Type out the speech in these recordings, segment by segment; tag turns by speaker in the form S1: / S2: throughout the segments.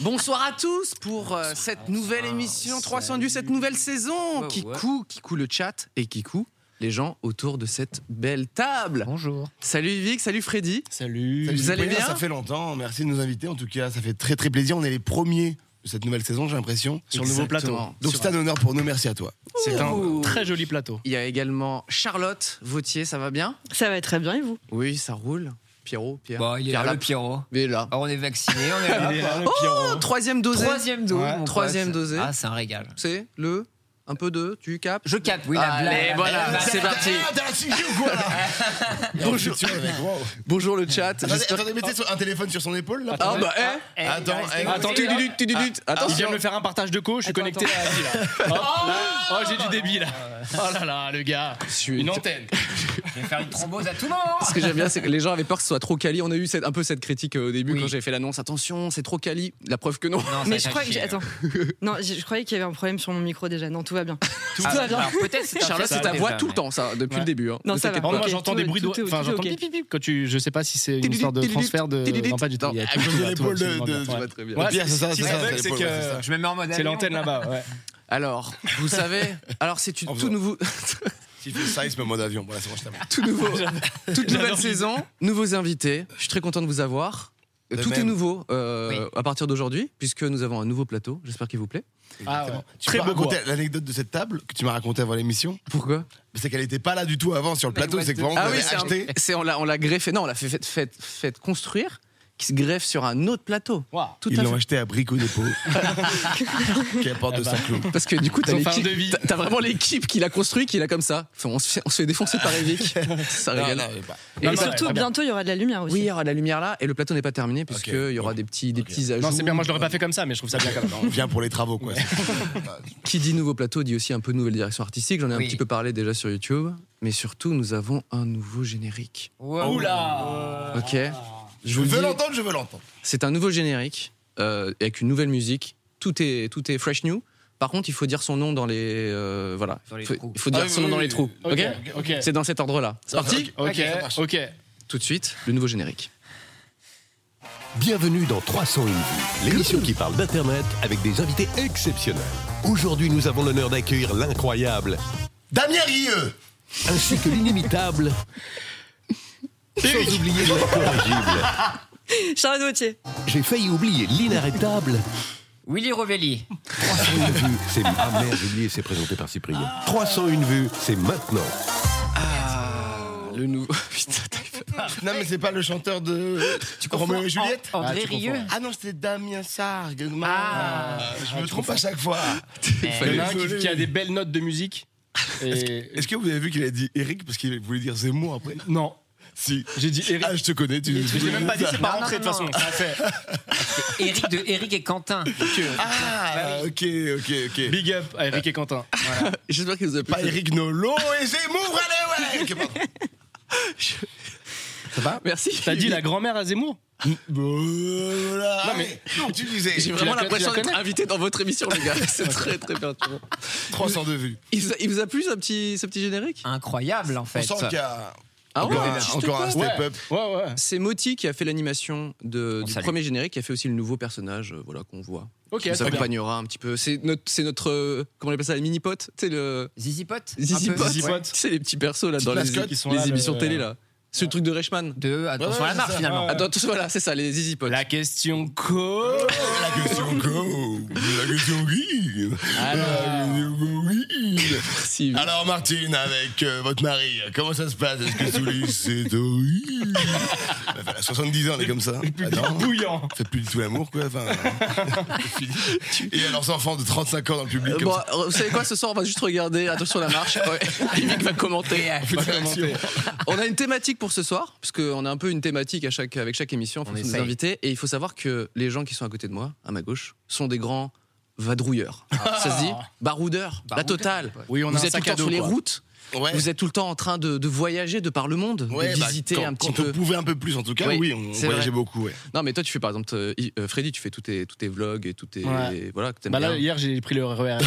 S1: Bonsoir à tous pour euh, cette nouvelle émission 300 du cette nouvelle saison
S2: Ouais,
S1: qui
S2: Ah, Oh, ouais.
S1: coud, qui coud le chat et qui coud les gens autour de cette belle table.
S2: Bonjour.
S1: Salut Vic, salut Freddy.
S3: Salut.
S1: Salut, vous allez bien
S3: Ça fait longtemps. Merci de nous inviter. En tout cas, ça fait très très plaisir. On est les premiers de cette nouvelle saison, j'ai l'impression, sur le nouveau plateau.
S1: Exactement.
S3: Donc
S1: Sur-
S3: c'est un honneur pour nous. Merci à toi.
S1: C'est un
S4: Très joli plateau.
S1: Il y a également Charlotte Vautier, ça va bien
S5: Ça va très bien et vous
S1: Oui, ça roule. Pierrot, Pierre.
S2: Bon, Bah, il est
S1: Pierre
S2: là,
S1: Lap-
S2: le Pierrot.
S1: Mais là.
S2: Alors, on est vacciné, on est là.
S4: Il est là, le Pierrot.
S1: Troisième dosé.
S2: Troisième dose.
S4: Ouais.
S2: mon
S1: Troisième
S2: pote.
S1: dosée.
S2: Ah, c'est un régal.
S1: C'est le un peu de tu capes.
S2: Je capte, oui, la blague.
S1: Allez, Ah,
S2: la
S1: voilà,
S2: blague.
S1: Eh, c'est parti.
S3: Ah, t'as la sujet ou quoi là
S1: Bonjour.
S3: Futur, le mec, wow.
S1: Bonjour le chat.
S3: Attendez,
S1: J'espère-
S3: attendez, mettez sur- un téléphone sur son épaule là.
S1: Ah bah eh.
S3: Attends, eh,
S4: Attends,
S1: Attends, tu- tu- tu- tu- tu-
S4: Il
S1: attention.
S4: vient de me faire un partage de co, je suis connecté à la vie, là. Hop, là. Oh, j'ai du débit là. Oh là là, le gars.
S1: suis-
S4: Une antenne.
S2: Je vais faire une thrombose à tout moment.
S1: Ce que j'aime bien, c'est que les gens avaient peur que ce soit trop quali. On a eu cette- un peu cette critique euh, au début
S2: Oui.
S1: quand j'ai fait l'annonce. Attention, c'est trop quali. La preuve que non.
S2: Non, ça
S5: Mais
S2: va
S5: je crois que j'ai-
S2: chier.
S5: attends. non, je, je croyais qu'il y avait un problème sur mon micro déjà. Non, tout va bien.
S2: Tout
S5: va bien.
S2: Alors, peut-être c'est un
S1: Charlotte,
S2: fait
S1: c'est ta
S2: ça,
S1: voix
S2: mais-
S1: tout le temps, ça, depuis
S4: Ouais.
S1: le début. hein.
S5: Non,
S1: Ne
S5: ça va.
S1: t'inquiète
S4: Oh,
S1: pas.
S4: moi
S5: Ok,
S4: j'entends
S5: tout
S4: des
S5: est-
S4: bruits de.
S5: tout est-
S4: Enfin,
S5: tout est
S4: j'entends
S5: ok.
S4: pip, pip, pip, quand tu. Je sais pas si c'est une
S1: Tididit,
S4: histoire de
S1: tididit,
S4: transfert de.
S1: tididit.
S4: Non, pas du tout. il y a
S1: Non,
S4: tout,
S3: à cause de
S4: là, tout,
S3: l'épaule de-
S4: absolument,
S3: de-
S4: tout,
S3: de-
S4: ouais.
S1: Ouais, très bien.
S4: Ouais,
S3: Pierre, c'est ça,
S4: si
S3: c'est
S4: tu
S3: ça,
S4: te
S3: c'est
S4: bugs, c'est
S3: l'épaule,
S4: que-
S3: ouais, c'est ça.
S2: Je me mets en mode.
S4: C'est l'antenne là-bas, ouais.
S1: Alors, vous savez, alors c'est une
S3: En
S1: tout
S3: faisant-
S1: nouveau,
S3: S'il fait ça, il se met en mode avion. Bon, là, c'est bon, je t'aime.
S1: tout nouveau, toute nouvelle
S4: J'adore.
S1: saison, nouveaux invités. Je suis très content de vous avoir.
S3: De
S1: tout est
S3: même.
S1: nouveau euh,
S2: Oui.
S1: à partir d'aujourd'hui, puisque nous avons un nouveau plateau. J'espère qu'il vous plaît.
S4: Ah ouais.
S3: Exactement. Tu
S4: Très
S3: peux
S4: beau
S3: raconter
S4: goût.
S3: l'anecdote de cette table que tu m'as racontée avant l'émission
S1: Pourquoi
S3: C'est qu'elle n'était pas là du tout avant sur le
S2: Mais
S3: plateau.
S2: what
S3: C'est que
S2: the-
S3: vraiment, on
S1: Ah oui,
S3: l'avait
S1: c'est un-
S3: acheté.
S1: c'est on l'a on l'a greffé. Non, on l'a fait, fait, fait- fait construire, qui se greffe sur un autre plateau.
S4: Waouh.
S1: Tout
S3: Ils
S1: à
S3: l'ont
S1: fait.
S3: acheté à Brico Dépôt. qui apporte de
S4: bah.
S3: Saint-Cloud.
S1: Parce que du coup, t'as
S4: Ils ont fait un
S1: l'équipe-
S4: devis.
S1: t'as- t'as vraiment l'équipe qui l'a construit, qui l'a comme ça. Enfin, on, se fait, on se fait défoncer par Evic. ça
S3: Non,
S1: régale.
S3: non, mais pas.
S1: Et
S4: Non, non,
S1: surtout,
S4: ouais, très bien.
S5: bientôt il y aura de la lumière aussi.
S1: oui, il y aura de la lumière là, et le plateau n'est pas terminé, puisqu'il il y aura
S3: bon.
S1: des petits, des petits ajouts.
S4: Non, c'est bien, moi je l'aurais pas fait comme ça, mais je trouve ça bien quand même.
S3: On vient pour les travaux, quoi.
S1: Qui dit nouveau plateau dit aussi un peu nouvelle direction artistique. J'en ai
S2: Oui.
S1: un petit peu parlé déjà sur YouTube. Mais surtout, nous avons un nouveau générique.
S2: Wow.
S4: Oula
S1: Ok Je
S3: Je
S1: vous le
S3: veux
S1: dis,
S3: l'entendre, je veux l'entendre.
S1: c'est un nouveau générique euh, avec une nouvelle musique. Tout est, tout est fresh new. Par contre, il faut dire son nom dans les. euh, voilà.
S2: Dans les
S1: il faut,
S2: trous.
S1: il faut dire
S3: Ah,
S1: son
S3: oui,
S1: nom dans
S3: oui,
S1: les
S3: oui.
S1: trous.
S4: Ok,
S3: Ok,
S4: ok.
S1: C'est dans cet ordre-là.
S3: C'est parti
S4: Ok,
S3: ça marche.
S4: ok.
S1: Tout de suite, le nouveau générique.
S6: Bienvenue dans 301 vues, l'émission qui parle d'Internet avec des invités exceptionnels. Aujourd'hui, nous avons l'honneur d'accueillir l'incroyable
S3: Damien Rieu
S6: ainsi que l'inimitable. Sans oublier l'incorrigible.
S5: Charlotte Wautier.
S6: J'ai failli oublier l'inarrêtable.
S2: Willy Rovelli.
S6: 301 vues, c'est. Ah merde, j'ai oublié, c'est présenté par Cyprien. 301 vues, c'est maintenant.
S1: Le nouveau. Putain, t'as fait-
S3: Non, mais c'est pas le chanteur de Roméo et Juliette
S2: An- André
S4: Ah, tu
S2: Rieu.
S3: Ah non, c'était Damien Sargue.
S2: Ah,
S3: je me trompe à chaque fois.
S1: il
S4: Il y en
S1: fallait-
S4: a un qui, qui a des belles notes de musique. Et...
S3: Est-ce que vous avez vu qu'il a dit Eric parce qu'il voulait dire Zemmour après
S4: Non,
S3: Si.
S4: j'ai dit Eric.
S3: Ah, je te connais, tu
S4: Je l'ai même pas dit, c'est pas
S2: Non,
S4: rentré de
S2: non,
S4: toute façon.
S2: non.
S4: Ça, c'est-
S2: Eric de Eric et Quentin.
S3: Ah, ok, ok, ok.
S4: Big up à Eric et Quentin.
S1: J'espère qu'il vous
S4: Bah,
S1: a plu.
S3: Pas Eric Nolo et Zemmour, allez, ouais Ok, pardon. Ça va
S1: Merci.
S4: T'as dit la grand-mère à Zemmour
S3: Voilà. Non, mais tu disais,
S1: J'ai
S4: Tu
S1: vraiment
S4: la- tu
S1: l'impression
S4: la
S1: d'être
S4: connais
S1: invité dans votre émission, les gars. C'est très, très perturbant.
S3: 300 de vues.
S1: Il vous a, il vous a plu ce petit, ce petit générique
S2: Incroyable en
S3: On
S2: fait.
S3: sent qu'il y a
S1: Ah
S3: encore,
S1: ouais,
S3: un,
S1: je te
S3: encore un
S1: crois.
S3: step
S4: Ouais.
S3: up.
S4: Ouais, ouais.
S1: C'est Moti qui a fait l'animation de-
S2: On
S1: du
S2: salue.
S1: premier générique, qui a fait aussi le nouveau personnage euh, voilà, qu'on voit.
S4: Ok,
S1: qui nous
S4: très bien.
S1: accompagnera un petit peu. C'est notre, c'est notre euh, comment on appelle ça, les mini-potes C'est le
S2: Zizi Pote.
S1: zizi
S4: Zizi Pote.
S1: C'est les petits persos là, dans les,
S3: mascottes
S4: qui sont
S1: les
S4: là,
S1: émissions
S4: le-
S1: télé là. Ce truc de Reichman.
S2: De euh, attention
S3: Ouais,
S2: à la
S3: c'est
S2: marche
S3: ça.
S2: finalement.
S4: Ouais.
S1: Attends, tout- voilà, c'est ça, les zizi potes.
S4: La question co.
S3: La question go La question oui La question oui Martine.
S1: Si,
S3: Alors Martine, avec euh, votre mari, comment ça se passe Est-ce que sous lui c'est horrible Bah, voilà, 70 ans, on est comme ça. Ah non,
S4: Bouillant.
S3: faites plus du tout l'amour, quoi. Enfin, c'est fini. Et alors, ces enfants de 35 ans dans le public,
S1: Euh,
S3: comme
S1: bon,
S3: ça.
S1: euh, vous savez quoi, ce soir, on va juste regarder. Attention à la marche. Ouais. Yvick va commenter.
S3: Faites la réaction.
S1: On a une thématique pour ce soir, parce qu'on a un peu une thématique à chaque, avec chaque émission, en fonction des
S2: essaye.
S1: invités. Et il faut savoir que les gens qui sont à côté de moi, à ma gauche, sont des grands vadrouilleurs. Ça se dit Baroudeurs, la
S2: Baroudeurs,
S1: totale.
S4: Oui, on a
S1: vous
S4: un
S1: êtes tout
S4: sac
S1: le temps
S4: à dos,
S1: sur les
S4: quoi.
S1: routes,
S3: Ouais.
S1: vous êtes tout le temps en train de, de voyager de par le monde,
S3: Ouais,
S1: de
S3: bah,
S1: visiter
S3: quand,
S1: un petit
S3: quand
S1: peu.
S3: on pouvait un peu plus, en tout cas,
S1: Oui,
S3: oui, on
S1: c'est
S3: voyageait
S1: vrai.
S3: beaucoup. ouais.
S1: Non, mais toi, tu fais par exemple, euh, I- euh, Freddy, tu fais tous tes, tous tes vlogs et tous tes.
S4: Ouais.
S1: Voilà, que t'aimes
S4: Bah là,
S1: bien.
S4: hier, j'ai pris le E RERD.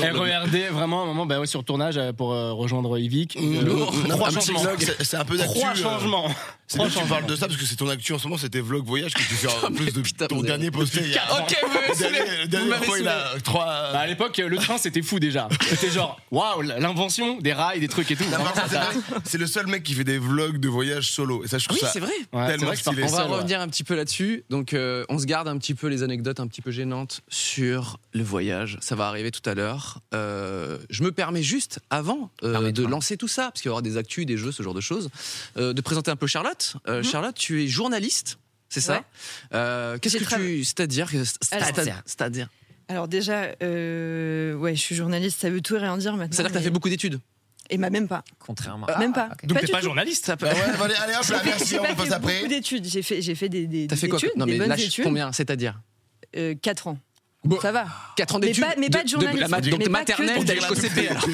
S4: RERD, E vraiment, à un moment, bah ouais, sur le tournage euh, pour euh, rejoindre Yvick. Euh,
S3: Lourd.
S4: Trois
S3: Un petit
S4: changements.
S3: vlog, c'est- C'est un peu d'actu.
S4: Trois
S3: euh,
S4: changements.
S3: C'est bien que tu parles de ça parce que c'est ton actu en ce moment, c'était vlog voyage que tu fais en plus de
S1: putain,
S3: ton
S1: vous
S3: dernier posté. Il y a...
S1: Ok, vous m'avez
S3: Le
S1: saoulé.
S3: dernier, le
S1: Vous
S3: dernier
S1: m'avez
S3: fois, il
S1: saoulé.
S3: a trois.
S4: Bah, à l'époque, le train c'était fou déjà. C'était genre, waouh, l'invention des rails, des trucs et tout.
S3: Non, par contre, c'est vrai, C'est le seul mec qui fait des vlogs de voyage solo. Et ça, je trouve
S1: Oui,
S3: ça
S1: c'est vrai.
S4: Ouais,
S3: tellement
S4: c'est vrai que je pars
S3: stylé.
S1: On
S4: en
S1: va
S4: seul, ouais.
S1: revenir un petit peu là-dessus. Donc, euh, on se garde un petit peu les anecdotes un petit peu gênantes sur le voyage. Ça va arriver tout à l'heure. Euh, je me permets juste, avant euh, de lancer tout ça, parce qu'il va y aura des actus, des jeux, ce genre de choses, euh, de présenter un peu Charlotte. Euh, Charlotte, tu es journaliste. C'est ça.
S5: Mhm. Ouais.
S1: Euh, Qu'est-ce
S5: J'ai
S1: que tu, c'est-à-dire, que- c'est-à-dire,
S2: Alors-
S1: c'est-à-dire,
S5: Alors déjà, euh, ouais, je suis journaliste, ça veut tout et rien dire maintenant.
S1: c'est-à-dire que t'as
S5: mais-
S1: fait Ah, beaucoup d'études.
S5: Et bah, même pas.
S2: Contrairement.
S5: même pas.
S2: ok.
S4: Donc,
S5: Pas
S4: t'es
S5: du
S4: pas
S5: tout.
S4: journaliste.
S1: Ça peut-
S3: Bah ouais, allez, allez, hop là,
S5: J'ai fait-
S3: merci,
S5: j'ai
S3: on
S5: pas
S3: passe
S5: fait
S3: après.
S5: beaucoup d'études. J'ai fait, j'ai fait des, des,
S1: T'as
S5: des
S1: fait quoi
S5: études,
S1: Non
S5: des
S1: mais
S5: bonnes
S1: lâche
S5: études.
S1: combien, c'est-à-dire.
S5: 4 ans.
S1: Bon.
S5: Ça va.
S1: 4 ans
S5: Mais
S1: d'études.
S5: pas- mais pas de journaliste.
S1: la mat-
S5: Mais
S1: donc
S5: pas que
S1: maternelle,
S5: de-
S1: t'as jusqu'au CP. alors.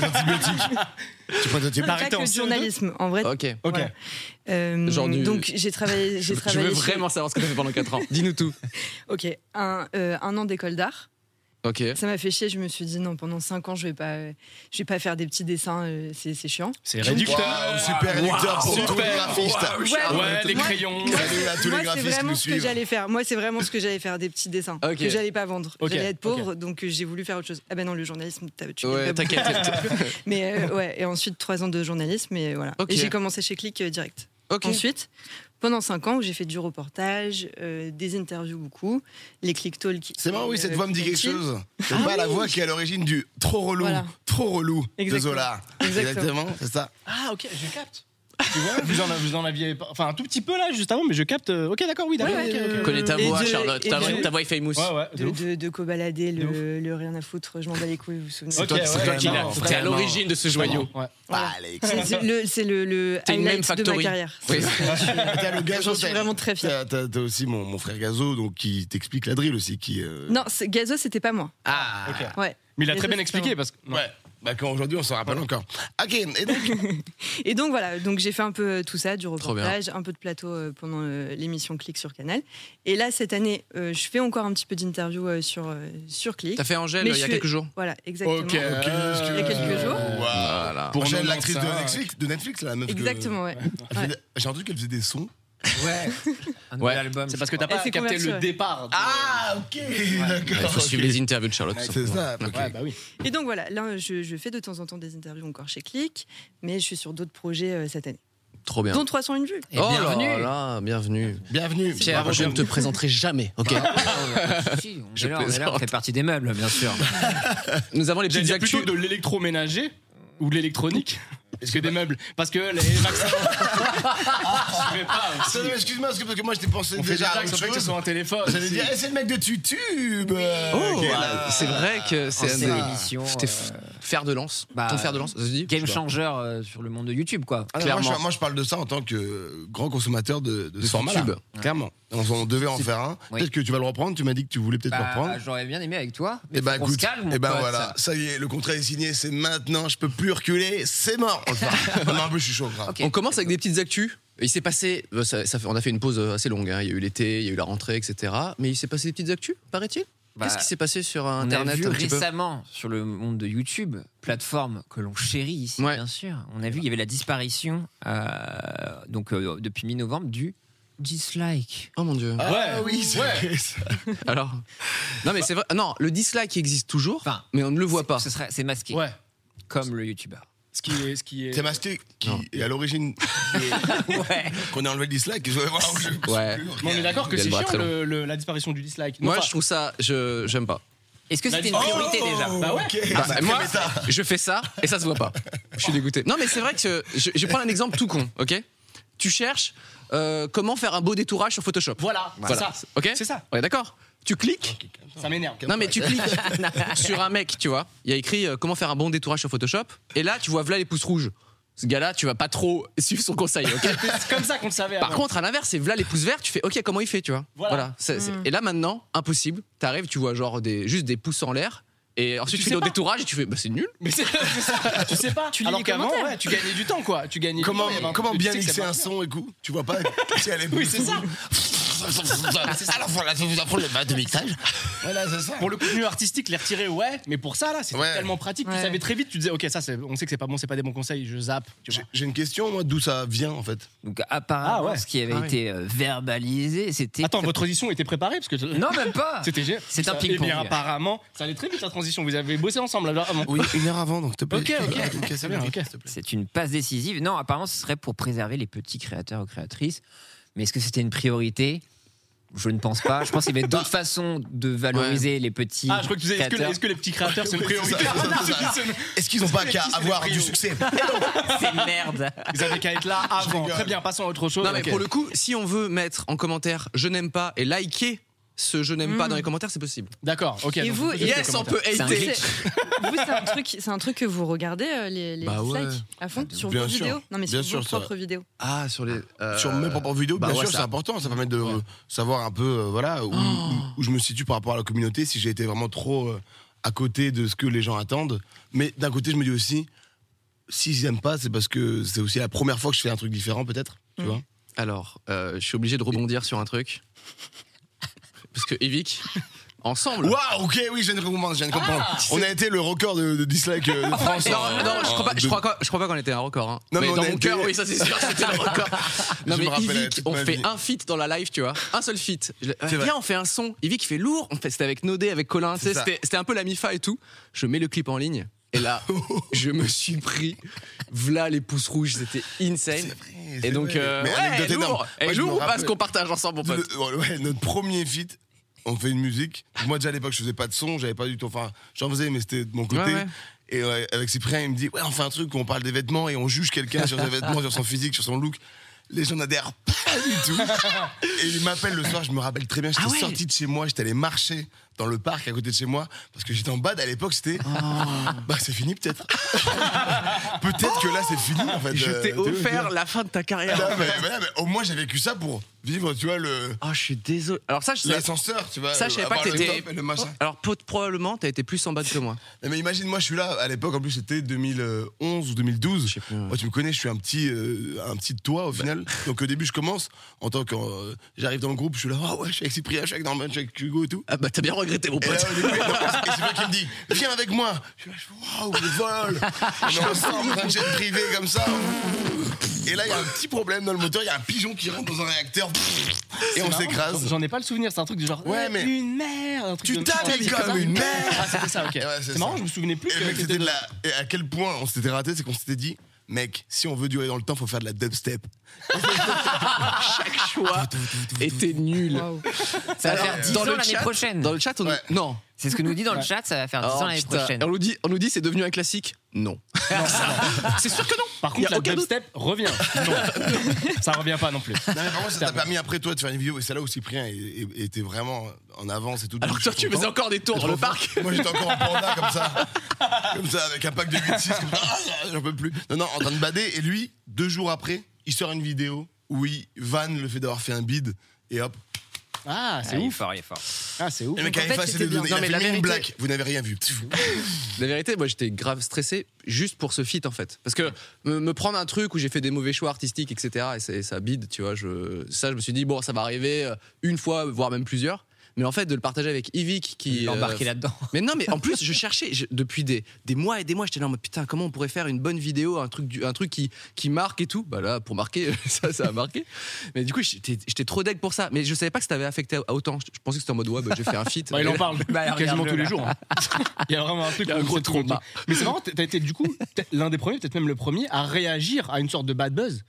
S3: Tu prends
S5: Je
S3: ton
S4: T'as arrêté
S5: pas que
S4: en
S5: le
S4: CE2?
S5: journalisme, en vrai.
S1: Ok.
S4: Ok.
S5: Voilà. Euh,
S1: Ah, Genre du-
S5: Donc j'ai travaillé, j'ai
S1: Je
S5: travaillé.
S1: veux
S5: chez-
S1: vraiment savoir ce que t'as fait pendant 4 ans. Dis-nous tout.
S5: Ok, un, euh, un an d'école d'art.
S1: Ok.
S5: Ça m'a fait chier. Je me suis dit non, pendant 5 ans, je vais pas, euh, je vais pas faire des petits dessins. euh, c'est c'est chiant.
S4: C'est
S3: Waouh, super réducteur pour tous les
S4: super.
S3: graphistes.
S5: Ouais,
S4: Ouais, les
S5: Moi-
S4: crayons.
S5: moi,
S3: Salut à tous les
S5: moi, c'est
S3: graphistes qui
S5: vraiment
S3: nous
S5: ce que
S3: suivent.
S5: j'allais faire. Moi, c'est vraiment ce que j'allais faire, des petits dessins
S1: Ok.
S5: que j'allais pas vendre.
S4: Ok,
S5: J'allais être pauvre, donc euh, j'ai voulu faire autre chose. Ah ben non, le journalisme, t'as- tu gagnes
S1: Ouais,
S5: pas beaucoup.
S1: t'inquiète.
S5: Mais euh, ouais, et ensuite trois ans de journalisme, et voilà.
S1: Ok.
S5: Et j'ai commencé chez Click euh, direct.
S1: Ok.
S5: Ensuite, pendant cinq ans, où j'ai fait du reportage, euh, des interviews beaucoup, les Click Talk.
S3: C'est marrant, oui,
S5: euh,
S3: cette voix me dit quelque
S5: Click Talk.
S3: chose. C'est pas la voix qui est à l'origine du trop relou,
S5: Ah Voilà.
S3: trop relou de
S5: Exactement.
S3: Zola.
S5: Exactement.
S3: c'est ça.
S4: Ah, ok, je capte. Tu vois, vous en, vous en aviez. pas- Enfin, un tout petit peu là, juste avant, mais je capte. euh, Ok, d'accord, oui, d'accord.
S5: Ouais,
S4: ok,
S5: ouais,
S4: ok, ok.
S1: Connais ta
S5: Et
S1: voix,
S5: de-
S1: Charlotte.
S5: et
S1: Ta,
S5: de-
S1: voix- ta voix est famous.
S4: Ouais, ouais, de
S5: De,
S4: ouf.
S5: de, de cobalader
S4: De ouf.
S5: le, le rien à foutre, je m'en bats les couilles, vous vous souvenez.
S4: Ok,
S3: toi- c'est
S4: ouais,
S3: toi qui
S4: non,
S3: l'as-
S4: non,
S3: t'es à
S1: T'es à
S4: vraiment.
S1: l'origine de ce joyau.
S4: Ouais.
S3: Allez,
S5: C'est c'est le, c'est le, le
S1: T'es une même
S5: highlight de ma
S1: factory.
S5: carrière.
S1: Oui.
S3: t'as le gazo,
S5: J'en suis
S3: t'as-
S5: vraiment très fière.
S3: T'as t'as- t'as aussi mon, mon frère Gazo donc, qui t'explique la drill aussi. Qui, euh,
S5: Non, c'est- Gazo, c'était pas moi.
S3: Ah
S4: Ok.
S5: Ouais.
S4: Mais il a
S5: Et
S4: très
S5: ça,
S4: bien
S5: c'est
S4: expliqué parce que. non.
S3: Ouais. Bah, quand aujourd'hui, on s'en rappelle encore. Ok, et donc,
S5: Et donc voilà, donc j'ai fait un peu euh, tout ça, du
S1: Trop
S5: reportage, un peu de plateau euh, pendant euh, l'émission Click sur Canal. Et là cette année, euh, je fais encore un petit peu d'interview euh, sur euh, sur Click.
S1: T'as fait Angèle
S5: Mais
S1: il y
S5: je
S1: a
S5: fais-
S1: quelques jours.
S5: Voilà, exactement.
S3: Il
S5: y a quelques jours.
S1: Voilà.
S3: Pour Angèle,
S4: nous,
S3: l'actrice
S4: ça,
S3: de
S4: ouais.
S3: Netflix, de Netflix, là, la meuf que-
S5: Exactement, ouais.
S3: Elle faisait- J'ai entendu qu'elle faisait des sons.
S2: Ouais. Un
S1: Ouais.
S2: nouvel album.
S4: C'est
S2: je
S4: parce que
S2: crois.
S4: t'as pas
S5: Et c'est
S4: capté
S5: commercial.
S4: le départ. de-
S3: Ah, ok, d'accord.
S1: Il faut
S3: ok.
S1: suivre les interviews de Charlotte.
S3: C'est ça. ok.
S4: Ouais, bah oui.
S5: Et donc voilà, là je, je fais de temps en temps des interviews encore chez Click, mais je suis sur d'autres projets euh, cette année.
S1: Trop bien.
S5: Dont 301 vues.
S2: Et bienvenue.
S1: Oh là là, bienvenue.
S3: Bienvenue.
S1: Pierre, je ne te présenterai jamais. Ok.
S2: Ah, si, on est là, on est là, on fait partie des meubles, bien sûr.
S1: Nous avons les
S4: J'allais
S1: petites
S4: dire plutôt
S1: actus.
S4: de l'électroménager ou de l'électronique. Parce que des meubles. Parce que les vaccins. Je vais pas.
S3: Ah, non, mais Excuse-moi, parce que, parce que moi, je t'ai pensé
S4: On fait des
S3: déjà à
S4: vaccins
S3: autre
S4: sur
S3: chose.
S4: un téléphone.
S3: J'allais dire, eh, c'est le mec de Tutube.
S1: Oh,
S3: euh, qui est là.
S1: ah, c'est vrai que c'est
S2: C'est
S1: un des-
S2: l'émission.
S1: C'était f-
S2: euh,
S1: fer de lance.
S2: bah,
S1: Ton fer de lance, ça se dit
S2: Game
S1: Je sais pas.
S2: changer euh, sur le monde de YouTube, quoi.
S3: Ah non,
S1: clairement.
S3: Moi je, moi, je parle de ça en tant que grand consommateur de, de, ce format.
S1: YouTube.
S3: Clairement. On, on devait en faire un.
S2: Oui.
S3: Peut-être que tu vas le reprendre. Tu m'as dit que tu voulais peut-être le
S2: Bah,
S3: reprendre.
S2: J'aurais bien aimé avec toi. Mais
S3: Et ben
S2: faut qu'on
S3: écoute,
S2: se calme, mon
S3: eh ben
S2: pote.
S3: voilà, ça. y est, le contrat est signé, c'est maintenant, je peux plus reculer, c'est mort. On le fera. non, un peu, je suis chaud, grave.
S2: Ok.
S1: On commence avec des petites actus. Il s'est passé, euh, ça, ça fait- on a fait une pause euh, assez longue. hein. Il y a eu l'été, il y a eu la rentrée, etc. Mais il s'est passé des petites actus, paraît-il.
S2: Bah,
S1: Qu'est-ce qui s'est passé sur
S2: On
S1: Internet
S2: a vu
S1: un petit peu
S2: récemment sur le monde de YouTube, plateforme que l'on chérit ici,
S1: Ouais.
S2: bien sûr. On a vu il y avait la disparition, euh, donc euh, depuis mi-novembre, du dislike.
S1: Oh mon dieu.
S4: Ah oui,
S3: c'est vrai, ça.
S1: Alors Non, mais c'est vrai. Non, le dislike existe toujours,
S2: Enfin,
S1: mais on ne le voit
S2: C'est-
S1: pas.
S2: ce serait- C'est masqué,
S4: Ouais.
S2: comme le youtubeur.
S4: Ce qui est. Ce qui est...
S3: C'est masqué qui
S1: Non.
S3: est à l'origine de-
S2: Ouais.
S3: qu'on ait enlevé le dislike. Je vais voir où je-
S1: Ouais.
S4: Mais on est d'accord que
S1: Il y a le
S4: c'est
S1: bras
S4: chiant
S1: très long.
S4: le- le- la disparition du dislike. Non,
S1: Moi,
S4: enfin,
S1: je trouve ça. Je J'aime pas.
S2: Est-ce que c'était une
S4: Oh
S2: priorité déjà
S4: Bah ouais.
S2: Ah,
S3: Ok,
S1: Bah,
S3: sacré
S1: moi,
S3: méta.
S1: je fais ça et ça se voit pas. Je suis dégoûté. Non, mais c'est vrai que je, je vais prendre un exemple tout con, ok Tu cherches euh, comment faire un beau détourage sur Photoshop.
S4: Voilà, c'est
S1: Voilà.
S4: ça.
S1: Ok
S4: C'est ça.
S1: On est d'accord Tu cliques.
S4: Ça m'énerve.
S1: Non, mais tu cliques sur un mec, tu vois. Il y a écrit euh, comment faire un bon détourage sur Photoshop. Et là, tu vois, voilà les pouces rouges. Ce gars-là, tu vas pas trop suivre son conseil, ok
S4: C'est comme ça qu'on le savait.
S1: Par
S4: avant.
S1: contre, à l'inverse, c'est voilà les pouces verts, tu fais ok, comment il fait, tu vois. Voilà.
S4: Voilà.
S1: C'est- c'est- Et là maintenant, impossible. T'arrives, tu vois genre des, juste des pouces en l'air, et ensuite tu,
S4: Tu
S1: fais
S4: sais
S1: ton
S4: pas.
S1: détourage et tu fais bah c'est nul.
S4: Mais c'est c'est ça, tu sais pas.
S5: Tu lis
S4: Alors
S5: les
S4: qu'avant,
S5: commentaires.
S4: ouais, tu gagnais du temps, quoi. Tu gagnais. du
S3: Comment,
S4: temps, il y avait un
S3: comment
S4: truc,
S3: bien
S4: tu sais que
S3: mixer
S4: ça
S3: un
S4: marche.
S3: son, écoute Tu vois pas si elle est
S4: Oui, c'est ça.
S3: Alors voilà, ça vous apprend le bas de mixage. Voilà, c'est ça.
S4: Bah, Pour le contenu artistique, les retirer, ouais. Mais pour ça, là, c'est
S3: Ouais.
S4: tellement pratique. Tu
S5: Ouais.
S4: savais très vite. Tu disais, ok, ça, c'est- on sait que c'est pas bon, c'est pas des bons conseils. Je zappe. Tu vois.
S3: J'ai- J'ai une question, moi, d'où ça vient en fait
S2: Donc apparemment,
S4: Ah ouais.
S2: ce qui avait
S1: Ah ouais.
S2: été euh, verbalisé, c'était.
S4: Attends, votre audition était préparée parce que
S2: Non, même pas.
S4: c'était gé-
S2: C'est un
S4: ça-
S2: ping-pong.
S4: Eh bien, apparemment, ça allait très vite la transition. Vous avez bossé ensemble là, avant.
S3: Oui, une heure avant, donc te Ah,
S4: plaît. Ok, ok.
S3: c'est
S4: bien,
S3: bien,
S4: ok.
S2: C'est une passe décisive. Non, apparemment, ce serait pour préserver les petits créateurs ou créatrices. Mais est-ce que c'était une priorité Je ne pense pas. Je pense qu'il y avait d'autres façons de valoriser les petits
S4: Ah, je crois que tu disais, est-ce que,
S2: créateurs.
S4: est-ce que les petits créateurs, c'est une
S3: Oui, c'est
S4: priorité
S3: ça, c'est ça.
S4: C'est- c'est-
S3: Est-ce qu'ils ont pas qu'à avoir du succès
S2: C'est merde.
S4: Ils avaient qu'à être là avant.
S3: rigole.
S4: Très bien, passons à autre chose.
S1: Non mais
S4: Ok.
S1: pour le coup, si on veut mettre en commentaire je n'aime pas et liker ce je n'aime pas
S5: Mm.
S1: dans les commentaires, c'est possible.
S4: D'accord, ok.
S5: Et
S4: donc,
S5: vous-
S4: on peut juste
S1: Yes,
S4: les
S1: on
S4: commentaires.
S1: peut
S5: C'est un
S1: hater.
S5: glitch. Vous, c'est un truc, c'est un truc que vous regardez euh, les, les
S1: Bah ouais.
S5: dislikes à fond sur
S3: Bien
S5: vos
S3: sûr.
S5: vidéos. Non mais
S3: Bien
S5: sur
S3: sûr,
S5: vos
S3: ça.
S5: propres vidéos.
S1: Ah sur les euh,
S3: Sur mes propres vidéos,
S1: bah
S3: bien
S1: ouais,
S3: sûr,
S1: ça-
S3: c'est important. Ça permet de euh, savoir un peu euh, voilà, où,
S1: Oh.
S3: où- où je me situe par rapport à la communauté, si j'ai été vraiment trop euh, à côté de ce que les gens attendent. Mais d'un côté, je me dis aussi, si j'aime pas, c'est parce que c'est aussi la première fois que je fais un truc différent, peut-être. Tu
S5: Mm.
S3: vois
S1: Alors, euh, je suis obligé de rebondir sur un truc parce que Evic, ensemble.
S3: Waouh, ok, oui, je viens de comprendre. je viens de comprendre. On a été le record de, de dislikes euh, de France.
S1: Non,
S3: en-
S1: Ah. non, je crois pas, je
S3: en-
S1: crois pas- je crois pas qu'on était un record. hein.
S3: Oh. Non,
S1: mais,
S3: mais on
S1: dans
S3: a
S1: mon
S3: été-
S1: cœur, oui, ça c'est sûr, c'était le record. Non,
S3: Je
S1: mais
S3: me rappelle
S1: Yvick,
S3: toute
S1: on
S3: ma
S1: fait
S3: vie.
S1: un feat dans la live, tu vois. Un seul feat. Je- euh,
S3: C'est vrai.
S1: viens, on fait un son. Yvick fait lourd. On fait, c'était avec Nodé, avec Colin. tu sais,
S3: ça.
S1: C'était c'était un peu la MIFA et tout. Je mets le clip en ligne. Et là,
S3: Oh.
S1: je me suis pris. V'là les pouces rouges, c'était insane. Et donc, euh,
S3: Mais
S1: ouais,
S3: anecdote énorme.
S1: lourd. Et
S3: Moi, je me
S1: lourd ou pas
S3: rappelle-
S1: ce qu'on partage ensemble, mon pote
S3: Le- ouais, ouais, notre premier feat, on fait une musique. Moi, déjà à l'époque, je faisais pas de son, j'avais pas du tout. Enfin, j'en faisais, mais c'était de mon côté.
S1: Ouais, ouais.
S3: Et ouais, avec Cyprien, il me dit Ouais, on fait un truc où on parle des vêtements et on juge quelqu'un sur ses vêtements, sur son physique, sur son look. Les gens n'adhèrent pas du tout. Et il m'appelle le soir, je me rappelle très bien, j'étais
S1: Ah ouais.
S3: sorti de chez moi, j'étais allé marcher dans le parc à côté de chez moi, parce que j'étais en bad à l'époque, c'était.
S1: Oh.
S3: Bah, c'est fini peut-être. peut-être que là, c'est fini en fait.
S1: Je
S3: Euh,
S1: t'ai
S3: t'es où, tu
S1: offert la fin de ta
S3: vois
S1: carrière.
S3: Non, mais, voilà, mais au moins, j'ai vécu ça pour vivre, tu vois, le.
S1: Ah, je suis désolé. Alors, ça, je sais.
S3: L'ascenseur, tu vois.
S1: Ça, je savais pas
S3: avoir
S1: que
S3: le
S1: t'étais. Oh.
S3: top et le machin.
S1: Alors, peut- probablement, t'as été plus en bas que moi.
S3: Non, Mais imagine, moi, je suis là, à l'époque, en plus, c'était 2011 ou 2012.
S1: Je sais plus, ouais. Bah.
S3: Moi, tu me connais, je suis un petit, euh, un petit de toi, au final. Donc, au début, je commence, en tant que. euh, J'arrive dans le groupe, je suis là, ah ouais, je suis avec Cyprien, je suis avec Norman, je suis avec Hugo et tout.
S1: Ah bah t'as bien regretté mon
S3: Et là,
S1: pote.
S3: au début, non, et c'est moi qui me dit, viens avec moi. Je suis là, je fais, waouh, le vol. On est ensemble, dans un jet privé comme ça. Et là, il y a un petit problème dans le moteur, il y a un pigeon qui rentre dans un réacteur. Et on
S4: Marrant,
S3: s'écrase.
S4: J'en ai pas le souvenir, c'est un truc du genre.
S3: Ouais,
S4: eh,
S3: mais-
S4: Une merde un truc
S3: Tu
S4: de-
S3: t'habilles comme une merde.
S4: Ah, c'était ça, ok.
S3: c'est
S4: c'est
S3: ça.
S4: marrant, je me souvenais plus
S3: Et
S4: que
S3: mec,
S4: c'était
S3: c'était
S4: de
S3: de
S4: la.
S3: la- et à quel point on s'était raté, c'est qu'on s'était dit, mec, si on veut durer dans le temps, faut faire de la dubstep.
S1: Chaque choix était nul.
S5: Waouh.
S2: Ça va
S1: Alors,
S2: faire 10
S1: dans
S2: ans
S1: le
S2: l'année
S1: chat-
S2: prochaine.
S1: Dans le chat, on
S3: Ouais.
S1: nous... non.
S2: C'est ce que nous dit dans le
S4: Ouais. Ah,
S2: chat, ça va faire 10
S1: Oh,
S2: ans l'année
S1: putain.
S2: prochaine.
S1: Et on nous dit, on nous dit, c'est devenu un classique. Non. c'est sûr que non.
S4: Par
S1: Y a
S4: contre, la
S1: aucun doute.
S4: dubstep revient. Non, ça revient pas non plus.
S3: Non, mais vraiment, ça t'a permis après toi de faire une vidéo. Et c'est là où Cyprien est- est- était vraiment en avance et tout.
S1: Alors que toi, tu faisais encore des tours dans le parc.
S3: Moi, j'étais encore en panda comme ça. Comme ça, avec un pack de 8-6. comme ça. Ah, J'en peux plus. Non, non, en train de bader. Et lui, deux jours après, il sort une vidéo où il vanne le fait d'avoir fait un bid. Et hop.
S4: Ah,
S2: Ah,
S4: c'est
S2: il est
S4: ouf.
S2: fort, il est fort.
S4: Ah, c'est ouf.
S3: Le mec a
S5: en fait,
S3: effacé
S5: c'était
S3: les
S5: bien.
S3: données.
S1: Non,
S3: Il a
S1: mais
S3: fait
S1: la
S3: mille
S1: vérité-
S3: blagues. Vous n'avez rien vu.
S1: La vérité, moi, j'étais grave stressé juste pour ce feat en fait, parce que me, me prendre un truc où j'ai fait des mauvais choix artistiques, etc. Et, c'est- ça bide, tu vois. Je, ça, je me suis dit bon, ça va arriver euh, une fois, voire même plusieurs. Mais en fait, de le partager avec Yvick qui euh,
S2: L'embarquer là-dedans.
S1: Mais non, mais en plus, je cherchais je- depuis des, des mois et des mois. J'étais là en mode putain, comment on pourrait faire une bonne vidéo, un truc, du- un truc qui, qui marque et tout. Bah là, pour marquer, ça, ça a marqué. Mais du coup, j'étais j'étais trop deg pour ça. Mais je savais pas que ça t'avait affecté à- autant. Je je pensais que c'était en mode ouais, bah, j'ai fait un feat.
S4: Bah, il en parle
S2: regarde-le,
S4: quasiment tous
S2: là.
S4: les jours. hein. Il y a vraiment un
S1: Il
S4: truc,
S1: y a un
S4: où
S1: gros
S4: c'est trop
S1: trauma.
S4: compliqué. Mais c'est marrant, t'as été du coup peut-être l'un des premiers, peut-être même le premier, à réagir à une sorte de bad buzz,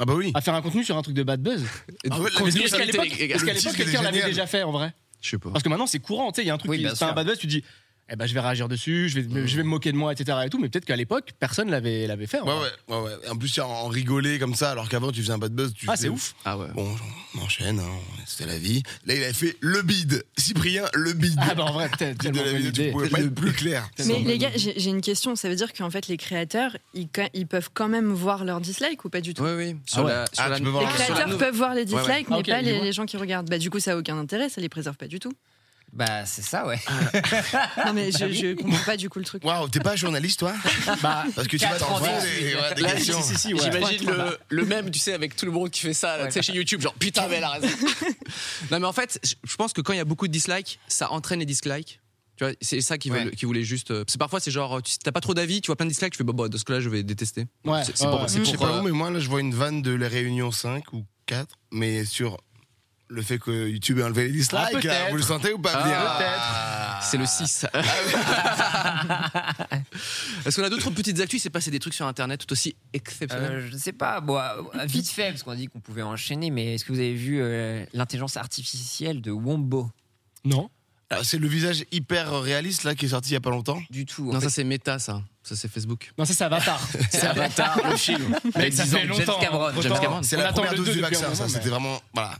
S3: Ah, bah oui.
S4: à faire un contenu sur un truc de bad buzz.
S1: Et du
S3: Ah ouais,
S1: coup, contenu
S3: la vidéo,
S4: Est-ce qu'à
S1: qualité,
S4: l'époque,
S1: les gars.
S4: est-ce qu'à
S3: Le
S4: l'époque,
S3: titre est
S4: quelqu'un l'avait
S3: génial.
S4: déjà fait en vrai
S1: Je sais pas.
S4: Parce que maintenant, c'est courant, tu sais, il y a un truc
S2: Oui,
S4: qui
S2: bien
S4: t'as un
S2: sûr.
S4: bad buzz, tu te dis, eh ben, je vais réagir dessus, je vais,
S3: Mmh.
S4: je vais me moquer de moi, etc. Et tout, mais peut-être qu'à l'époque, personne l'avait, l'avait fait. en
S3: Ouais,
S4: vrai.
S3: ouais, ouais, ouais. En plus, en- en rigoler comme ça, alors qu'avant, tu faisais un bad buzz. Tu
S4: Ah,
S3: faisais-
S4: c'est ouf.
S1: Ah ouais.
S3: Bon, on enchaîne, hein, c'était la vie. Là, il avait fait le bide. Cyprien, le bide.
S4: Ah, bah, en vrai, peut-être.
S3: Bide de
S4: tellement
S3: la
S4: bonne
S3: vidéo, tu
S4: idée.
S3: pouvais pas être plus clair.
S5: Mais les gars, j'ai j'ai une question. Ça veut dire qu'en fait, les créateurs, ils, ca- ils peuvent quand même voir leurs dislikes ou pas du tout
S1: Oui, oui. Sur
S4: Ah ouais.
S1: la, sur
S3: Ah,
S1: la-
S3: tu peux voir
S5: Les
S3: la-
S1: sur la
S5: créateurs
S1: nouvelle-
S5: peuvent voir les
S1: ouais.
S5: dislikes,
S4: Ah,
S5: mais
S4: ok,
S5: pas les,
S4: dis-moi.
S5: les gens qui regardent. Bah, du coup, ça a aucun intérêt, ça les préserve pas du tout.
S2: Bah, c'est ça, ouais.
S1: Ah,
S5: Non, mais
S1: bah
S5: je, je comprends pas du coup le truc.
S3: Waouh, t'es pas journaliste, toi
S4: Bah,
S3: Parce que tu vas
S2: Quatre ans
S3: t'en
S2: d'études.
S3: des, ouais, des
S1: Là,
S4: si,
S3: questions.
S4: si, si, ouais.
S1: J'imagine le, le même, tu sais, avec tout le monde qui fait ça, là,
S2: bah.
S1: tu sais, chez YouTube, genre putain, mais elle a raison. non, mais en fait, je- je pense que quand il y a beaucoup de dislikes, ça entraîne les dislikes. Tu vois, c'est ça qu'ils
S2: Ouais.
S1: veulent- qu'ils voulaient juste. euh, Parce que parfois, c'est genre, tu- t'as pas trop d'avis, tu vois plein de dislikes, tu fais, bah, bah, de ce que là, je vais détester.
S4: Ouais,
S1: C'est c'est
S4: ouais,
S1: pour,
S4: ouais.
S1: c'est
S3: Je
S1: pour,
S3: sais pas
S1: euh,
S3: vous, mais moi, là, je vois une vanne de la Réunion 5 ou 4, mais sur le fait que YouTube ait enlevé les
S4: Ah,
S3: dislikes.
S4: peut-être.
S3: là, vous le sentez ou pas
S1: Ah,
S3: Ah. venir
S1: C'est
S2: Ah.
S1: le 6. Est-ce qu'on a d'autres petites actus Il s'est passé des trucs sur Internet tout aussi exceptionnels.
S2: Euh, je sais pas, bon, à- à vite fait, parce qu'on a dit qu'on pouvait enchaîner, mais est-ce que vous avez vu euh, l'intelligence artificielle de Wombo
S4: Non.
S3: Alors, Ah, C'est le visage hyper réaliste, là, qui est sorti il y a pas longtemps.
S2: Du tout. en
S1: non,
S2: fait.
S1: ça, c'est méta, ça. Ça, c'est Facebook.
S4: Non, ça, c'est Avatar.
S2: c'est Avatar, le film.
S4: Mais ça fait longtemps.
S2: James Cameron.
S4: Autant-
S1: James Cameron.
S4: on
S3: C'est la
S4: attend
S3: première
S4: le
S3: dose
S4: deux
S3: du
S4: depuis un
S3: vaccin, ça.
S4: moment,
S3: C'était
S4: mais-
S3: vraiment. Voilà.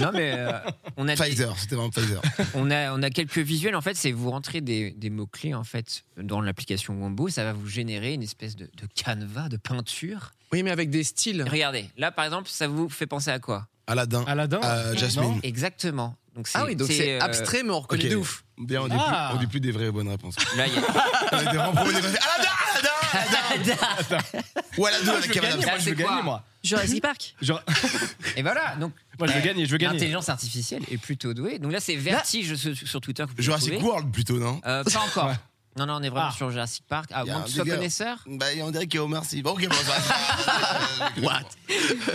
S2: Non, mais euh, on, a des,
S3: Pfizer, c'était vraiment Pfizer.
S2: on, a, on a quelques visuels, en fait, c'est vous rentrez des, des mots-clés, en fait, dans l'application Wombo, ça va vous générer une espèce de, de canevas, de peinture.
S1: Oui, mais avec des styles.
S2: Et regardez, là, par exemple, ça vous fait penser à quoi
S3: Aladdin.
S4: Aladdin
S3: Euh, Jasmine.
S2: Exactement. Donc, c'est-
S1: Ah oui, donc c'est
S2: euh,
S1: abstrait, mais on reconnaît
S3: ok.
S1: de ouf.
S3: Bien, on dit,
S4: Ah.
S3: plus, on dit plus des vraies bonnes réponses.
S2: Là, il y a-
S3: on était vraiment promenés dans les- Aladdin, Aladdin, Aladdin Ah, Ou Aladdin
S4: Ah, Je
S3: avec
S4: veux
S3: Kev
S4: gagner,
S3: Adams.
S4: moi, je veux
S2: C'est quoi
S4: gagner, moi.
S5: Jurassic Park.
S4: Genre-
S2: Et voilà, donc
S4: Moi, je veux gagner, je veux gagner.
S2: L'intelligence artificielle est plutôt douée. Donc là, c'est Vertige sur, sur Twitter. que vous pouvez
S3: Jurassic
S2: trouver.
S3: World plutôt, non
S2: Euh, Pas encore.
S4: Ouais.
S2: Non, non, on est vraiment
S4: Ah.
S2: sur Jurassic Park. À
S3: Y a
S2: moins
S3: un
S2: que tu sois
S3: délire.
S2: connaisseur.
S3: Bah, on dirait qu'il y a Homer Sy. Bon, ok, bon, ça va. What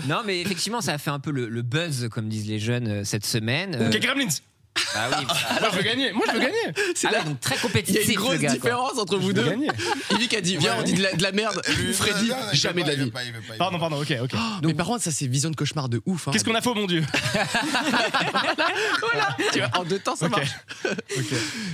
S2: Non, mais effectivement, ça a fait un peu le, le buzz, comme disent les jeunes euh, cette semaine. Euh,
S4: Ok, Gremlins
S2: bah oui. bah-
S4: Moi, je veux gagner Moi, je veux gagner
S2: Ah ouais, donc très
S1: Il y a
S2: compétitif,
S1: une grosse
S2: le gars. quoi.
S1: différence entre vous
S4: Je veux
S1: deux.
S4: gagner.
S1: Yvick a dit Viens, on dit de la, de la merde. Freddy, jamais de la vie.
S4: Pardon, pardon, ok, ok.
S1: Mais par contre, ça, c'est vision de cauchemar de ouf. hein.
S4: Qu'est-ce qu'on a fait, mon Dieu
S1: Tu vois, en deux temps, ça
S4: Ok.
S1: marche.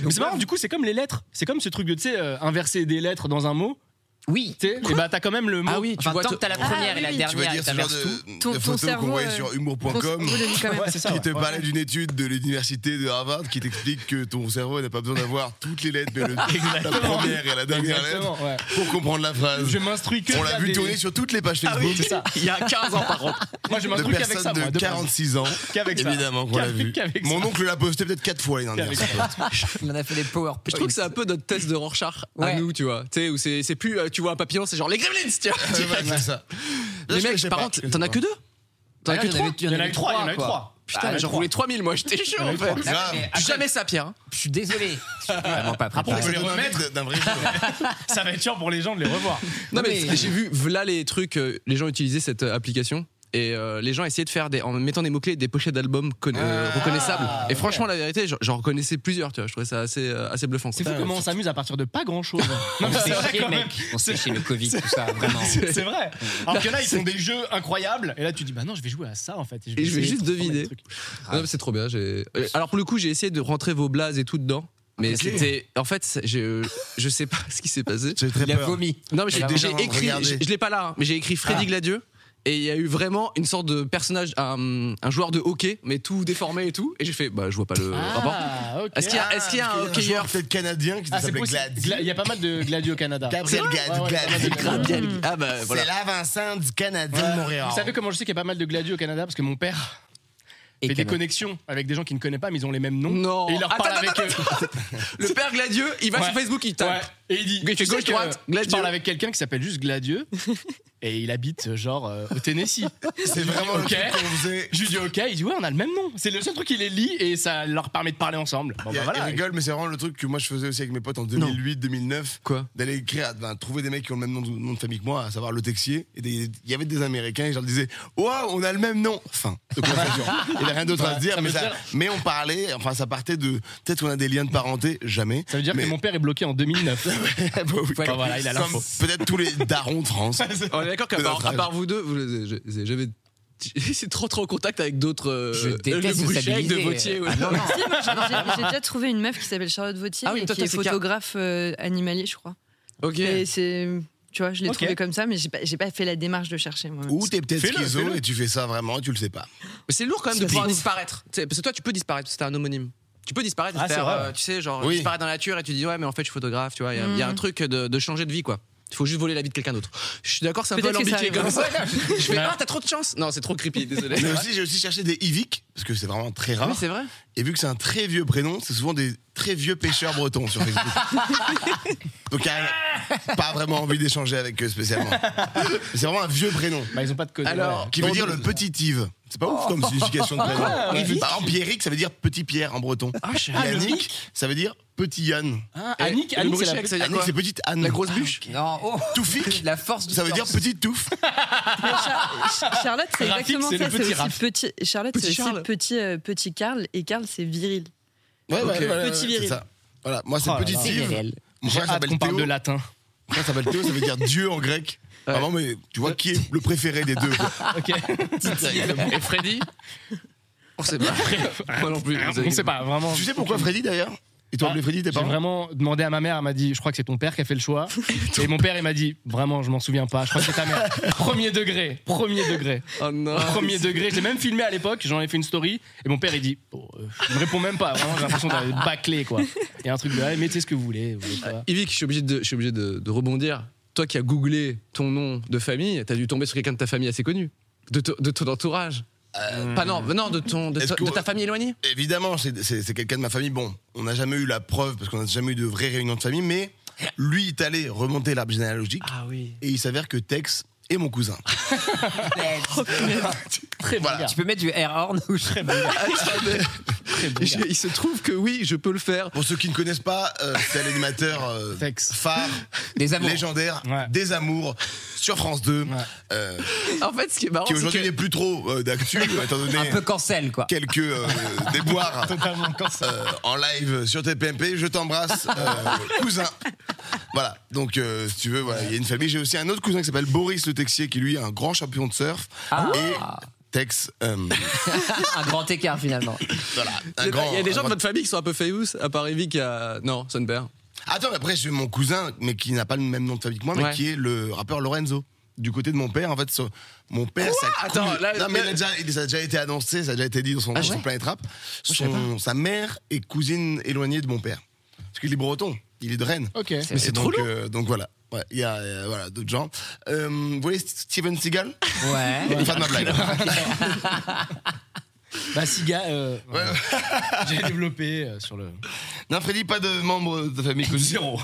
S4: Mais c'est marrant, du coup, c'est comme les lettres. C'est comme ce truc de, tu sais, euh, inverser des lettres dans un mot.
S2: Oui.
S4: Tu sais, et bah, t'as quand même le mot.
S1: Ah oui, tu
S2: Enfin,
S1: vois.
S2: tant
S1: t-
S2: que t'as la
S5: Ah,
S2: première et
S5: oui,
S2: la
S5: oui.
S3: Tu veux
S2: dernière,
S3: dire
S2: et
S3: ce genre
S2: t'inverses tout.
S3: de,
S5: Ton- ton
S3: de photos qu'on
S5: cerveau,
S3: voyait
S5: euh,
S3: sur
S5: Ton
S3: humour.com
S5: cerveau le dit quand même.
S4: Ouais, c'est ça.
S3: qui
S4: ouais.
S3: te parlait d'une étude de l'université de Harvard qui t'explique que ton cerveau n'a pas besoin d'avoir toutes les lettres, mais le- la première et la dernière lettre
S4: Exactement, ouais.
S3: pour comprendre la phrase.
S4: Je m'instruis que.
S3: Euh, On
S4: via
S3: l'a vu
S4: des-
S3: tourner sur toutes les pages
S4: Ah oui,
S3: Facebook
S4: c'est ça.
S1: Il y a 15 ans, par contre.
S4: Moi, je
S3: de
S4: m'instruis qu'avec ça.
S3: personnes
S4: moi,
S3: de
S4: base.
S3: 46 ans.
S4: Qu'avec ça.
S3: Évidemment qu'on l'a
S4: Qu'avec-
S3: vu.
S4: qu'avec
S3: Mon
S4: ça.
S3: oncle l'a posté peut-être 4 fois l'année
S4: Qu'avec
S3: dernière.
S4: ça.
S2: On en a fait des PowerPoint.
S1: Je trouve que c'est un peu notre test de Rorschach à
S2: Ouais.
S1: nous, tu vois. Tu sais, où c'est c'est plus, euh, tu vois, un papillon, c'est genre les Gremlins, tu vois.
S3: Ouais, ouais, c'est ça.
S1: Les
S3: Je- je
S1: mecs,
S3: sais
S1: par
S3: pas,
S1: contre,
S3: je sais
S1: t'en as
S3: pas.
S1: que deux T'en as
S2: Ah,
S1: que
S2: il y en
S1: trois
S2: avait-
S4: Il y en a eu trois, il y en a eu
S2: quoi.
S4: trois.
S2: Ah,
S1: Putain, mais
S4: il y en a
S1: j'en
S4: eu
S1: roulais 3000, moi, j'étais chaud,
S4: Il y en a
S1: en
S4: eu
S1: fait.
S4: trois.
S2: Ah,
S3: Grave.
S2: mais
S1: Plus
S2: après,
S1: Jamais ça, Pierre. hein.
S2: Je suis désolé. Je suis vraiment pas
S4: Après, on
S2: préparé.
S4: peut
S3: Ça
S4: les
S3: donne Ah, un
S4: remettre.
S3: mec d'un vrai jeu.
S4: Ça va être chiant pour les gens de les revoir.
S1: Non,
S2: Non,
S1: mais,
S2: mais-
S1: j'ai vu, voilà les trucs, euh, les gens utilisaient cette euh, application. Et euh, les gens essayaient de faire, des, en mettant des mots-clés, des pochettes d'albums conna- euh, reconnaissables. Et franchement, la vérité, j'en- j'en reconnaissais plusieurs, tu vois. Je trouvais ça assez, euh, assez bluffant.
S4: C'est fou comment on s'amuse à partir de pas grand chose.
S2: On
S4: mais
S2: s'est
S4: vrai,
S2: chié,
S4: quand
S2: mec.
S4: même.
S2: On s'est chié le Covid, tout ça, vraiment.
S4: C'est vrai. Alors que là, ils font des jeux incroyables. Et là, tu dis, bah non, je vais jouer à ça en fait.
S1: Et je vais
S4: essayer
S1: juste
S4: de transformer
S1: deviner.
S4: le truc.
S1: Non, Ah, mais c'est trop bien. j'ai- Euh, Alors pour le coup, j'ai essayé de rentrer vos blazes et tout dedans. Mais c'était. En fait, c'est- je, je sais pas ce qui s'est passé.
S3: J'ai très
S2: Il a
S3: peur.
S2: vomi.
S1: Non, mais j'ai
S3: Elle
S1: j'ai
S3: a vraiment
S1: écrit.
S3: regardé.
S1: Je, je l'ai pas là, hein, mais j'ai écrit Freddy Gladieux. Et il y a eu vraiment une sorte de personnage, un, un joueur de hockey, mais tout déformé et tout. Et j'ai fait, bah, je vois pas le rapport.
S4: Ah, ok.
S1: Est-ce qu'il y a, est-ce qu'il y a
S3: Ah,
S1: un
S3: parce qu'il y a
S1: hockeyeur
S3: joueur peut-être canadien qui
S4: Ah, c'est
S3: s'appelait
S4: possible.
S3: Glad.
S4: Gla- Il y a pas mal de gladieux au Canada.
S3: Gabriel Glad.
S4: Ouais, ouais,
S3: Glad.
S4: ouais, ouais, ouais.
S1: Gabriel-
S2: Hmm.
S1: Ah bah voilà.
S3: C'est la Vincent du Canadien de Montréal.
S4: Vous savez comment je sais qu'il y a pas mal de gladieux au Canada Parce que mon père
S2: Et
S4: fait des
S2: Canada.
S4: connexions avec des gens qui ne connaissent pas, mais ils ont les mêmes noms.
S1: Non.
S4: Et il leur parle
S1: Attends,
S4: avec.
S1: attends,
S4: euh,
S1: Le père Gladieux, il va
S4: Ouais.
S1: sur Facebook, il tape.
S4: ouais. Et il dit
S1: Il fait
S4: tu sais
S1: gauche,
S4: que
S1: droite,
S4: Je
S1: Gladieux.
S4: parle avec quelqu'un qui s'appelle juste Gladieux. et il habite euh, genre euh, au Tennessee.
S3: C'est vraiment
S4: Ok.
S3: le truc qu'on faisait.
S4: Je lui dis ok, il dit ouais, on a le même nom. C'est le seul truc qui les lie et ça leur permet de parler ensemble. Bon,
S3: Il
S4: bah,
S3: il
S4: voilà.
S3: rigole, mais c'est vraiment le truc que moi je faisais aussi avec mes potes en 2008-2009.
S1: Quoi
S3: D'aller écrire, ben, trouver des mecs qui ont le même nom de, nom de famille que moi, à savoir le Texier. Et des- il y avait des Américains et je leur disais Waouh, on a le même nom Fin de conversation. Il n'y a rien d'autre à
S4: Ouais,
S3: se dire,
S4: Bah, ça
S3: mais,
S4: veut
S3: ça-
S4: dire-
S3: mais on parlait, enfin ça partait de peut-être qu'on a des liens de parenté, jamais.
S4: Ça veut dire
S3: mais...
S4: que mon père est bloqué en 2009.
S3: Bah oui,
S4: Ouais,
S3: comme-
S4: voilà, il a l'info.
S3: comme Peut-être tous les darons de France.
S1: On est d'accord qu'à
S3: De
S1: part,
S3: notre
S1: à
S3: âge.
S1: part vous deux, vous les avez- vous avez jamais c'est trop trop en contact avec d'autres. euh,
S2: Je
S1: le
S2: déteste
S1: Boucher,
S2: stabiliser.
S1: de Vautier. ouais.
S2: Ah non, non.
S5: Si, moi, j'ai- j'ai j'ai déjà trouvé une meuf qui s'appelle Charlotte Vautier
S1: Ah oui,
S5: et
S1: toi,
S5: qui
S1: toi,
S5: est
S1: c'est car-
S5: photographe euh, animalier, je crois.
S1: Ok.
S5: Et c'est, tu vois, je l'ai
S4: Ok.
S5: trouvé comme ça, mais j'ai pas, j'ai pas fait la démarche de chercher moi.
S3: Ou t'es peut-être
S4: Fais-le,
S3: schizo
S4: fais-le.
S3: et tu fais ça vraiment, tu le sais pas.
S1: Mais c'est lourd quand même de
S5: C'est
S1: pouvoir
S5: ouf.
S1: disparaître. Tu sais, parce que toi, tu peux disparaître, parce que t'es un homonyme. Tu peux disparaître et
S4: Ah,
S1: te
S4: c'est
S1: faire,
S4: vrai.
S1: euh, tu sais, genre,
S3: Oui.
S1: disparaître dans la nature et tu dis, ouais, mais en fait, je suis photographe, tu vois. Il y a- il y, a un
S5: Mm.
S1: truc de, de changer de vie, quoi. Il faut juste voler la vie de quelqu'un d'autre. Je suis d'accord, c'est un peu
S5: Peut-être que ça
S1: alambiqué comme
S5: arrive.
S1: ça. Je fais,
S4: Ouais.
S1: ah, t'as trop de chance. Non, c'est trop creepy, désolé.
S3: Mais aussi, j'ai aussi cherché des Ivic, parce que c'est vraiment très
S1: Ah
S3: rare.
S1: oui, c'est vrai.
S3: Et vu que c'est un très vieux prénom, c'est souvent des très vieux pêcheurs bretons sur Facebook. Donc, euh, pas vraiment envie d'échanger avec eux spécialement. C'est vraiment un vieux prénom.
S4: Bah, ils ont pas de code.
S1: Alors, Oh.
S4: ouais.
S3: Qui veut dire le petit Yves. C'est pas ouf comme signification de prénom.
S4: Ouais.
S3: Yvic. Par exemple, Pierrick, ça veut dire petit Pierre en breton.
S1: Ah, je sais
S3: Et Annick, ça veut dire petit Yann.
S4: Hein,
S1: Et
S4: Annick,
S1: le
S4: Annick, c'est Ah,
S1: bruit
S4: la
S1: chèque, Ah, ça veut dire
S3: Annick,
S1: quoi
S3: c'est petite Anne.
S1: La grosse bûche.
S2: Non, oh,
S3: Toufique,
S2: la force du
S3: ça veut dire
S2: torse.
S3: petite touffe.
S5: Mais Char- Ch- Charlotte, c'est
S4: Rafik,
S5: exactement
S4: c'est
S5: ça.
S4: le
S5: C'est
S4: petit
S5: aussi
S4: Raf.
S5: petit. Charlotte,
S1: Petit
S5: c'est aussi
S1: Charles.
S5: petit euh, petit Karl et Karl, c'est viril.
S3: Ouais, ouais, ouais, ouais,
S5: Petit
S3: ouais,
S5: viril.
S3: c'est ça. Voilà, moi c'est
S4: Oh là
S3: petit
S4: là.
S2: C'est
S3: Yves.
S2: réel.
S3: Mon
S4: J'ai
S3: frère
S4: hâte
S3: s'appelle
S4: qu'on parle de
S3: Théo.
S4: latin.
S3: Mon frère s'appelle Théo, ça veut dire Dieu en grec.
S1: Ouais.
S3: Vraiment, mais tu vois qui est le préféré des deux. quoi.
S4: Ok.
S1: Et Freddy On sait pas. Moi non plus.
S4: On sait pas, vraiment.
S3: Tu sais pourquoi Freddy d'ailleurs Ils t'ont
S4: Ah,
S3: appelé Freddy tes
S4: J'ai
S3: parents
S4: vraiment demandé à ma mère, elle m'a dit, je crois que c'est ton père qui a fait le choix. Et mon père, il m'a dit, vraiment, je m'en souviens pas, je crois que c'est ta mère. Premier degré, premier degré,
S1: Oh non.
S4: premier degré. Je l'ai même filmé à l'époque, j'en ai fait une story, et mon père, il dit, bon, euh, je ne réponds même pas, vraiment, j'ai l'impression d'être bâclé, quoi. Il y a un truc de, ah, mettez ce que vous voulez, vous voulez pas.
S1: Yvick, je suis obligé, de, je suis obligé de, de rebondir. Toi qui as googlé ton nom de famille, t'as dû tomber sur quelqu'un de ta famille assez connu, de, to- de ton entourage. Pas non, non de, ton, de,
S3: Euh, Est-ce
S1: to-
S3: que-
S1: de ta famille éloignée
S3: Évidemment, c'est c'est- c'est quelqu'un de ma famille. Bon, on n'a jamais eu la preuve parce qu'on n'a jamais eu de vraie réunion de famille, mais lui est allé remonter l'arbre généalogique
S1: Ah oui.
S3: et il s'avère que Tex est mon cousin.
S4: Très
S3: Voilà.
S4: voilà.
S2: Tu peux mettre du air horn ou je
S1: il se trouve que oui, je peux le faire.
S3: Pour ceux qui ne connaissent pas, euh, c'est l'animateur euh,
S4: Tex.
S3: phare,
S2: Des amours.
S3: légendaire,
S4: Ouais.
S3: des amours sur France 2, euh,
S1: En fait, ce qui est marrant,
S3: qui
S1: c'est
S3: aujourd'hui
S1: que-
S3: n'est plus trop euh, d'actu, étant donné
S2: Un peu cancel, quoi.
S3: quelques euh, déboires
S4: Totalement cancer.
S3: euh, en live sur TPMP. Je t'embrasse, euh, cousin. Voilà, donc euh, si tu veux, voilà, il y a une famille. J'ai aussi un autre cousin qui s'appelle Boris Le Texier, qui lui est un grand champion de surf.
S2: Ah.
S3: Et Tex, euh,
S2: Un grand écart, finalement.
S3: voilà, un
S1: Il y a-
S3: grand.
S1: il y a des gens de
S3: un grand-
S1: votre famille qui sont un peu famous, à part Yvick, il y a... Non, Sonberg.
S3: Attends, mais après, j'ai mon cousin, mais qui n'a pas le même nom de famille que moi, mais
S1: Ouais.
S3: qui est le rappeur Lorenzo. Du côté de mon père, en fait, son- mon père, ça coule-
S1: Attends, là-
S3: non, mais il a
S1: là-
S3: déjà, il- ça a déjà été annoncé, ça a déjà été dit dans son,
S1: Ah,
S3: son
S1: ouais
S3: plein et trap.
S1: savais
S3: Son- sa mère est cousine éloignée de mon père. Parce qu'il est breton, il est de Rennes.
S4: Ok.
S1: Eh, Mais c'est
S3: Et
S1: trop
S3: donc,
S1: lourd.
S3: euh, donc voilà, Ouais, il y a euh, voilà, d'autres gens. Euh, vous voyez Steven Seagal
S2: Ouais.
S3: Fin de ma blague.
S4: Bah, Siga, euh, j'ai développé euh, sur le.
S3: non, Freddy, pas de membre de famille connue.
S4: Zéro.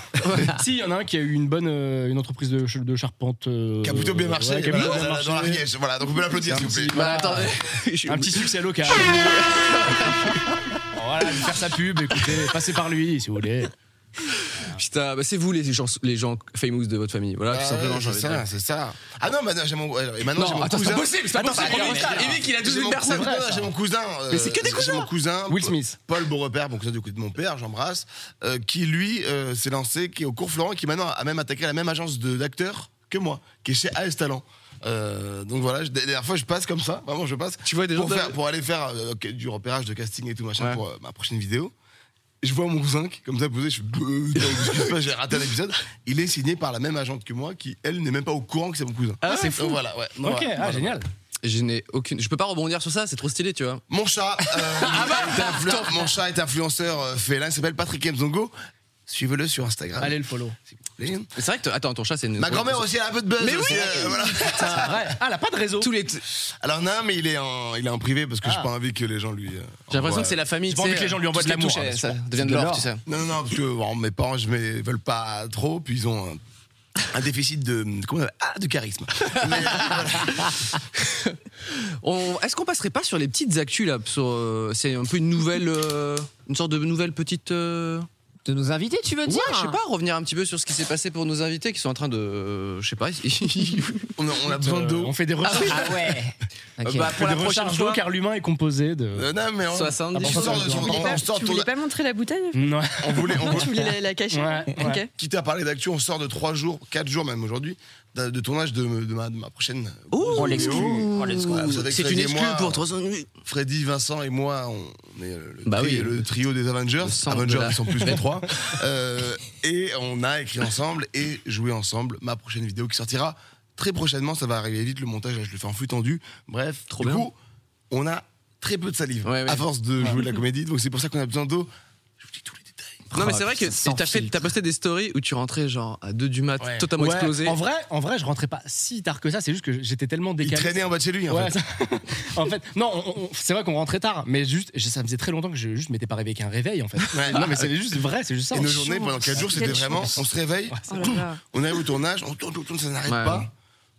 S4: si, il y en a un qui a eu une bonne euh, une entreprise de, ch- de charpente. euh,
S3: Qui a plutôt bien marché.
S4: ouais, qui a
S3: voilà,
S4: plutôt
S3: dans
S4: bien
S3: la-
S4: marché.
S3: dans l'Ariège. Voilà, donc on peut l'applaudir, s'il vous plaît.
S1: Bah attendez. je
S3: Ah,
S1: suis
S4: Un
S1: obligé-
S4: petit succès local. voilà, lui faire sa pub, écoutez, passez par lui si vous voulez.
S1: Putain, bah, c'est vous les gens, les gens famous de votre famille. Voilà,
S3: Ah,
S1: tout simplement. j'ai
S3: c'est
S1: envie de dire.
S3: ça, c'est ça. Ah non, maintenant j'ai mon, alors, et maintenant, j'ai
S1: Non,
S3: mon
S1: attends, c'est
S3: cousin. Ah, bah,
S1: pas possible, c'est pas
S3: Attends,
S1: possible.
S3: attends,
S1: Premier star,
S3: attends,
S1: Yvick, il a 12
S3: j'ai
S1: 000
S3: mon
S1: personnes.
S3: cousin, J'ai mon cousin. euh,
S1: Mais c'est que des
S3: j'ai
S1: cousins.
S3: mon cousin. Paul-
S4: Will Smith.
S3: Paul Beaurepaire, mon cousin du côté de mon père, j'embrasse, euh, qui lui euh, s'est lancé, qui est au cours Florent, qui maintenant a même attaqué la même agence de- d'acteurs que moi, qui est chez AS Talent. Euh, donc voilà, je- la dernière fois je passe comme ça, vraiment je passe.
S1: Tu vois des gens
S3: pour,
S1: de-
S3: faire- pour aller faire euh, ok, du repérage de casting et tout machin
S1: Ouais.
S3: pour euh, ma prochaine vidéo. Je vois mon cousin qui, comme ça posé, je Bah, euh, suis Beuh, non, excuse-moi, j'ai raté un épisode. Il est signé par la même agente que moi, qui elle n'est même pas au courant que c'est mon cousin.
S1: Ah ouais, c'est
S3: Donc Voilà, ouais. Non,
S4: Ok,
S3: voilà,
S4: ah,
S3: voilà.
S4: génial.
S1: Je n'ai aucune. Je peux pas rebondir sur ça, c'est trop stylé, tu vois.
S3: Mon chat, euh, est influ- mon chat est influenceur euh, félin, il s'appelle Patrick Mzongo. Suivez-le sur Instagram.
S4: Allez le follow.
S3: Allez.
S1: Mais C'est vrai que t- attends, ton chat c'est une.
S3: Ma grand-mère aussi elle a un peu de buzz.
S1: Mais oui
S3: aussi, euh, voilà.
S4: Ah, vrai. Ah, elle a pas de réseau.
S1: Tous les. t-
S3: Alors non, mais il est en, il est en privé parce que j'ai pas envie que les gens lui. euh,
S1: J'ai l'impression
S3: envoient-
S1: que c'est la famille.
S4: J'ai pas
S1: tu
S4: envie
S1: sais,
S4: que les gens lui envoient
S1: tout
S4: de
S1: ce qui
S4: l'amour,
S1: touche,
S4: hein,
S1: ça
S4: c'est
S1: devient
S4: de
S1: de l'or,
S4: l'or.
S1: tu sais.
S3: Non, non, non, parce que bon, mes parents, je ne veulent pas trop, puis ils ont un, un déficit de, comment on appelle- ah, de charisme. Mais,
S1: On- Est-ce qu'on passerait pas sur les petites actus là sur, euh, C'est un peu une nouvelle, euh, une sorte de nouvelle petite. euh,
S2: De nos invités, tu veux
S1: Ouais,
S2: dire
S1: je sais pas, revenir un petit peu sur ce qui s'est passé pour nos invités qui sont en train de, euh, je sais pas. ils-
S3: on, a, on a besoin
S4: Euh,
S3: d'eau.
S4: on fait des recherches.
S2: Ah ouais. Ok.
S1: Bah,
S4: on
S1: pour
S4: fait
S1: la
S4: des
S1: prochaine
S4: recherches d'eau
S1: fois.
S4: car l'humain est composé de.
S3: Euh, non, mais on,
S1: 70.
S3: on sort de
S5: Tu
S3: son-
S5: voulais,
S3: on-
S5: pas,
S3: on sort
S5: tu
S3: ton-
S5: voulais pas montrer la bouteille
S4: Ouais.
S3: on voulait, on
S5: Non,
S3: voulait-
S5: tu voulais la, la cacher.
S4: Ouais,
S5: Ok.
S4: ouais.
S3: quitte à parler d'actu, on sort de 3 jours, 4 jours même aujourd'hui, de de tournage de, de ma, de ma prochaine.
S1: Oh,
S2: On l'exclut.
S3: vidéo.
S2: On l'exclut.
S3: Voilà, vous savez que
S1: C'est
S3: Freddy
S1: une
S3: et
S1: exclue
S3: moi,
S1: pour 300 nuits.
S3: Freddy, Vincent et moi, on on est euh, le,
S1: Bah
S3: tri-
S1: oui.
S3: le trio des Avengers.
S1: Le sang de
S3: Avengers,
S1: la-
S3: ils sont plus que trois. Euh, et on a écrit ensemble et joué ensemble ma prochaine vidéo qui sortira très prochainement. Ça va arriver vite. Le montage, là, je le fais en flux tendu. Bref,
S1: Trop
S3: du
S1: bien.
S3: coup, on a très peu de salive
S1: Ouais, ouais.
S3: à force de jouer de la comédie. Donc c'est pour ça qu'on a besoin d'eau. Je vous dis tous les détails.
S4: oh,
S1: Non, mais
S2: Ah,
S1: c'est vrai que
S2: putain, sans
S1: t'as fait-
S2: filtre.
S1: t'as posté des stories où tu rentrais genre à 2 du mat,
S3: Ouais.
S1: totalement
S4: Ouais,
S1: explosé.
S4: En vrai, en vrai, je rentrais pas si tard que ça. C'est juste que j'étais tellement
S3: Il
S4: décalé.
S3: traînait en bas de chez lui. En
S4: Ouais,
S3: fait.
S4: ça- en fait, non, on- on- c'est vrai qu'on rentrait tard, mais juste, je- ça faisait très longtemps que je juste m'étais pas réveillé avec un réveil en fait.
S3: Ouais.
S4: Non, mais c'est juste vrai, c'est juste ça.
S3: Et nos journées pendant 4 jours, c'était
S5: Quelle
S3: vraiment
S5: chance.
S3: on se réveille,
S5: Oh là là.
S3: on arrive au tournage, on tourne, tourne, tourne, ça n'arrête
S1: Ouais.
S3: pas.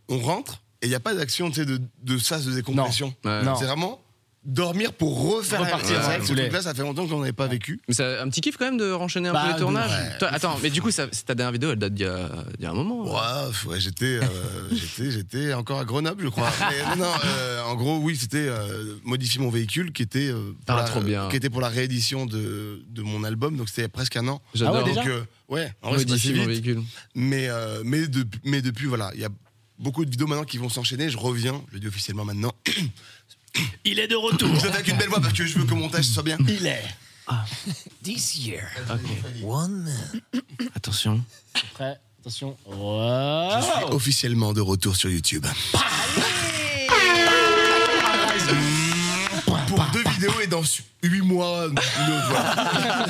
S3: On rentre et il n'y a pas d'action tu sais, de, de sas de décompression.
S1: Ouais.
S4: Non.
S3: C'est vraiment dormir pour refaire la
S4: Repartir,
S3: C'est vrai
S4: ouais,
S3: que ce
S4: poulet.
S3: truc-là, ça fait longtemps qu'on n'avait pas vécu.
S1: Mais c'est un petit kiff quand même de renchaîner un
S4: Bah,
S1: peu les
S4: de-
S1: tournages.
S3: ouais.
S1: Toi, attends, mais du coup, ça, c'est ta dernière vidéo, elle date d'il y a, d'il y a un moment.
S3: Ouais, ouais, j'étais, euh, j'étais, j'étais encore à Grenoble, je crois. Mais non, non, euh, en gros, oui, c'était euh, modifier mon véhicule qui était, euh, pour
S1: Ah,
S3: la,
S1: trop bien.
S3: qui était pour la réédition de, de mon album, donc c'était il y a presque un an.
S1: J'adore.
S4: Ah ouais, déjà
S3: Donc, euh, ouais, en vrai, c'est pas si
S1: Modifie mon
S3: vite.
S1: véhicule.
S3: Mais, euh, mais, depuis- mais depuis, voilà, il y a beaucoup de vidéos maintenant qui vont s'enchaîner. Je reviens, je le dis officiellement maintenant.
S4: Il est de retour.
S3: Je l'attaque une belle voix parce que je veux que mon montage soit bien.
S4: Il est.
S2: This year,
S1: Ok.
S2: one.
S1: Attention.
S4: Prêt. Attention. Wow.
S3: Officiellement de retour sur YouTube. Pour deux vidéos et dans huit mois, une autre, voilà.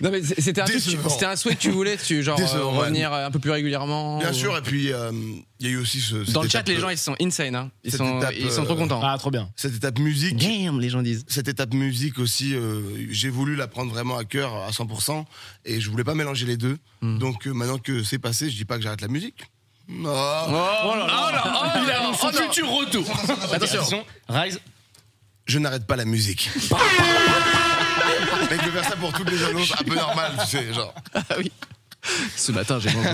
S1: Non, mais c'est- c'était un, truc-
S3: Décevant.
S1: c'était un souhait que tu voulais, tu, genre, euh,
S3: Décevant, ouais.
S1: revenir euh, un peu plus
S4: Oh.
S1: régulièrement.
S3: Bien
S1: ou-
S3: sûr, et puis euh, il y a eu aussi ce, cette
S1: Dans le chat,
S3: étape-
S1: les gens, ils sont insane. hein. Ils,
S3: Cette
S1: sont,
S3: étape,
S1: ils sont
S3: euh,
S1: trop contents.
S4: Ah, trop bien.
S3: Cette étape musique,
S1: Damn, les gens disent.
S3: cette étape musique aussi, euh, j'ai voulu la prendre vraiment à cœur à 100% et je voulais pas mélanger les deux.
S4: Hmm.
S3: Donc euh, maintenant que c'est passé, je dis pas que j'arrête la musique. Ah. Non.
S4: Oh là là. Il
S3: oh
S4: annonce son futur retour.
S3: Attention.
S4: Rise.
S3: je n'arrête pas la musique. Mec, de faire ça pour toutes les annonces, un peu normal, tu sais, genre.
S1: Ce matin, j'ai mangé.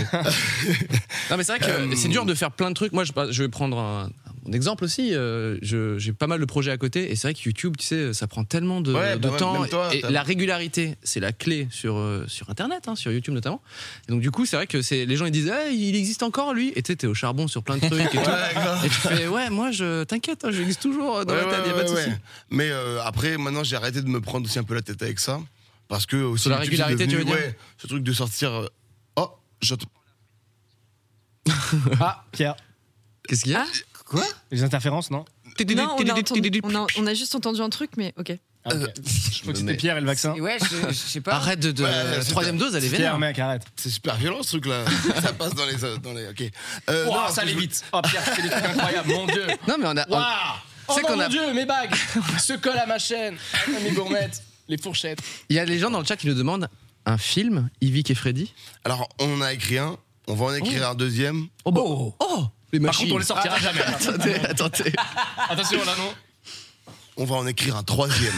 S1: non, mais c'est vrai que
S3: Euh,
S1: c'est dur de faire plein de trucs. Moi, je, je vais prendre un, un exemple aussi. Euh, je- J'ai pas mal de projets à côté. Et c'est vrai que YouTube, tu sais, ça prend tellement de,
S3: Ouais,
S1: de
S3: bah ouais,
S1: temps.
S3: même toi,
S1: et
S3: t'as-
S1: la régularité, c'est la clé sur, euh, sur Internet, hein, sur YouTube notamment. Et donc, du coup, c'est vrai que c'est- les gens, ils disent Ah, il existe encore, lui. Et tu sais, t'es au charbon sur plein de trucs. Et, tout. Et tu fais Ouais, moi, je t'inquiète, hein, j'existe toujours dans
S3: Ouais,
S1: la tête,
S3: ouais,
S1: y a pas de
S3: ouais,
S1: souci.
S3: ouais. Mais euh, après, maintenant, j'ai arrêté de me prendre aussi un peu la tête avec ça. Parce que aussi.
S1: Sur la
S3: YouTube, c'est
S1: régularité,
S3: devenu,
S1: tu veux dire
S3: ouais, ce truc de sortir. euh, oh, j'entends.
S4: Ah, Pierre.
S1: Qu'est-ce qu'il y
S2: Ah,
S1: a
S4: Les interférences, non
S5: Non, on a, entendu- on a- on a juste entendu un truc, mais ok.
S4: Ah,
S3: Euh,
S4: ok. Je crois
S1: Mais-
S4: que c'était Pierre et le vaccin.
S2: Ouais, je, je sais pas.
S1: Arrête de. de-
S3: Ouais,
S1: la troisième dose, elle est
S4: Pierre,
S1: vénère.
S4: mec, arrête.
S3: C'est super violent ce truc-là. ça passe dans les. euh, Dans les ok. Euh,
S4: Ouah,
S3: non,
S4: ça
S3: ce que
S4: allait
S3: je-
S4: vite. Oh, Pierre, c'est des trucs incroyables, mon dieu.
S1: Non, mais on a. on-
S4: Waouh Oh
S1: C'est
S4: non,
S1: qu'on
S4: mon
S1: a-
S4: dieu, mes bagues se collent à ma chaîne, à mes gourmettes, les fourchettes.
S1: Il y a les gens dans le chat qui nous demandent un film, Yvick et Freddy.
S3: Alors, on a écrit un. On va en écrire un deuxième.
S1: Oh Oh, Les Ah,
S4: Par contre, on les sortira jamais. hein.
S1: Attendez, attendez.
S4: Attention là, non
S3: On va en écrire un troisième.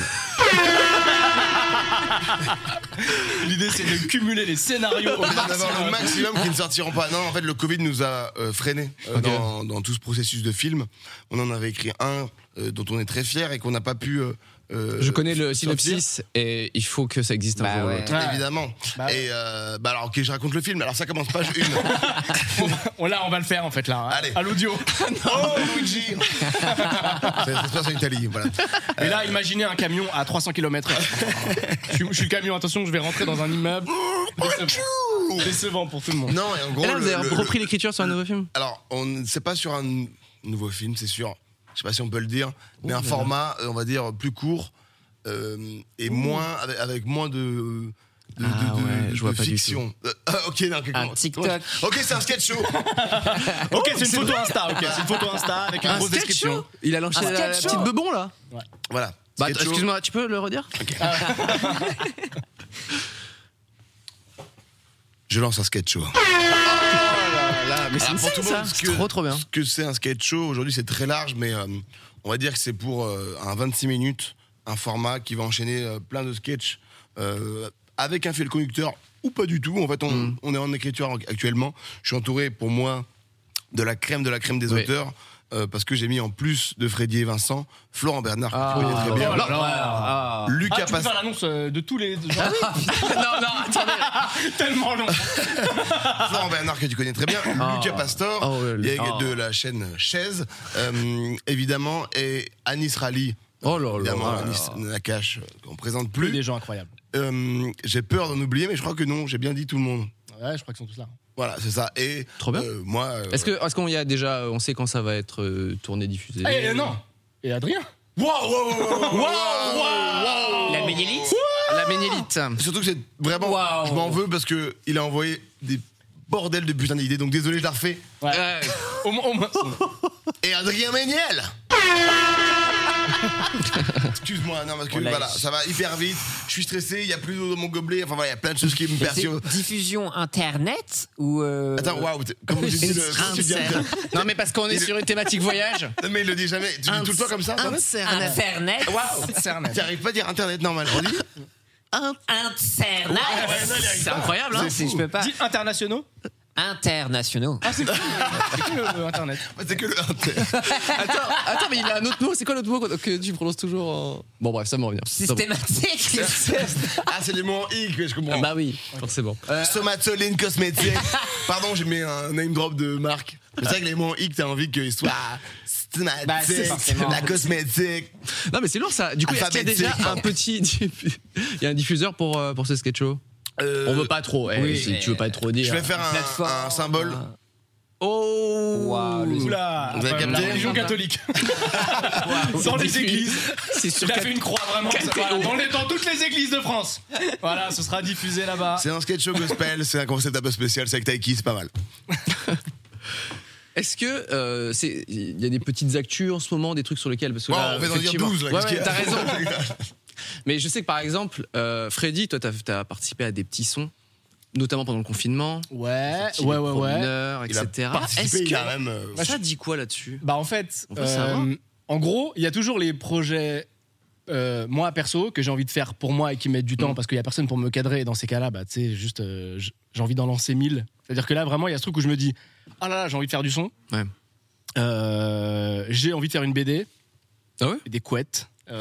S4: L'idée, c'est de cumuler les scénarios au
S3: Il
S1: Ah,
S3: va y en avoir le
S4: maximum.
S3: maximum qui ne sortiront pas. Non, en fait, le Covid nous a euh, freinés euh, dans, dans tout ce processus de film. On en avait écrit un euh, dont on est très fier et qu'on n'a pas pu. euh, euh,
S1: Je connais le
S3: sortir.
S1: synopsis Ah. et il faut que ça existe un
S2: Bah
S1: jour.
S2: ouais.
S1: Ouais.
S3: Ouais, Évidemment.
S4: Bah ouais.
S3: Et euh, bah alors, ok, je raconte le film. Alors, ça commence page une.
S4: On- Oh, Là, on va le faire en fait, là. hein.
S3: Allez.
S4: À l'audio.
S3: oh, Luigi Ça ça se passe en Italie, voilà.
S4: Et là, imaginez un camion à 300 km/h. je, suis- je suis le camion, attention, je vais rentrer dans un immeuble. Décevant, Décevant pour tout le monde.
S3: Non, et en gros.
S1: Et là, vous
S3: le-
S1: avez
S3: le-
S1: repris l'écriture sur un nouveau film
S3: Alors, on c'est pas sur un nouveau film, c'est sur, je sais pas si on peut le dire, mais un format, euh, on va dire, plus court euh, et moins avec, avec moins de de, de-
S1: Ah
S3: de-
S1: ouais,
S3: de-
S1: je vois
S3: de
S1: pas du
S3: fiction. Euh, ah, ok, non, ok, comment-
S2: TikTok.
S3: Ok, c'est un sketch show.
S4: Ok, Oh, c'est une photo Insta, ok. C'est une photo Insta avec une grosse
S1: sketch
S4: description.
S1: show Il a lancé la,
S2: Un
S1: la
S2: sketch show
S1: petite bebon là
S3: voilà.
S1: bah,
S3: sketch show.
S1: Excuse-moi, tu peux le redire
S3: Je lance un sketch show.
S1: Ah, Là, mais c'est
S3: Alors, pour
S1: insane,
S3: tout le
S1: ça
S3: monde, parce
S1: C'est
S3: que-
S1: trop trop bien.
S3: Ce que c'est un sketch show, aujourd'hui c'est très large, mais euh, on va dire que c'est pour euh, un 26 minutes, un format qui va enchaîner euh, plein de sketchs euh, avec un fil conducteur ou pas du tout. En fait, on,
S1: Mm.
S3: on est en écriture actuellement. Je suis entouré pour moi de la crème de la crème des
S1: Oui.
S3: auteurs. euh, parce que j'ai mis en plus de Freddy et Vincent, Florent Bernard, que tu connais très
S4: ouais.
S3: bien.
S4: Oh là là.
S1: Ah, pas.
S4: Ah,
S3: Lucas
S4: tu peux
S3: Pascal.
S4: faire l'annonce euh, de tous les. genre,
S1: non, non, attendez.
S4: tellement long.
S3: Florent Bernard que tu connais très bien,
S1: Ah.
S3: Lucas Pastor,
S1: Ah ouais,
S3: il y a
S1: ah.
S3: de la chaîne Chaise, euh, évidemment, et Anis Rally.
S1: Oh là là,
S3: Évidemment,
S1: oh là
S3: Anis Nakache, euh, qu'on présente
S4: Plus
S3: plus.
S4: des gens incroyables.
S3: Euh, j'ai peur d'en oublier, mais je crois que non, j'ai bien dit tout le monde.
S4: Ouais, je crois qu'ils sont tous là.
S3: Voilà, c'est ça. Et
S1: Trop bien.
S3: euh, moi, euh,
S1: Est-ce que, est-ce qu'on y a déjà, euh, on sait quand ça va être euh, tourné, diffusé
S4: Ah, et, euh, non Et Adrien
S3: Waouh, waouh, waouh, waouh, waouh, waouh.
S2: La Ménélite
S1: La Ménélite.
S3: Surtout que c'est vraiment,
S2: Waouh.
S3: je m'en veux parce que il a envoyé des bordels de putain d'idées. Donc désolé, je la refais.
S4: Ouais.
S1: Ouais.
S4: Au moins. au moins-
S3: Et Adrien Méniel. Excuse-moi, non parce que
S2: On l'a
S3: voilà,
S2: eu.
S3: ça va hyper vite. Je suis stressé, il y a plus d'eau dans mon gobelet. Enfin voilà, il y a plein de choses qui me
S2: Mais c'est
S3: perturbent.
S2: Diffusion internet ou. euh,
S3: Attends, waouh, t'es- comment tu dis le comment tu dis le-
S1: Non, mais parce qu'on est sur une thématique voyage.
S3: Non, Mais il le dit jamais. Tu dis tout le temps comme ça. Internet
S1: Internet.
S2: Internet
S3: Tu arrives pas à dire internet normal. On dit
S2: Internet
S1: C'est incroyable, hein
S2: Non, c'est- je peux pas.
S4: Dis internationaux Ah,
S2: Internationaux.
S4: C'est qui le, le internet
S3: c'est que le inter.
S1: attends, attends, mais il a un autre mot. C'est quoi l'autre mot que- que tu prononces toujours en... Bon, bref, ça me revient. Ça me-
S2: Systématique.
S3: Ah, c'est les mots en i que je comprends.
S1: Ah bah oui, forcément. Euh,
S3: Somatoline Cosmétique. Pardon, j'ai mis un name drop de marque. Mais C'est vrai que les mots hic, t'as envie qu'ils soient stomatique,
S2: Bah, c'est forcément.
S3: la cosmétique.
S1: non, mais c'est lourd ça.
S3: Ah,
S1: Du coup, est-ce qu'il y a déjà
S3: Alphabétique.
S1: un petit. diffu- Il y a un diffuseur pour, euh, pour ce sketch show
S3: Euh,
S1: On veut pas trop. eh,
S2: oui,
S1: si
S2: mais-
S1: tu veux pas trop dire.
S3: Je vais faire un,
S2: Plateforme.
S3: un symbole.
S1: Oh
S2: Waouh, le-
S4: Oula
S3: Vous avez
S4: enfin,
S3: capté
S4: La religion catholique.
S1: Waouh.
S4: Dans les églises.
S1: C'est sur
S4: Il a
S1: quatre-
S4: fait une croix vraiment. ça- voilà, dans, les- dans toutes les églises de France. Voilà, ce sera diffusé là-bas.
S3: C'est un sketch show gospel, c'est un concept un peu spécial, c'est avec Taiki, c'est pas mal.
S1: Est-ce que euh, c'est il y a des petites actus en ce moment, des trucs sur lesquels parce que
S3: Bon,
S1: là,
S3: on va en dire
S1: effectivement-
S3: 12 là.
S1: Ouais,
S3: qu'est-ce qu'il y
S1: ouais,
S3: a
S1: t'as raison. Mais je sais que par exemple, euh, Freddy, toi, t'as as participé à des petits sons, notamment pendant le confinement.
S4: Eh, Ouais,
S1: Petit Les promeneurs,
S3: Il a
S1: etc. Est-ce
S3: participé,
S1: que
S3: il a même. euh,
S1: ça dit quoi là-dessus
S4: Bah en fait,
S1: On veut savoir.
S4: euh, en gros, il y a toujours les projets euh, moi perso que j'ai envie de faire pour moi et qui mettent du temps parce qu'il y a personne pour me cadrer. Et dans ces cas-là, bah tu sais, juste euh, j- j'ai envie d'en lancer mille. C'est-à-dire que là, vraiment, il y a ce truc où je me dis, ah là là, j'ai envie de faire du son.
S1: Ouais.
S4: Euh, j'ai envie de faire une BD.
S1: Ah ouais
S4: Et Des couettes. Euh,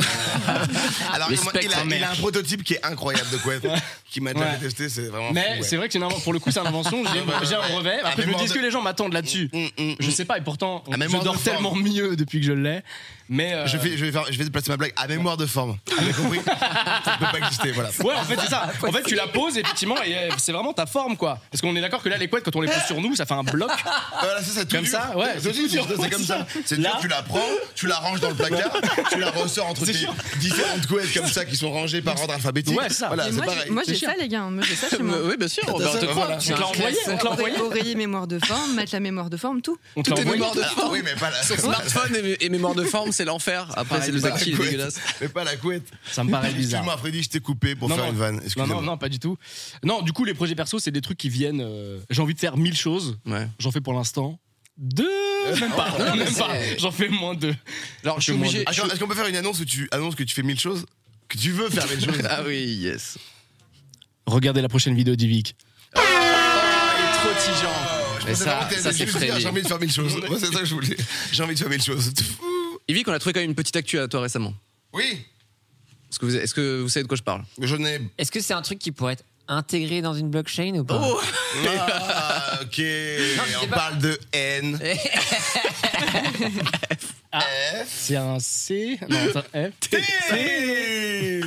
S3: Alors,
S1: Le
S3: il, il a,
S1: spectre,
S3: il a un
S1: mec.
S3: prototype qui est incroyable de couette, qui m'a déjà
S4: Ouais.
S3: détesté, c'est vraiment.
S4: mais c'est vrai que c'est une inven- pour le coup, c'est une invention. J'ai j'ai un brevet. Après, je me
S3: bah, mémoire
S4: dis est-ce
S3: de-
S4: que les gens m'attendent là-dessus. Je sais pas, et pourtant,
S3: À
S4: je
S3: mémoire de
S4: dors
S3: forme.
S4: tellement mieux depuis que je l'ai. Mais euh,
S3: Je vais, je, vais faire- je vais placer ma blague à mémoire de forme. Vous avez compris Ça peut pas exister, voilà.
S4: Ouais, en fait, c'est ça. En fait, tu la poses, effectivement, et euh, c'est vraiment ta forme, quoi. Parce qu'on est d'accord que là, les couettes, quand on les pose sur nous, ça fait un bloc.
S3: Euh, Voilà, ça, c'est tout
S4: Comme
S3: dur.
S4: ça, ouais,
S3: C'est
S4: c'est tout dur.
S3: c'est comme ça. C'est
S4: Là-
S3: dur, tu la prends, tu la ranges dans le placard, tu la ressors entre
S4: C'est
S3: tes
S4: sûr.
S3: différentes couettes comme ça qui sont rangées par ordre alphabétique.
S4: Ouais, c'est ça.
S3: Voilà,
S5: Et
S3: c'est
S5: moi, j'ai-
S3: pareil.
S5: moi,
S4: C'est
S5: j'ai
S4: chiant.
S5: ça, les gars. hein. Moi, j'ai ça chez moi.
S1: Oui, bien sûr.
S3: T'as
S1: on
S3: ça,
S1: va te
S3: ouais,
S1: croire.
S3: voilà.
S1: Tu
S4: On te l'a
S1: es un
S4: envoyé, on te l'a envoyé.
S5: Aurélie, Aurélie, mémoire de forme, mettre la mémoire de forme, tout.
S4: On te
S1: Tout
S4: l'a
S1: est
S4: envoyé.
S1: mémoire de
S3: Alors,
S1: forme.
S3: oui, mais pas la,
S1: Son smartphone et, et mémoire de forme, c'est l'enfer. Après, c'est le
S3: pas la
S1: tactile
S3: couette.
S1: dégueulasse.
S3: mais pas la couette.
S4: Ça me paraît
S3: Excuse-moi,
S4: bizarre.
S3: Freddy, je t'ai coupé pour
S4: Non,
S3: faire
S4: non.
S3: une vanne.
S4: Non,
S3: Excusez-moi.
S4: non, non, pas du tout. Non, du coup, les projets perso, c'est des trucs qui viennent. euh, J'ai envie de faire mille choses.
S1: Ouais.
S4: J'en fais pour l'instant deux. Même pas.
S1: non, mais
S4: même pas.
S1: c'est-
S4: J'en fais moins deux.
S1: Alors, je suis
S4: Tout le monde.
S1: obligé.
S3: Attends, Est-ce qu'on peut faire une annonce où tu annonces que tu fais mille choses Que tu veux faire mille choses
S1: Ah oui, yes.
S4: Regardez la prochaine vidéo d'Ivic.
S1: Trop tigeant.
S3: Je
S1: Mais
S3: pensais
S1: ça,
S3: vraiment que t'allais
S1: ça c'est
S3: juste
S1: très
S3: dire, J'ai
S1: bien.
S3: envie de faire mille choses. Moi, c'est ça que je voulais. J'ai envie de faire mille choses.
S1: Yvick, on a trouvé quand même une petite actu à toi récemment.
S3: Oui,
S1: Est-ce que, vous- est-ce que vous savez de quoi je parle
S3: j'en ai.
S2: Est-ce que c'est un truc qui pourrait être intégré dans une blockchain ou pas
S3: Ah, ok.
S2: je sais
S3: On
S2: pas.
S3: parle de haine.
S4: C'est un C. Non, c'est un F.
S3: Et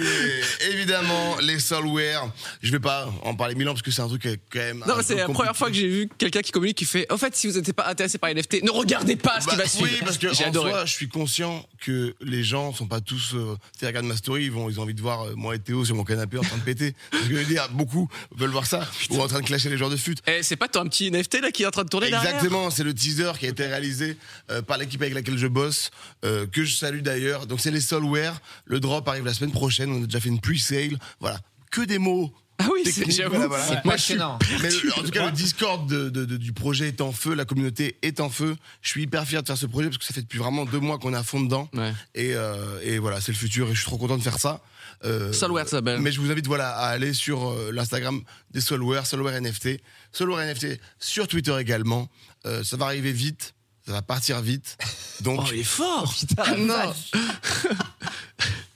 S3: Évidemment, les solware. Je vais pas en parler mille ans parce que c'est un truc qui est quand même.
S1: Non, mais
S3: un peu
S1: c'est la
S3: compliqué.
S1: première fois que j'ai vu quelqu'un qui communique qui fait Au fait, si vous n'êtes pas intéressé par les NFT, ne regardez pas ce qui
S3: Bah,
S1: va suivre.
S3: Oui, parce que
S1: j'ai
S3: en
S1: adoré.
S3: soi, je suis conscient que les gens sont pas tous. Euh, tu sais, regarde ma story, ils, vont, ils ont envie de voir euh, moi et Théo sur mon canapé en train de péter. Parce que je veux dire, beaucoup veulent voir ça. ou en train de clasher les joueurs de fut.
S1: Eh, c'est pas toi un petit NFT là qui est en train de tourner derrière
S3: Exactement, c'est le teaser qui a été réalisé euh, par l'équipe avec laquelle je bosse, euh, que je salue d'ailleurs. Donc c'est les Solware. Le drop arrive la semaine prochaine. On a déjà fait une pre-sale. Voilà, que des mots.
S1: Ah oui, c'est-
S3: techniques,
S1: j'avoue.
S3: voilà, voilà.
S2: C'est
S3: Moi, je suis-
S2: passionnant.
S3: mais le- en tout cas, le Discord de- de- de- du projet est en feu, la communauté est en feu. Je suis hyper fier de faire ce projet parce que ça fait depuis vraiment deux mois qu'on est à fond dedans.
S1: Ouais.
S3: Et, euh, et voilà, c'est le futur et je suis trop content de faire ça. Euh,
S1: Solware, ça s'appelle.
S3: Mais je vous invite voilà, à aller sur euh, l'Instagram des Solware, Solware NFT, Solware NFT sur Twitter également. Euh, ça va arriver vite, ça va partir vite. Donc
S1: Oh, il est fort
S2: Putain, la
S1: Non.
S2: vache.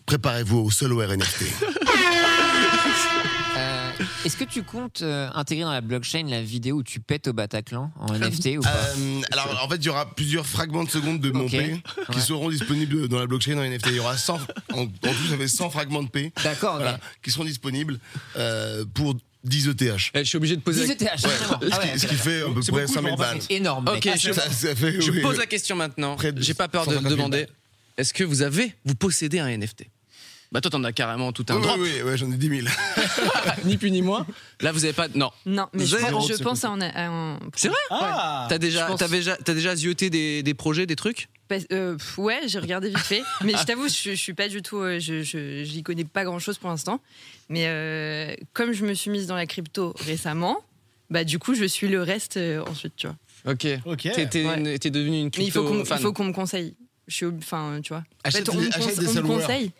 S3: Préparez-vous au solo RNFT.
S2: Euh, Est-ce que tu comptes euh, intégrer dans la blockchain la vidéo où tu pètes au Bataclan en NFT ou pas
S3: Euh, alors, en fait, il y aura plusieurs fragments de secondes de mon
S2: Ok.
S3: P qui
S2: Ouais.
S3: seront disponibles dans la blockchain en NFT. Il y aura 100, en, en tout, j'avais 100 fragments de P
S2: D'accord,
S3: voilà, qui seront disponibles euh, pour 10 ETH.
S1: Eh, je suis obligé de poser.
S2: 10
S1: la-
S2: ETH, carrément.
S3: Ce
S2: Ah
S3: qui,
S2: ouais,
S3: ce qui fait à peu près 5 000 balles.
S2: c'est énorme.
S1: Ok,
S2: mec.
S1: je,
S3: Ça, ça fait,
S1: je
S3: oui,
S1: pose
S3: oui.
S1: la question maintenant.
S3: Près de
S1: J'ai pas peur de
S3: 150 000
S1: demander.
S3: balles.
S1: Est-ce que vous avez, vous possédez un NFT Bah toi, t'en as carrément tout un
S3: Oui,
S1: drop,
S3: oui, oui, ouais, j'en ai 10 000.
S1: ni plus ni moins. Là, vous avez pas. Non.
S5: Non, mais je,
S1: Zéro
S5: pense- je
S1: de ce
S5: pense à un. à un-
S1: C'est vrai
S4: Ah
S1: T'as déjà,
S5: je pense-
S1: t'as déjà, t'as déjà zioté des, des projets, des trucs
S5: pas- euh, pff, ouais, j'ai regardé vite fait. mais je t'avoue, je, je suis pas du tout. euh, je je- j'y connais pas grand chose pour l'instant. Mais euh, comme je me suis mise dans la crypto récemment, bah du coup, je suis le reste euh, ensuite, tu vois.
S1: Ok.
S4: Ok.
S1: T'es, t'es
S5: Ouais.
S1: une- t'es devenu une
S5: Mais il faut
S1: crypto
S5: qu'on il
S1: fan.
S5: faut qu'on me conseille. Je suis. ob- Enfin, tu vois. En
S3: Achète
S5: fait, on
S3: des-
S5: me
S3: achète
S5: conse-
S3: des
S5: on me
S3: solwares.
S5: conseille.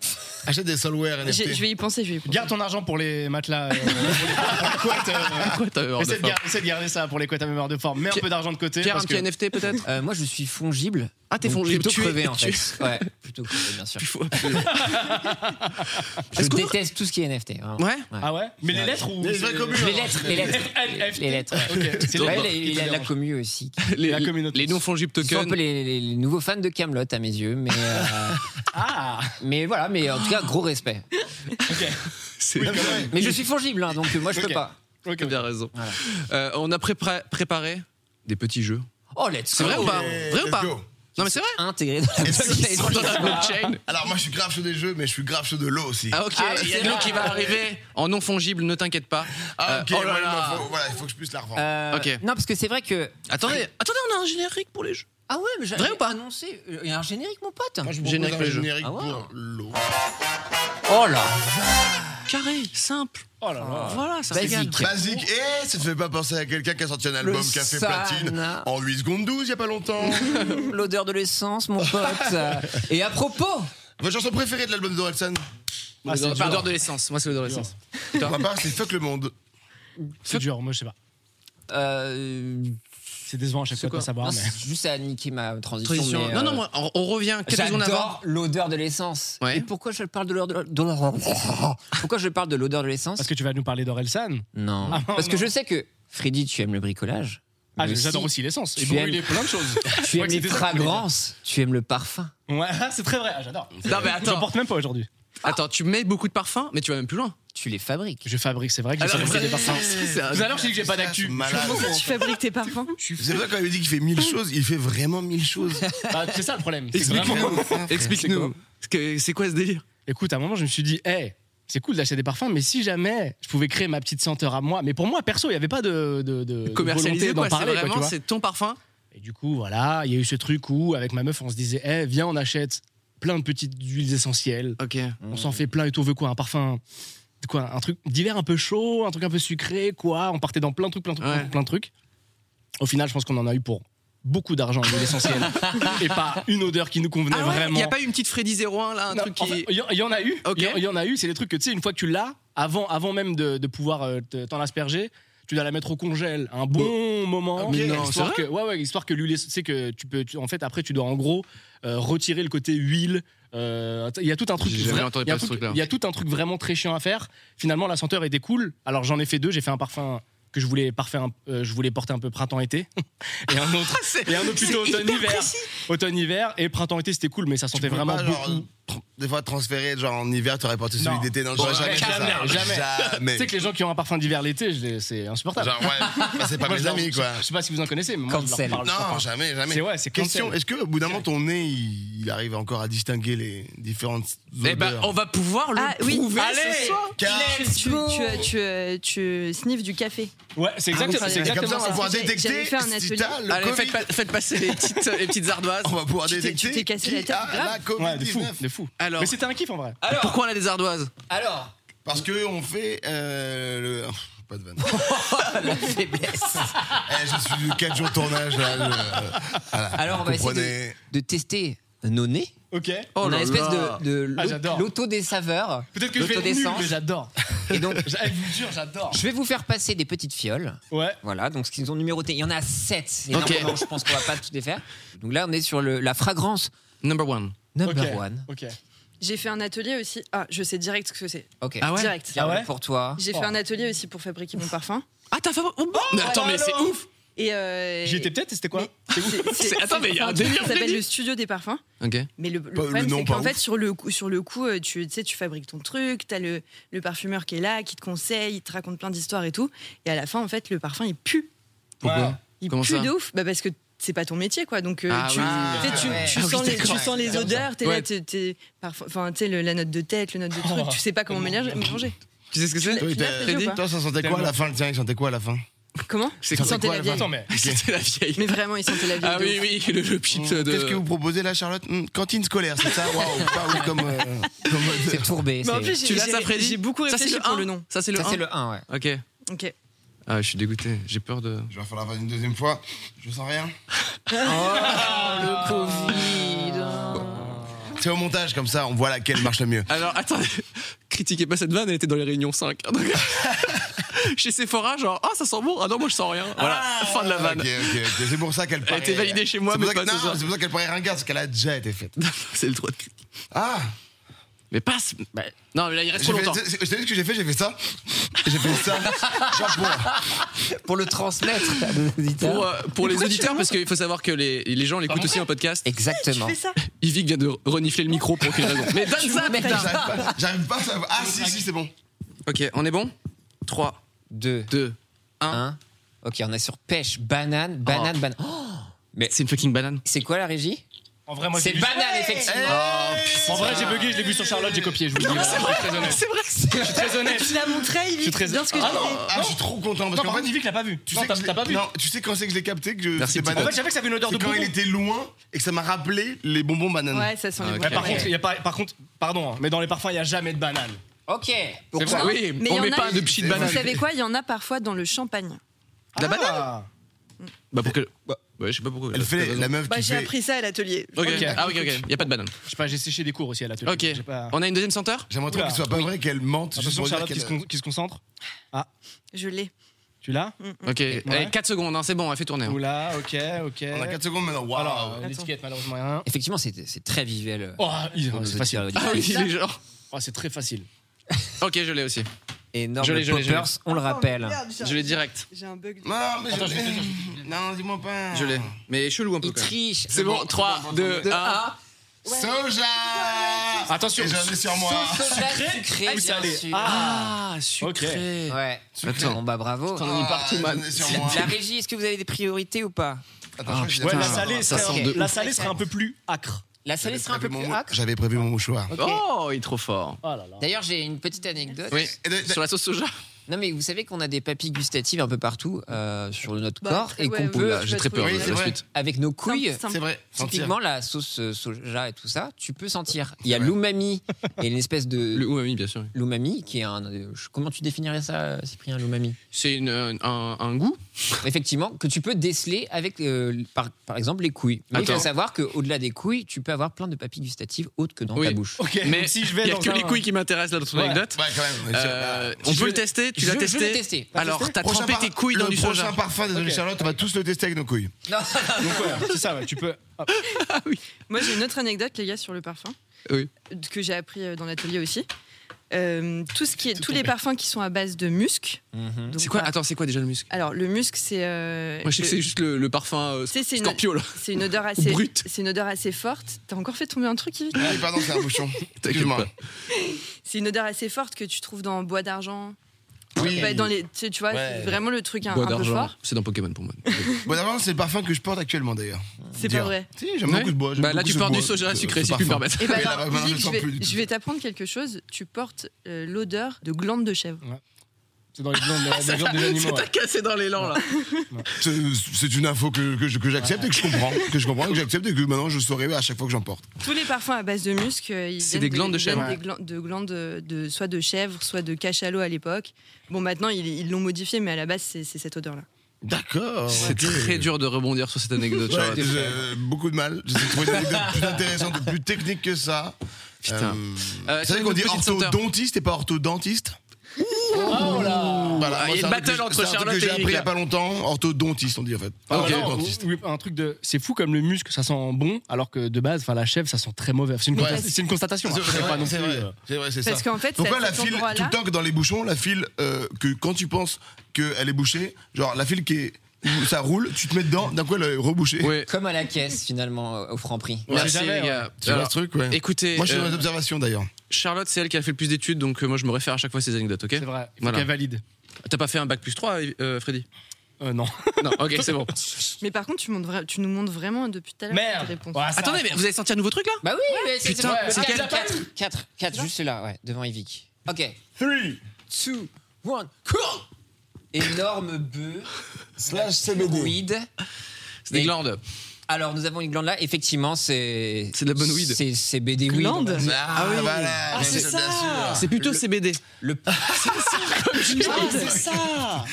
S3: Achète des solware NFT.
S5: J'ai- Je vais y penser, je vais y penser.
S4: Garde ton argent pour les matelas. euh, pour la couette, euh,
S1: Quoi, t'as hors de
S4: Essaie de,
S1: forme.
S4: garder, essaie de garder ça pour les couettes à mémoire de forme. Mets un
S1: Pierre-
S4: peu d'argent de côté.
S1: Pierre, un
S4: parce
S1: petit
S4: que-
S1: NFT peut-être
S2: Euh, moi, je suis fongible.
S1: Ah, t'es
S2: donc
S1: fongible.
S2: Plutôt
S1: tu es-
S2: crevé, en
S1: tu es-
S2: fait. Ouais, plutôt crevé, bien sûr.
S1: tu faut absolument-
S2: Je
S1: Est-ce qu'on-
S2: déteste tout ce qui est NFT. vraiment.
S1: Ouais.
S4: Ah ouais Mais les lettres ou.
S3: Les vraies communes.
S2: Les lettres, les lettres.
S4: NFT.
S2: Les lettres. ouais.
S4: Ok, c'est les
S2: Ouais, les-
S4: lettres qui te
S2: la, la
S4: dérangent.
S2: commu aussi.
S4: La communauté.
S1: les non fongibles
S2: Ils sont un
S1: tokens.
S2: peu les, les- les nouveaux fans de Camelot à mes yeux, mais euh,
S4: Ah
S2: mais voilà, mais en tout cas gros respect.
S4: Ok.
S1: C'est-
S4: Oui, quand même.
S2: Mais je suis fongible, hein, donc moi je
S4: Ok.
S2: peux pas.
S4: Ok,
S1: T'as
S4: ok.
S1: bien raison.
S2: Voilà.
S1: Euh, on a prépa- préparé des petits jeux.
S2: Oh let's
S1: C'est vrai
S2: go.
S1: ou pas Vrai ou
S3: let's
S1: pas
S3: go.
S1: Non mais c'est vrai. Ah,
S2: Intégré dans la
S3: Est-ce qu'ils sont
S1: Dans la blockchain.
S3: Alors, moi, je suis grave chaud des jeux, mais je suis grave chaud de l'eau aussi.
S1: Ah ok.
S2: Ah,
S1: Il y a
S2: c'est
S1: de l'eau
S2: vrai.
S1: qui va arriver en non fongible. Ne t'inquiète pas.
S3: Ah,
S1: Euh,
S3: ok,
S1: oh là
S3: ouais,
S1: là.
S3: non, faut- voilà, il faut que je puisse la revendre.
S2: Euh,
S1: Ok.
S2: Non, parce que c'est vrai que.
S1: Attendez, attendez, on a un générique pour les jeux.
S2: Ah ouais, mais j'avais
S1: Vrai ou pas
S2: annoncé. Il y a un générique, mon pote.
S3: Moi, je
S1: Ah, propose générique
S3: propose
S1: le
S3: un
S1: jeu.
S3: générique
S2: Ah ouais.
S3: pour l'eau.
S2: Oh là.
S1: Carré, simple.
S4: Oh là là.
S1: Voilà, ça
S2: Basique.
S1: s'égale.
S3: Basique. Eh, ça te fait pas penser à quelqu'un qui a sorti un album
S2: Le
S3: Café
S2: Sana.
S3: Platine en 8 secondes 12 il y a pas longtemps.
S2: L'odeur de l'essence, mon pote. Et à propos.
S3: Votre chanson préférée de l'album d'Orelsan
S4: Ah, c'est
S1: L'odeur-
S4: dur.
S1: L'odeur de l'essence. Moi, Bah, c'est l'odeur de l'essence.
S3: Pour ma part, c'est Fuck le monde.
S4: C'est dur, moi je sais pas.
S2: euh,
S4: C'est décevant à chaque fois de
S1: quoi
S4: pas savoir.
S2: non,
S4: Mais...
S2: c'est Juste à niquer ma transition.
S1: Tradition.
S2: mais,
S1: Non,
S2: euh,
S1: non, moi, on, on revient quelques secondes avant.
S2: J'adore l'odeur de l'essence.
S1: Ouais.
S2: Et pourquoi je parle de l'odeur de l'odeur- Pourquoi je parle de l'odeur de l'essence
S4: Parce que tu vas nous parler d'Orelsan.
S2: Non.
S4: Ah, non,
S2: Parce que
S4: non.
S2: je sais que, Freddy, tu aimes le bricolage.
S4: Ah,
S2: mais
S4: j'adore
S2: aussi-
S4: aussi l'essence. Et
S2: tu
S4: brûler
S2: aimes-
S4: plein de choses.
S2: Tu aimes
S4: que
S2: les
S4: c'était ça que tu voulais
S2: fragrances, tu aimes le parfum.
S4: Ouais, c'est très vrai, ah, j'adore.
S1: Non, mais
S4: J'en
S1: attends,
S4: porte même pas aujourd'hui.
S1: attends, tu mets beaucoup de parfums, mais tu vas même plus loin.
S2: Tu les fabriques.
S4: Je fabrique, c'est vrai que j'ai fabriqué des parfums.
S1: c'est un-
S4: Tout à l'heure, j'ai dit que j'ai pas d'actu.
S3: Malade.
S5: Comment ça, tu fabriques tes parfums
S3: C'est vrai quand il dit qu'il fait 1000 choses, il fait vraiment 1000 choses.
S4: Ah, c'est ça le problème. c'est que vraiment-
S1: Explique-nous. Explique-nous. Parce que C'est quoi ce délire
S4: Écoute, à un moment, je me suis dit, hey, c'est cool d'acheter des parfums, mais si jamais je pouvais créer ma petite senteur à moi, mais pour moi, perso, il n'y avait pas de, de, de- de
S1: Commercialiser
S4: Euh, volonté d'en
S1: quoi C'est
S4: parler. quoi, tu
S1: vraiment
S4: vois.
S1: c'est ton parfum.
S4: Et du coup, voilà, il y a eu ce truc où, avec ma meuf, on se disait, hey, viens, on achète plein de petites huiles essentielles,
S1: Ok.
S4: on
S1: Mmh.
S4: s'en fait plein et tout, on veut quoi Un parfum quoi un truc d'hiver un peu chaud un truc un peu sucré quoi on partait dans plein de trucs plein de trucs
S1: Ouais.
S4: plein de- plein de trucs au final je pense qu'on en a eu pour beaucoup d'argent mais l'essentiel et pas une odeur qui nous convenait
S1: Ah ouais, il
S4: vraiment
S1: y a pas une petite Freddy 01 là, un
S4: Non,
S1: truc
S4: en
S1: qui.
S4: fait, il y, en- il y en a eu.
S1: Ok.
S4: Il y en- il y en a eu. C'est des trucs que tu sais, une fois que tu l'as, avant, avant même de, de pouvoir euh, te- t'en asperger, tu dois la mettre au congèle un bon moment.
S1: Ah, Mais non,
S4: histoire
S1: c'est
S4: que, ouais, ouais, histoire que l'huile, est- tu sais que tu peux. tu- en fait, après, tu dois en gros euh, retirer le côté huile. Euh, il y a tout un truc.
S1: J'ai jamais
S4: vra-
S1: entendu
S4: il y
S1: parler de
S4: a un
S1: ce
S4: truc-
S1: truc-là.
S4: Il y a tout un truc vraiment très chiant à faire. Finalement, la senteur était cool. Alors j'en ai fait deux. J'ai fait un parfum que je voulais parfum, euh, je voulais porter un peu printemps-été, et un autre,
S1: Ah, C'est-
S4: et un autre plutôt
S1: c'est hyper
S4: automne-hiver.
S1: précis.
S4: Automne-hiver et printemps-été, c'était cool, mais ça sentait
S3: Tu peux
S4: vraiment
S3: pas, genre,
S4: beaucoup.
S3: tr- des fois transféré, genre en hiver, tu aurais porté celui
S4: Non.
S3: d'été. Non,
S4: Bon,
S3: j'aurais jamais,
S4: jamais,
S3: fait ça.
S4: jamais.
S3: Jamais.
S4: Tu sais que les gens qui ont un parfum d'hiver l'été, je les- c'est insupportable.
S3: Genre, ouais, bah, c'est pas
S4: Moi, je
S3: mes
S4: leur-
S3: amis, quoi.
S4: Je sais pas si vous en connaissez, mais moi, je
S2: Cancel.
S4: leur parle.
S3: Non,
S4: parfum.
S3: jamais, jamais.
S4: C'est ouais, c'est
S3: Question,
S4: cancel.
S3: est-ce qu'au bout d'un moment, ton nez, il il arrive encore à distinguer les différentes
S1: Eh ben,
S3: odeurs
S1: on va pouvoir le
S5: Ah oui,
S1: prouver ce
S5: allez,
S1: soir.
S5: tu,
S3: Car-
S5: tu, tu, tu, tu, euh, tu sniffes du café.
S4: Ouais, c'est
S5: oui,
S4: exactement, Ah, c'est
S5: c'est
S3: Et comme ça,
S4: exactement
S3: on va
S4: ça.
S3: pouvoir
S5: J'avais-
S3: détecter
S5: j'avais fait un
S3: si
S5: atelier.
S3: t'as le
S1: Allez,
S3: Covid.
S1: faites, pas- faites passer les petites, les petites ardoises.
S3: On va pouvoir
S5: Tu t'es-
S3: détecter.
S5: tu t'es cassé la
S3: qui
S5: tête,
S3: a
S5: grave.
S3: la
S4: Ouais, de fou,
S3: Covid-19.
S4: de fou.
S1: Alors-
S4: Mais c'était un kiff en vrai.
S2: Alors,
S1: Pourquoi on a des ardoises
S2: alors,
S3: Parce qu'on fait. euh, le- Pas de vanne.
S2: la faiblesse.
S3: Eh, je suis de 4 jours de tournage là. je- euh, Voilà,
S2: Alors, on va essayer de,
S3: comprenez.
S2: de tester nos nez.
S4: Ok.
S1: Oh
S2: on a
S1: là
S2: une espèce
S1: là.
S2: de, de
S4: Ah,
S2: l'au-
S4: j'adore.
S2: l'auto des saveurs,
S4: Peut-être que je vais
S2: l'auto
S4: être
S2: des
S4: nul,
S2: sens.
S4: mais j'adore.
S2: Et donc,
S4: Je je vous jure, j'adore.
S2: je vais vous faire passer des petites fioles.
S4: Ouais.
S2: Voilà, donc ce qu'ils ont numéroté, il y en a 7.
S1: Ok.
S2: Je pense qu'on va pas toutes les faire. Donc là, on est sur le- la fragrance
S1: Number one.
S2: number
S4: ok,
S2: one.
S4: Ok.
S5: J'ai fait un atelier aussi. Ah, je sais direct ce que c'est.
S2: Ok.
S1: Ah ouais
S5: Direct.
S4: Ah ouais
S2: Pour toi.
S5: J'ai fait un atelier aussi pour fabriquer mon parfum.
S1: Ah, t'as fait. Oh, mais attends, mais c'est ouf
S5: Et euh,
S4: J'y étais peut-être, et c'était quoi
S5: c'est- c'est-
S1: C'est-
S5: c'est-
S1: attends, mais il y a
S5: c'est
S1: un
S5: truc
S1: délire,
S5: qui s'appelle
S1: Freddy.
S5: le studio des parfums.
S1: Ok.
S5: Mais le, le
S3: le
S5: problème,
S3: nom,
S5: c'est
S3: pas
S5: qu'en
S3: ouf.
S5: fait, sur le coup, sur le coup euh, tu, tu sais, tu fabriques ton truc, t'as le, le parfumeur qui est là, qui te conseille, il te raconte plein d'histoires et tout. Et à la fin, en fait, le parfum, il pue.
S1: Pourquoi
S5: Il
S1: Comment
S5: pue
S1: ça
S5: de ouf. Bah, parce que c'est pas ton métier, quoi. Donc, euh,
S1: Ah
S5: tu,
S1: oui,
S5: tu sais, tu-
S2: ouais.
S5: tu
S1: Ah oui,
S5: sens les,
S1: d'accord.
S5: tu sens les odeurs, t'es
S1: Ouais.
S5: là, t'es- t'es parfois- enfin, tu sais, le- la note de tête, le note de
S4: Oh,
S5: truc, tu sais pas comment
S4: tellement
S5: mélanger.
S4: bien.
S5: mélanger.
S1: Tu sais ce que c'est
S5: Tu l'as- tu l'as fait,
S1: Freddy
S5: ou pas
S3: Toi, ça sentait quoi à la fin Le tien, il sentait quoi à la fin
S5: Comment
S1: C'est
S5: Il
S1: quoi
S5: sentait
S3: quoi,
S5: la
S3: la
S5: vieille.
S4: Attends, mais.
S1: C'était la vieille.
S5: Mais vraiment, il sentait la vieille.
S1: Ah
S5: de
S1: oui,
S5: ouf.
S1: oui, le, le pit de.
S3: Qu'est-ce que vous proposez là, Charlotte Hmm, Cantine scolaire, c'est ça Waouh, pas ouf comme. euh, comme odeur.
S2: C'est tourbé.
S5: Mais en
S2: c'est-
S5: plus, j'ai-
S1: Tu l'as, ça,
S5: j'ai-
S1: Freddy
S5: J'ai beaucoup
S1: Ça, c'est
S5: réfléchi
S1: le
S5: pour
S1: 1.
S5: le nom.
S1: Ça, c'est le
S2: Ça,
S1: 1.
S2: c'est le 1, ouais.
S1: Ok.
S5: Ok.
S1: Ah, je suis dégoûté. J'ai peur de.
S3: Je vais falloir faire une deuxième fois. Je sens rien.
S2: le
S3: C'est au montage comme ça, on voit laquelle marche le mieux.
S1: Alors, attendez, critiquez pas cette vanne, elle était dans les réunions 5. Donc, chez Sephora, genre, ah, ça sent bon, ah non, moi je sens rien. Voilà,
S5: Ah.
S1: fin de la vanne.
S3: Ok, ok, ok. C'est pour ça qu'elle
S1: Elle a
S3: paraît.
S1: été validée chez moi,
S3: C'est pour
S1: mais
S3: ça
S1: pas
S3: que-
S1: ce
S3: non,
S1: soir.
S3: c'est pour ça qu'elle paraît ringarde, parce qu'elle a déjà été faite.
S1: C'est le droit de critiquer.
S3: Ah
S1: Mais passe bah, Non, mais là, il reste
S3: J'ai
S1: trop
S3: fait-
S1: longtemps.
S3: c'est- c'est- Je t'ai vu ce que j'ai fait, j'ai fait ça. J'ai fait ça. Chapeau.
S2: Pour le transmettre à nos auditeurs.
S1: Pour, euh, pour les
S5: pourquoi tu
S1: auditeurs,
S5: remontes
S1: parce qu'il faut savoir que les, les gens l'écoutent aussi en podcast,
S2: Exactement.
S5: Fais ça.
S1: Yvick vient de renifler le micro pour aucune raison. Mais donne ça, merde
S3: J'arrive pas- J'arrive pas à savoir. Ah si, si, c'est bon.
S1: Ok, on est bon 3,
S2: 2,
S1: 2, 1.
S2: 1. Ok, on est sur pêche, banane, banane, banane. Oh,
S1: C'est une fucking banane.
S2: c'est quoi la régie
S4: En vrai, moi
S2: C'est
S4: j'ai. lu-
S2: banane, effectivement.
S4: En vrai, j'ai bugué, je l'ai vu sur Charlotte, j'ai copié, je vous le dis. voilà. Je suis très honnête.
S1: C'est vrai que c'est.
S4: Je suis très honnête.
S5: Tu l'as montré, il
S4: suis très-
S5: bien ce que
S4: Ah
S5: j'ai
S4: non.
S5: fait.
S3: Ah, je suis trop content parce
S4: Non,
S3: qu'en
S4: par
S3: fait,
S4: contre, Yvick l'a pas vu.
S3: tu
S4: Non,
S3: sais que
S4: t'as
S3: je l'ai-
S4: t'as pas vu.
S3: Non, tu sais quand c'est que je l'ai capté que je-
S1: Merci,
S3: c'était
S1: petit
S4: En
S3: banane.
S4: fait, j'avais que ça avait une odeur de
S3: C'est quand il
S4: bonbon.
S3: était loin et que ça m'a rappelé les bonbons bananes.
S5: Ouais, ça sent
S1: Ah,
S5: les
S1: ok.
S5: bons
S4: Ouais, par
S5: parfums.
S4: contre, il y a pas, par contre, pardon, hein, mais dans les parfums, il n'y a jamais de banane.
S2: Ok.
S1: C'est vrai, Oui,
S5: Mais il y
S1: on
S5: en
S1: met
S5: a-
S1: pas de pchit
S3: Vous
S1: banane.
S5: Vous savez quoi Il y en a parfois dans le champagne.
S1: La
S4: Ah.
S1: banane Bah pour que. Bah, ouais, je sais pas pourquoi.
S3: Elle fait la meuf
S5: Bah,
S3: qui
S5: j'ai
S3: fait.
S5: appris ça à l'atelier.
S1: Ok.
S4: Ok.
S1: Ah ok ok. Y a pas de banane.
S4: Je sais pas, j'ai séché des cours aussi à l'atelier.
S1: Ok.
S4: J'ai Pas...
S1: On a une deuxième senteur.
S3: J'aimerais trop
S4: Oula.
S3: que ce soit pas vrai qu'elle mente. juste
S4: Attention,
S3: pour dire
S4: Charlotte qui se,
S3: qu'elle-
S4: con- qui se concentre.
S5: Je l'ai.
S4: Tu l'as
S1: Ok. Allez, 4 secondes. hein, c'est bon. On a fait tourner. hein.
S4: Oula, ok, ok.
S3: On a 4 secondes maintenant.
S4: Alors,
S3: Waouh.
S4: euh, l'étiquette, malheureusement, il y a un.
S2: Effectivement, c'est c'est très visuel. euh,
S4: Oh, il-
S2: pour nos
S4: c'est
S2: auditeurs et
S4: facile.
S1: Ah oui,
S2: auditrices.
S1: les gens.
S4: Oh, c'est très facile.
S1: Ok, je l'ai aussi.
S2: Énorme
S1: Je l'ai, je l'ai, je l'ai.
S2: poppers, on le rappelle.
S1: Je l'ai direct.
S5: Oh, J'ai un bug.
S3: Non, mais
S4: Attends, je vais te dire,
S3: je... Non, dis-moi pas.
S1: Je l'ai. Mais chelou un peu.
S2: Il
S1: quand même.
S2: triche.
S1: Ah. C'est bon. 3, 2, 1.
S3: Soja
S4: Attention,
S3: Et j'en ai sur moi.
S2: Bah, Sucré, sucré,
S4: ou
S2: bien
S4: salé
S2: sûr.
S1: Ah, sucré.
S2: Ouais.
S1: Attends.
S2: Bon bah bravo. Oh.
S1: T'en as mis partout,
S3: Ah,
S1: man.
S3: j'en ai sur moi.
S2: La régie, est-ce que vous avez des priorités ou pas
S3: Attends, je crois que j'ai
S4: Ah, Ouais, la
S3: la-
S4: salée,
S1: ça
S4: serait-
S1: sent de
S4: la
S1: ouf.
S4: salée serait un peu plus acre.
S2: La salée
S3: J'avais
S2: sera un peu
S3: prévu
S2: plus ah,
S3: mon-
S2: acre.
S3: J'avais prévu mon mouchoir.
S2: Ok.
S1: Oh, il est trop fort.
S4: Oh là là.
S2: D'ailleurs, j'ai une petite anecdote.
S1: Oui.
S3: Et de- de-
S1: Sur la sauce soja.
S2: Non mais vous savez qu'on a des papilles gustatives un peu partout euh, sur notre
S5: Bah,
S2: corps
S5: après,
S2: et
S5: ouais,
S2: qu'on
S5: ouais,
S2: peut,
S5: ouais.
S1: J'ai très peur
S3: Oui,
S1: de
S3: c'est
S1: la
S3: vrai.
S1: suite.
S2: avec nos couilles,
S5: Simple,
S3: C'est
S5: simple.
S3: vrai. Sentir.
S2: typiquement la sauce euh, soja et tout ça, tu peux sentir. Il y a
S3: Ouais.
S2: l'umami et une espèce de
S1: Le umami, bien sûr.
S2: L'umami, qui est un. euh, je- Comment tu définirais ça, euh, Cyprien, l'umami
S1: C'est une, euh, un, un goût.
S2: Effectivement, que tu peux déceler avec, euh, par, par exemple, les couilles. Mais il faut
S1: Attends.
S2: savoir qu'au-delà des couilles, tu peux avoir plein de papilles gustatives autres que dans
S1: Oui.
S2: ta bouche.
S4: Ok,
S1: Mais
S4: donc si je vais
S1: il y a
S4: dans
S1: que
S4: un-
S1: les couilles qui m'intéressent là dans ton
S4: Ouais.
S1: anecdote.
S3: Ouais, quand même.
S1: Euh,
S3: Bah,
S1: on
S4: je-
S1: peut le tester. Tu
S2: je-
S1: l'as
S2: je
S1: testé.
S2: l'ai testé. T'as
S1: Alors,
S2: testé
S1: t'as
S3: prochain
S1: trempé
S3: par-
S1: tes couilles dans
S3: le
S1: du soja.
S3: prochain parfum de
S4: Ok.
S3: Charlotte, on va tous le tester avec nos couilles.
S2: Non,
S4: Donc ouais, c'est ça, ouais, tu peux. hop.
S5: Moi, j'ai une autre anecdote, les gars, sur le parfum.
S1: Oui.
S5: Que j'ai appris euh, dans l'atelier aussi. Euh, tout ce qui est, tous les parfums qui sont à base de musc. donc
S1: Mhm. C'est quoi
S5: pas-
S1: Attends, c'est quoi déjà le musc
S5: Alors, le musc, c'est. euh,
S1: Moi, je sais que
S5: le-
S1: c'est juste le, le parfum euh,
S5: Tu sais, c'est une-
S1: Scorpio, là.
S5: c'est une odeur assez.
S1: Brut.
S5: C'est une odeur assez forte. T'as encore fait tomber un truc, Yves
S3: Ah, pardon, c'est un bouchon.
S1: T'inquiète
S3: Excuse-moi.
S5: C'est une odeur assez forte que tu trouves dans Bois d'argent.
S3: Oui.
S5: Bah, dans les, tu, sais, tu vois, c'est vraiment le truc un,
S1: Bois
S5: un peu
S1: d'argent.
S5: fort.
S1: C'est dans Pokémon pour moi.
S3: Bon, d'abord, c'est le parfum que je porte actuellement d'ailleurs.
S5: C'est
S3: Dire.
S5: pas vrai. Eh
S3: Si, j'aime
S1: Ouais.
S3: beaucoup ce bois. j'aime
S1: Bah, là,
S3: beaucoup
S1: tu
S3: ce
S1: pars du
S3: bois,
S1: soja
S3: ce-
S1: sucré,
S3: ce
S1: si tu me
S3: parfum.
S1: permettre.
S5: Et
S3: Mais là, maintenant, je le
S5: je
S3: sens plus du
S5: vais,
S3: tout.
S5: je vais t'apprendre quelque chose. Tu portes euh, l'odeur de glandes de chèvre.
S4: C'est dans les glandes, la- la glande des animaux. ouais.
S1: cassé dans l'élan, là.
S3: C'est- C'est une info que, que, je- que j'accepte et que je comprends. Que je comprends, que j'accepte et que maintenant je saurai à chaque fois que j'en porte.
S5: Tous les parfums à base de musc, euh, ils
S1: C'est
S5: viennent
S1: des glandes de
S5: ils viennent
S1: chèvre.
S5: des glan- de glandes de, de- soit de chèvre, soit de cachalot à l'époque. Bon, maintenant ils ils l'ont modifié, mais à la base c'est c'est cette odeur-là.
S3: D'accord.
S1: C'est très dur de rebondir sur cette anecdote,
S3: Ouais,
S1: Charlotte.
S3: j'ai euh, beaucoup de mal. J'ai trouvé des anecdotes plus intéressantes, plus techniques que ça.
S1: Putain.
S3: Euh,
S1: Euh, sur
S3: c'est vrai
S1: une
S3: qu'on dit
S1: petite senteur.
S3: orthodontiste et pas orthodontiste Voilà,
S1: Oh Ah, il y a une
S3: moi, c'est un truc
S1: battle
S3: que-
S1: entre
S3: c'est un truc
S1: Charlotte
S3: que
S1: et
S3: j'ai appris il y a
S1: Erika.
S3: pas longtemps, orthodontiste on dit en fait.
S4: Ah, non,
S3: Orthodontiste.
S4: oui, un truc de c'est fou comme le muscle ça sent bon alors que de base enfin la chèvre ça sent très mauvais c'est une,
S3: Ouais.
S4: consta- c'est une constatation
S3: C'est
S4: hein.
S3: vrai,
S4: C'est pas non
S3: c'est
S4: plus,
S3: vrai,
S4: euh,
S3: c'est vrai, c'est ça.
S5: Parce qu'en fait,
S3: Donc
S5: c'est
S3: là, la
S5: à cet
S3: file, tout
S5: endroit-là.
S3: le temps que dans les bouchons, la file euh, que quand tu penses qu'elle est bouchée, genre la file qui est où ça roule, tu te mets dedans, d'un coup elle est rebouchée.
S1: Ouais.
S2: Comme à la caisse, finalement, euh, au franc prix.
S4: Ouais,
S1: Merci
S4: jamais, hein.
S1: les gars.
S3: Tu vois
S1: Alors,
S3: ce truc, ouais.
S1: Écoutez,
S3: Moi je suis dans
S1: euh,
S3: les observations d'ailleurs.
S1: Charlotte, c'est elle qui a fait le plus d'études, donc euh, moi je me réfère à chaque fois à ces anecdotes, ok
S4: c'est vrai il faut
S1: Voilà.
S4: qu'elle valide
S1: T'as pas fait un bac plus 3, euh, Freddy
S4: Euh, non
S1: Non, ok, c'est bon.
S5: Mais par contre, tu, montres vra- tu nous montres vraiment depuis tout à l'heure tes
S4: merde Ah,
S5: réponses.
S4: Ouais, ça-
S1: Attendez, mais vous avez sorti un nouveau truc là
S2: Bah oui, mais c'est
S1: Putain,
S4: c'est
S2: c'est
S4: quel-
S2: 4, 4, 4, 4, juste là, ouais, devant Yvick. Ok. 3, 2, 1, cours Énorme bœuf, slash CBD. Weed.
S1: C'est des
S2: Et-
S1: glandes.
S2: Alors, nous avons une glande là, effectivement, c'est.
S1: C'est de la bonne weed.
S2: C'est CBD weed.
S5: Glande
S2: on va dire.
S3: Ah, oui, voilà,
S7: Ah, c'est
S3: bien
S7: ça.
S1: C'est plutôt CBD.
S2: Le
S7: Ah, c'est ça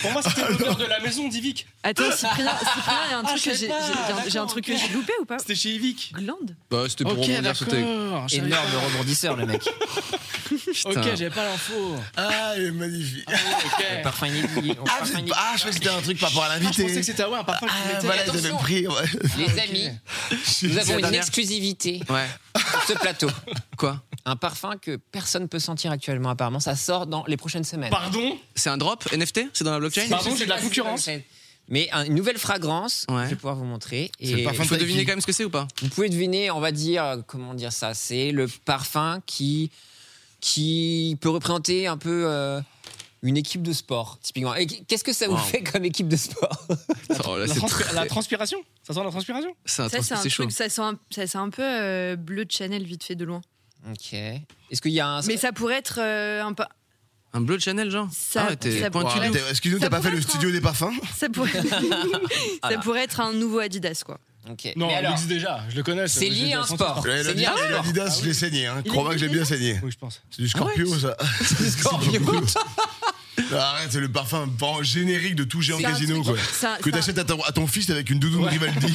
S4: pour moi c'était l'odeur de la maison d'Ivic
S5: Attends, Cyprien, Cyprien, il y a un truc que
S7: je sais
S5: j'ai-
S7: pas,
S5: j'ai- j'ai- j'ai un
S7: d'accord,
S5: truc que
S7: ok.
S5: j'ai loupé ou pas
S4: c'était chez Yvick
S5: Glande
S1: Bah, c'était pour
S4: ok
S1: rebondir sur tes-
S4: d'accord je savais
S2: énorme rebondisseur, le mec.
S4: pas. ok
S1: Putain.
S4: j'avais pas l'info
S3: Ah, elle est magnifique.
S4: ok
S2: Parfum inédit. on-
S3: Ah,
S2: parfum
S3: c'est-
S2: inédit.
S3: ah, je crois que c'était un truc par rapport à
S4: Ah, je pensais
S3: l'invité.
S4: que c'était ah ouais, un parfum que tu
S3: Ah,
S4: mettais.
S3: voilà, ils avaient
S2: Attention.
S3: pris. ouais.
S2: Les amis, nous avons une exclusivité
S1: Ouais.
S2: pour ce plateau.
S1: Quoi
S2: Un parfum que personne peut sentir actuellement, apparemment. Ça sort dans les prochaines semaines.
S4: pardon
S1: C'est un drop NFT C'est dans la blockchain
S4: Pardon, j'ai de la concurrence.
S2: Mais un- une nouvelle fragrance,
S1: Ouais.
S2: je vais pouvoir vous montrer.
S3: C'est le
S2: Et
S3: parfum
S1: Faut
S3: de
S1: deviner quand même ce que c'est ou pas
S2: vous pouvez deviner, on va dire, euh, comment dire ça C'est le parfum qui, qui peut représenter un peu euh, une équipe de sport, typiquement. Et qu'est-ce que ça vous
S1: Wow.
S2: fait comme équipe de sport
S1: Oh, là,
S4: la,
S1: c'est
S4: trans-
S1: très-
S4: la transpiration ça sent la transpiration
S1: C'est un
S5: Ça, c'est
S1: trans-
S5: un
S1: c'est chaud.
S5: truc, ça sent un, ça sent un peu euh, bleu de Chanel vite fait de loin.
S2: Ok. Est-ce qu'il y a un.
S5: Mais ça pourrait être euh, un peu.
S1: Un bleu de Chanel, genre
S5: Ça-
S1: Ah, ouais, t'es
S5: ça
S1: pointu
S5: pourrait-
S1: de ouf.
S3: T'es- Excuse-nous,
S5: Ça
S3: t'as pas fait
S5: pourrait
S3: le
S5: être un-
S3: studio des parfums
S5: Ça pourrait, ça
S2: Voilà.
S5: pourrait être un nouveau Adidas, quoi.
S2: Ok.
S4: non
S2: Mais
S4: elle
S2: alors,
S4: existe déjà je le connais ça,
S2: c'est
S4: j'ai
S2: lié
S4: déjà
S2: à un
S4: senti.
S2: sport.
S3: Ouais,
S2: C'est
S3: le-
S2: lié à un
S3: le-
S2: sport.
S3: L'Adidas, je l'ai saigné. hein. Crois-moi que j'ai bien saigné.
S4: oui je pense
S3: C'est du Scorpio, ça.
S2: Scorpio.
S3: Non, Arrête, c'est le parfum en générique de tout géant
S5: C'est un
S3: casino, quoi.
S5: truc- c'est un-
S3: Que
S5: c'est un-
S3: t'achètes à ton, à ton fils avec une doudoune Rivaldi.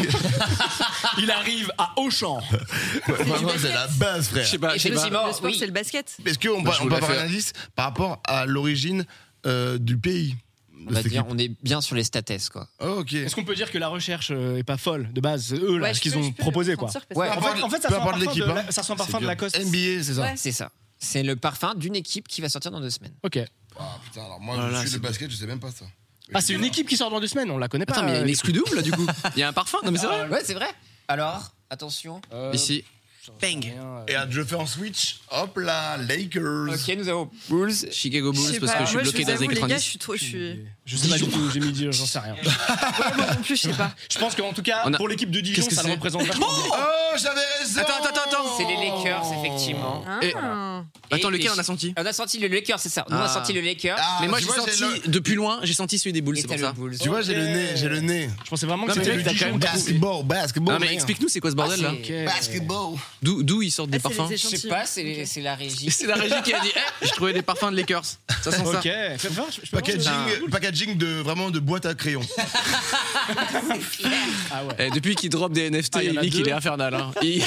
S4: il arrive à Auchan
S3: Ouais, Vraiment, c'est
S5: basket.
S3: la base, frère.
S1: Je sais pas, je sais pas.
S2: Effectivement,
S5: Le sport,
S2: oui.
S5: c'est le basket.
S3: Est-ce qu'on peut,
S1: Moi, je
S3: on peut
S1: voulais
S3: avoir un
S1: faire.
S3: indice par rapport à l'origine euh, du pays
S2: On
S3: de
S2: va
S3: cette
S2: dire,
S3: équipe
S2: on est bien sur les states, quoi.
S3: Oh, ok.
S4: Est-ce qu'on peut dire que la recherche euh, est pas folle de base C'est eux là
S5: Ouais,
S4: ce
S5: je
S4: qu'ils
S5: peux- je
S4: ont
S5: peux
S4: proposé quoi.
S5: ressentir parce que-
S2: Ouais.
S4: En fait, en fait, ça
S3: peu
S4: sent un
S3: importe
S4: parfum de,
S3: l'équipe, hein.
S4: la- ça sent un parfum
S3: C'est
S4: de
S3: dur.
S4: Lacoste.
S3: NBA, c'est ça
S5: Ouais.
S2: C'est ça. C'est le parfum d'une équipe qui va sortir dans deux semaines.
S4: Ok.
S3: Ah putain, alors moi,
S1: Oh là là, c'est-
S3: basket, je sais même pas ça.
S4: Ah, c'est une équipe qui sort dans deux semaines, on la connaît pas.
S1: Attends, mais il y a
S4: euh,
S1: une exclu de ouf là du coup. Il y a un parfum Non, mais c'est vrai.
S2: Ouais, c'est vrai. Alors, attention.
S4: euh,
S1: Ici.
S4: rien,
S1: Bang
S4: euh.
S3: Et à je fais en switch, hop là, Lakers.
S2: Ok, nous avons Bulls.
S1: Chicago
S5: Je sais
S1: Bulls parce
S5: pas.
S1: que je suis
S5: Moi,
S1: bloqué
S5: vous
S1: dans les
S5: avoue,
S1: années
S5: les gars, je
S1: 90.
S5: suis trop. Je suis...
S4: Je sais pas du tout, j'ai mis Dieu, j'en sais rien.
S5: Moi non plus, je sais pas.
S4: Je pense qu'en tout cas,
S1: On a-
S4: pour l'équipe de Dijon,
S1: Qu'est-ce que
S4: ça le
S1: c'est
S4: représente vachement bien.
S3: Oh, j'avais raison
S1: Attends, attends, attends, attends.
S2: C'est les Lakers, effectivement.
S5: Ah.
S1: Et- Attends,
S2: Et
S1: lequel
S2: les-
S1: on a senti
S2: On a sorti le Lakers, c'est ça. Nous, on a
S1: Ah.
S2: sorti le Lakers.
S3: Ah,
S1: Mais moi
S3: tu
S1: j'ai
S3: vois, j'ai
S1: senti depuis loin, j'ai senti celui des Bulls,
S2: et
S1: c'est
S2: t'as
S1: pour
S2: le
S1: ça.
S2: Bulls.
S3: Tu vois, j'ai le nez, j'ai le nez.
S4: Je pensais vraiment que
S1: Non, mais
S4: c'était
S1: mec,
S4: le
S1: t'as quand
S4: Dijon.
S1: même
S3: Basketball, basketball.
S1: Non Ah, mais
S3: merde.
S1: explique-nous c'est quoi ce bordel
S2: Ah,
S1: là
S2: c'est-
S3: Basketball.
S1: D'où d'où ils sortent des
S5: Ah, c'est
S1: parfums
S5: les
S2: Je sais
S5: échantillons.
S2: pas, c'est
S5: Ok.
S2: c'est la régie.
S1: C'est la régie qui a dit Eh, j'ai trouvé des parfums de Lakers. Ça sent
S4: Ok,
S1: ça.
S4: Fais- fais voir, je- je peux voir ce que-
S3: Packaging, euh, packaging de vraiment de boîte à crayon.
S4: Ah ouais.
S1: Eh, depuis qu'il drop des NFT,
S4: Ah, il y en
S1: il
S4: a
S1: dit qu'il
S4: deux.
S1: est infernal. hein. Il-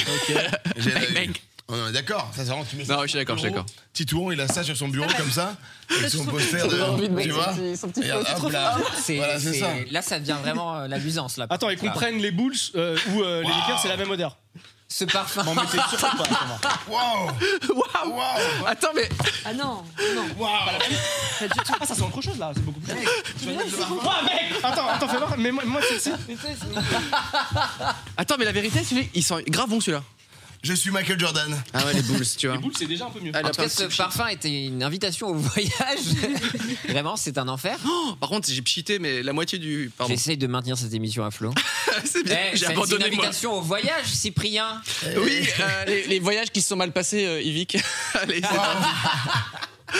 S3: J'ai
S1: Mec, mec.
S3: On est d'accord, ça c'est vraiment tu mets ça
S1: Non, je
S3: sur
S1: suis
S3: ton
S1: d'accord, je suis
S3: bureau.
S1: d'accord.
S3: Titouan, il a ça sur son bureau comme ça, avec son poster
S2: envie de
S3: de. Tu
S2: mettre
S3: vois Regarde, hop là.
S2: C'est-
S3: Voilà, c'est
S2: c'est-
S3: ça.
S2: Là, ça devient vraiment euh, l'abusance. là.
S4: Attends, ils
S2: Là.
S4: comprennent les Bulls euh, ou euh, les Lakers, c'est la même odeur.
S2: Ce parfum.
S4: M'en mettez surtout pas. vraiment.
S3: Waouh
S1: Waouh
S3: Waouh
S1: Attends, mais
S5: Ah non, non.
S4: Ah, ça sent autre chose là, c'est beaucoup plus. Ouah, mec Attends, attends, fais voir, mais moi, moi c'est. c'est-
S1: attends, mais la vérité, celui il sent grave bon celui-là.
S3: Je suis Michael Jordan.
S1: Ah ouais, les Bulls, tu vois.
S4: Les Bulls, c'est déjà un peu mieux.
S2: En tout cas, ce parfum était une invitation au voyage. Vraiment, c'est un enfer.
S1: Oh, par contre, j'ai pchité, mais la moitié du. Pardon.
S2: J'essaye de maintenir cette émission à flot.
S1: C'est
S2: Eh,
S1: bien,
S2: C'est
S1: j'ai
S2: c'est une
S1: abandonné moi.
S2: invitation au voyage, Cyprien.
S1: Oui, euh, les, les voyages qui se sont mal passés, euh, Yvick. Allez, c'est parti. Ah.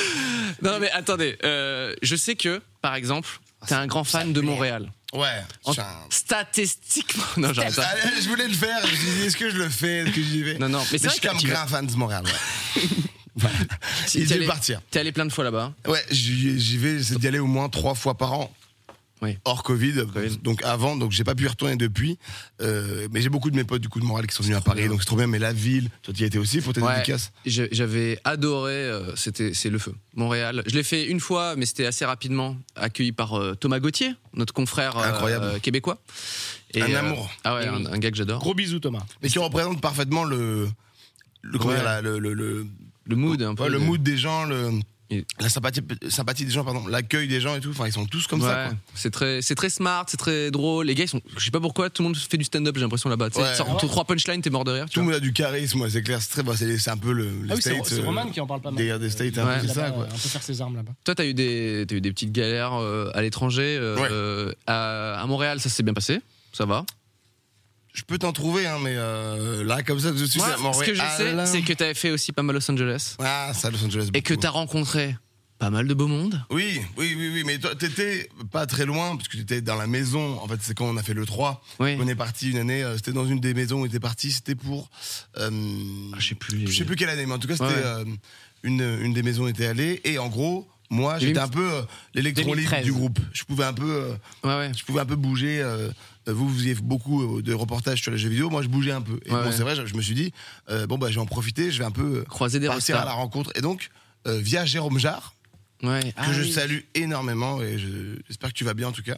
S1: Non, mais attendez, euh, je sais que, par exemple, t'es un grand fan de Montréal.
S3: Ouais.
S1: En-
S3: je suis un-
S1: Statistiquement. Non, j'arrête ça.
S3: Allez, Ah, je voulais le faire, je me suis dit, est-ce que je le fais Est-ce que j'y vais
S1: Non, non, mais c'est
S3: je
S1: vrai
S3: suis
S1: que
S3: quand même
S1: tu vas-
S3: grand fan de Montréal. ouais. Voilà.
S1: Si
S3: Il hein.
S1: t'es
S3: devait
S1: allé-
S3: partir.
S1: T'es allé plein de fois là-bas.
S3: Ouais, j'y j'y vais, j'essaie d'y aller au moins trois fois par an.
S1: Oui.
S3: hors Covid,
S1: Covid.
S3: donc avant, donc j'ai pas pu y retourner depuis. Euh, mais j'ai beaucoup de mes potes du coup de morale qui sont venus à Paris, donc c'est trop bien. Mais la ville, toi tu y étais aussi pour tes
S1: Ouais.
S3: dédicaces
S1: J'ai- J'avais adoré, euh, c'était c'est le feu. Montréal. Je l'ai fait une fois, mais c'était assez rapidement accueilli par euh, Thomas Gauthier, notre confrère euh,
S3: Incroyable.
S1: euh, québécois. Et,
S3: Un
S1: euh,
S3: amour.
S1: ah ouais, un, un gars que j'adore.
S4: Gros bisous, Thomas.
S3: Mais qui représente parfaitement le le comment
S1: Ouais.
S3: dire, la- le, le, le-
S1: Le mood, un peu.
S3: ouais, le
S1: de-
S3: mood des gens, le
S1: Et-
S3: la sympathie, sympathie des gens, pardon, l'accueil des gens et tout. Enfin, ils sont tous comme ça.
S1: Ouais,
S3: quoi.
S1: c'est très, c'est très smart, c'est très drôle. Les gars, ils sont, je sais pas pourquoi, tout le monde fait du stand-up. J'ai l'impression là-bas. Tu sais,
S3: Ouais.
S1: sors
S4: Ah ouais.
S1: trois punchlines, t'es mort de rire.
S3: Tout
S1: Tu
S3: le
S1: vois.
S3: monde a du charisme, ouais, c'est clair, c'est très, bah, c'est c'est un peu le. les
S4: Ah oui, c'est-
S3: States,
S4: c'est
S3: euh,
S4: Roman qui en parle pas mal.
S3: Délire des States, un
S1: Ouais.
S3: peu, c'est ça, quoi.
S4: On peut faire ses armes là-bas.
S1: Toi, t'as eu des, t'as eu des petites galères euh, à l'étranger, euh,
S3: Ouais.
S1: euh, à, à Montréal, ça s'est bien passé. Ça va.
S3: Je peux t'en trouver, hein, mais euh, là, comme ça, je suis
S1: Moi,
S3: à Montréal.
S1: ce que je sais, c'est que t'avais fait aussi pas mal Los Angeles
S3: Ah, ça, Los Angeles.
S1: et que
S3: beaucoup.
S1: t'as rencontré pas mal de beau monde.
S3: Oui, oui, oui, oui, mais toi, t'étais pas très loin, parce que t'étais dans la maison. En fait, c'est quand on a fait le 3.
S1: Oui.
S3: On est parti une année, euh, c'était dans une des maisons où on était parti, c'était pour. euh,
S1: Ah, je sais plus.
S3: je sais plus quelle année, mais en tout cas, c'était
S1: Ouais, ouais.
S3: euh, une, une des maisons où on était allé. Et en gros, moi,
S1: J'ai
S3: j'étais
S1: mis-
S3: un peu euh, l'électrolyte
S2: 2013.
S3: du groupe. Je pouvais un peu. euh,
S1: Ouais, ouais.
S3: je pouvais un peu bouger. euh, vous, vous faisiez beaucoup euh, de reportages sur les jeux vidéo. Moi, je bougeais un peu. Et
S1: Ouais,
S3: bon,
S1: ouais.
S3: c'est vrai, je, je me suis dit, euh, bon, bah, je vais en profiter, je vais un peu euh,
S1: Croiser des
S3: partir à la
S1: restas.
S3: rencontre. Et donc, euh, via Jérôme Jarre,
S1: Ouais.
S3: que je salue énormément, et je- j'espère que tu vas bien en tout cas,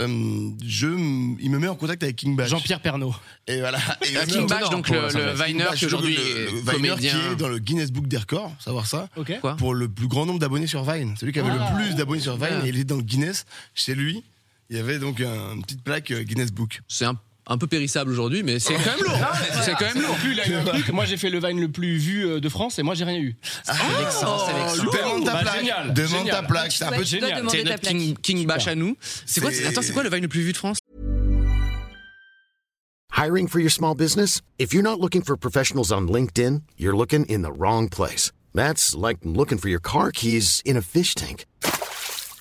S3: euh, je, m- il me met en contact avec King Bash.
S4: Jean-Pierre Pernaut.
S3: Et voilà. Et
S1: Ah,
S3: il me
S1: King
S3: met en-
S1: Bash, donc le, le
S3: King
S1: Viner
S3: Bash,
S1: qui aujourd'hui
S3: le- le-
S1: est
S3: le Viner qui
S1: comédien.
S3: est dans le Guinness Book des records, savoir ça.
S4: Ok.
S1: Quoi
S3: Pour le plus grand nombre d'abonnés sur Vine. Celui qui avait
S4: Ah.
S3: le plus d'abonnés sur Vine,
S1: Ouais.
S3: et il est dans le Guinness. Chez lui, il y avait donc un- une petite plaque euh, Guinness Book.
S1: C'est un, un peu périssable aujourd'hui, mais c'est quand même lourd. C'est quand même lourd.
S4: Plus, là, il y a un truc, Moi, j'ai fait le Vine le plus vu euh, de France et moi, j'ai rien eu.
S3: Ah. Demande ta
S4: Bah,
S3: plaque.
S4: génial,
S3: Demande
S4: génial.
S3: ta
S1: Ah,
S3: plaque. C'est un peu.
S5: tu dois
S4: génial.
S1: C'est
S5: demander ta
S1: notre
S5: plaque.
S1: King, King Bash à nous. C'est quoi,
S3: C'est-
S1: attends, c'est quoi le Vine le plus vu de France
S8: Hiring for your small business? If you're not looking for professionals on LinkedIn, you're looking in the wrong place. That's like looking for your car keys in a fish tank.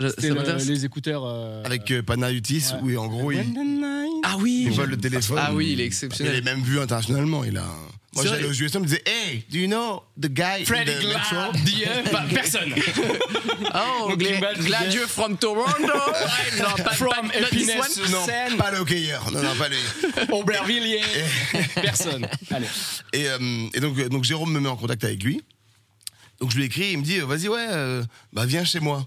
S1: Je-
S4: C'était
S1: ça
S4: le-
S1: m'intéresse.
S4: les écouteurs. euh,
S3: Avec euh, Panayotis,
S4: Ouais.
S3: où il- en gros, il,
S1: Ah oui
S3: il vole le téléphone.
S1: Ah oui, il est
S3: Il est
S1: exceptionnel.
S3: même vu internationalement. Il a... un- Moi,
S1: C'est
S3: j'allais
S1: vrai.
S3: aux USA, on me disait Hey, do you know the guy in
S4: Freddy
S3: the
S4: Glad,
S3: metro?
S4: The- bah, personne.
S1: Oh,
S4: Donc, King
S1: gla-
S4: Bash,
S1: Gladieux from Toronto I'm not- pas-
S4: From
S1: pas- not this
S4: Epiness,
S1: one.
S4: non. Seine.
S3: Pas le hockeyeur. Non, non, pas lui.
S4: Aubervilliers. personne. Allez.
S3: Et, euh, et donc, euh, donc, Jérôme me met en contact avec lui. Donc, je lui écris, il me dit euh, Vas-y, ouais, euh, bah, viens chez moi.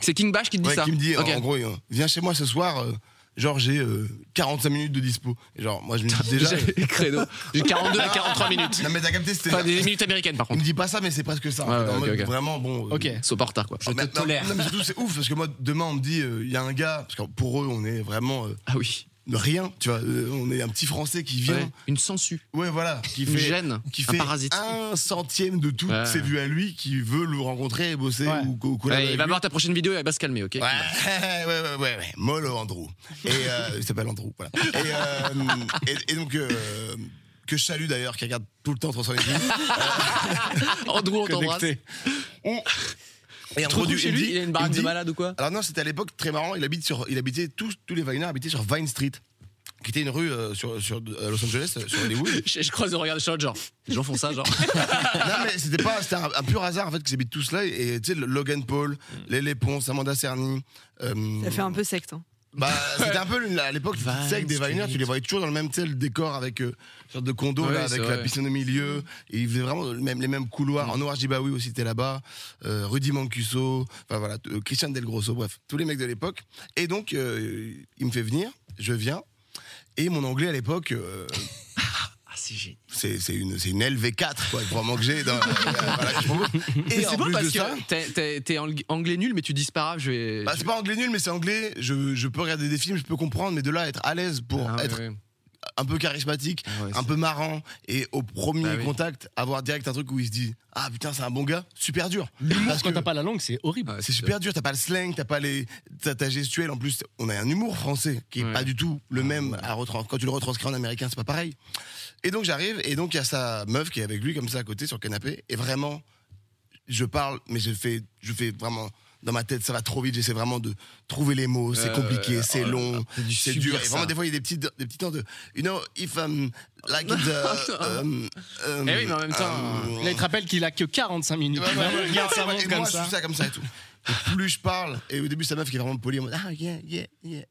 S1: C'est King Bash qui te dit
S3: Ouais,
S1: ça
S3: qui me dit,
S1: Ok.
S3: en gros, euh, viens chez moi ce soir, euh, genre j'ai euh, 45 minutes de dispo. Et genre, moi je me dis déjà. euh,
S1: J'ai credo. J'ai 42 à 43 minutes.
S3: Non, mais t'as capté, c'était.
S1: Enfin, des minutes américaines par
S3: Il me
S1: contre.
S3: dit pas ça, mais c'est presque ça. en
S1: Ouais,
S3: fait, en
S1: ouais, ok,
S3: mode
S1: ok.
S3: Vraiment, bon. euh,
S4: Ok.
S1: Sauf en retard quoi.
S3: non, mais- non, non, mais surtout, c'est ouf, parce que moi, demain, on me dit, euh, il y a un gars, parce que pour eux, on est vraiment euh,
S1: Ah oui.
S3: rien, tu vois. euh, on est un petit Français qui vient.
S1: Ouais. Une sangsue.
S3: Ouais, voilà. Qui
S1: Une
S3: fait,
S1: gêne.
S3: qui
S1: Un
S3: fait
S1: parasite.
S3: un centième de tout.
S1: Ouais.
S3: C'est vu à lui qui veut le rencontrer et bosser
S4: Ouais.
S3: ou, co- ou collaborer
S1: Ouais, il
S3: avec
S1: va
S3: lui.
S1: voir ta prochaine vidéo et elle va se calmer, ok
S3: Ouais, ouais, ouais, ouais, ouais. Molo Andrew. Et euh, il s'appelle Andrew, voilà. Et, euh, et- et donc, euh, que je salue d'ailleurs, qui regarde tout le temps 300
S1: Andrew, on t'embrasse.
S4: Connecté.
S3: Et
S1: Trop cool chez lui, il a une baraque de
S3: malade
S1: malade ou quoi
S3: Alors non, c'était à l'époque très marrant. Il habite sur, il habitait tous, tous les Vineurs habitaient sur Vine Street, qui était une rue euh, sur, sur euh, Los Angeles, euh, sur Hollywood.
S1: je, je croise le regard de Charlotte, genre, les gens font ça, genre.
S3: non mais c'était pas, c'était un, un pur hasard en fait qu'ils habitent tous là. Et tu sais, le- Logan Paul, les Lélé Pons, Amanda Cerny. euh,
S5: Ça fait un peu secte. hein.
S3: Bah, c'était un peu le- à l'époque, tu
S1: Vine
S3: sais, avec des
S1: Street.
S3: Vineurs, tu les voyais toujours dans le même tu sais, le décor avec euh, une sorte de condo
S1: Ouais,
S3: là,
S1: c'est
S3: avec la
S1: vrai. Mm.
S3: piscine au milieu. Et ils faisaient vraiment le même- les mêmes couloirs. En Noir Jibaoui aussi, était là-bas. Euh, Rudy Mancuso, enfin voilà, t- euh, Christian Del Grosso, bref, tous les mecs de l'époque. Et donc, euh, il me fait venir, je viens. Et mon anglais à l'époque, euh,
S1: Ah, c'est génial.
S3: c'est c'est une, c'est une LV4, quoi, vraiment que j'ai. dans- euh, voilà, que je propose.
S1: Mais
S3: Et en
S1: c'est bon
S3: plus
S1: parce
S3: de ça.
S1: que t'es- t'es- t'es ang- anglais nul, mais tu dis c'est pas grave, je vais.
S3: Bah, c'est pas anglais nul, mais c'est anglais. Je, je peux regarder des films, je peux comprendre, mais de là à être à l'aise pour
S1: Ah, ouais,
S3: être
S1: ouais.
S3: un peu charismatique,
S1: Ah ouais,
S3: un
S1: c'est-
S3: peu marrant, et au premier
S1: Bah oui.
S3: contact, avoir direct un truc où il se dit Ah putain, c'est un bon gars, super dur. Parce
S4: Quand
S3: que
S4: t'as pas la langue, c'est horrible.
S1: Ouais,
S3: Bah, c'est super dur, t'as pas le slang, t'as pas les. T'as ta gestuelle, en plus, on a un humour français qui est
S1: Ouais.
S3: pas du tout le même. à retran- Quand tu le retranscris en américain, c'est pas pareil. Et donc j'arrive, et donc il y a sa meuf qui est avec lui, comme ça, à côté, sur le canapé, et vraiment, je parle, mais je fais, je fais vraiment. Dans ma tête, ça va trop vite, j'essaie vraiment de trouver les mots, c'est
S1: Euh,
S3: compliqué, c'est
S1: oh là
S3: long,
S1: c'est du
S3: c'est
S1: subir
S3: dur. Et
S1: ça.
S3: vraiment, des fois, il y a des petits, des petits temps de. You know, if I'm like the. um, um,
S1: Ah, Eh oui, mais en même temps,
S3: um,
S4: Là, il te rappelle qu'il a que 45 minutes.
S3: Ouais, ouais,
S4: Vraiment,
S3: ouais,
S4: regarde,
S3: ouais,
S4: ça
S3: ouais,
S4: monte
S3: et
S4: comme
S3: moi,
S4: ça.
S3: je suis ça comme ça et tout. Et plus je parle, et au début, sa meuf qui est vraiment polie, en mode Ah, yeah, yeah, yeah.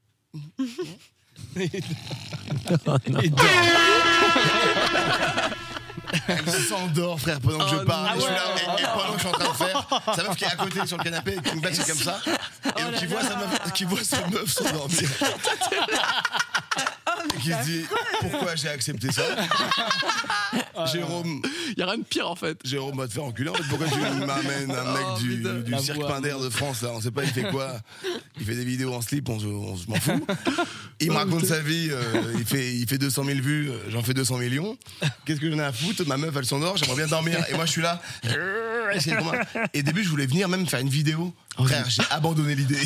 S4: Et donc,
S3: Elle s'endort, frère, pendant que je parle.
S4: non.
S3: et je suis là, et- et pendant que je suis en train de faire, sa meuf qui est à côté sur le canapé, et qui me bat, c'est comme ça.
S4: Ah
S3: Et donc, qui voit sa meuf, qui voit sa meuf s'endormir.
S4: Ah,
S3: Et qui se dit Pourquoi j'ai accepté ça Jérôme,
S1: Il y a rien de pire en fait.
S3: Jérôme va te faire enculer. En fait, pourquoi tu m'amènes un mec
S1: Oh,
S3: du,
S1: putain.
S3: du
S4: La
S3: cirque
S4: voix.
S3: Pinder de France là On sait pas, il fait quoi Il fait des vidéos en slip, on se, on se- m'en fout. Il
S1: Oh,
S3: me raconte sa vie, euh, il, fait, il fait 200 000 vues, euh, j'en fais 200 millions. Qu'est-ce que j'en ai à foutre Ma meuf, elle s'endort, j'aimerais bien dormir. Et moi, je suis là. euh, essayer de convaincre. Et au début, je voulais venir même faire une vidéo.
S1: Oh,
S3: Frère, j'ai abandonné l'idée.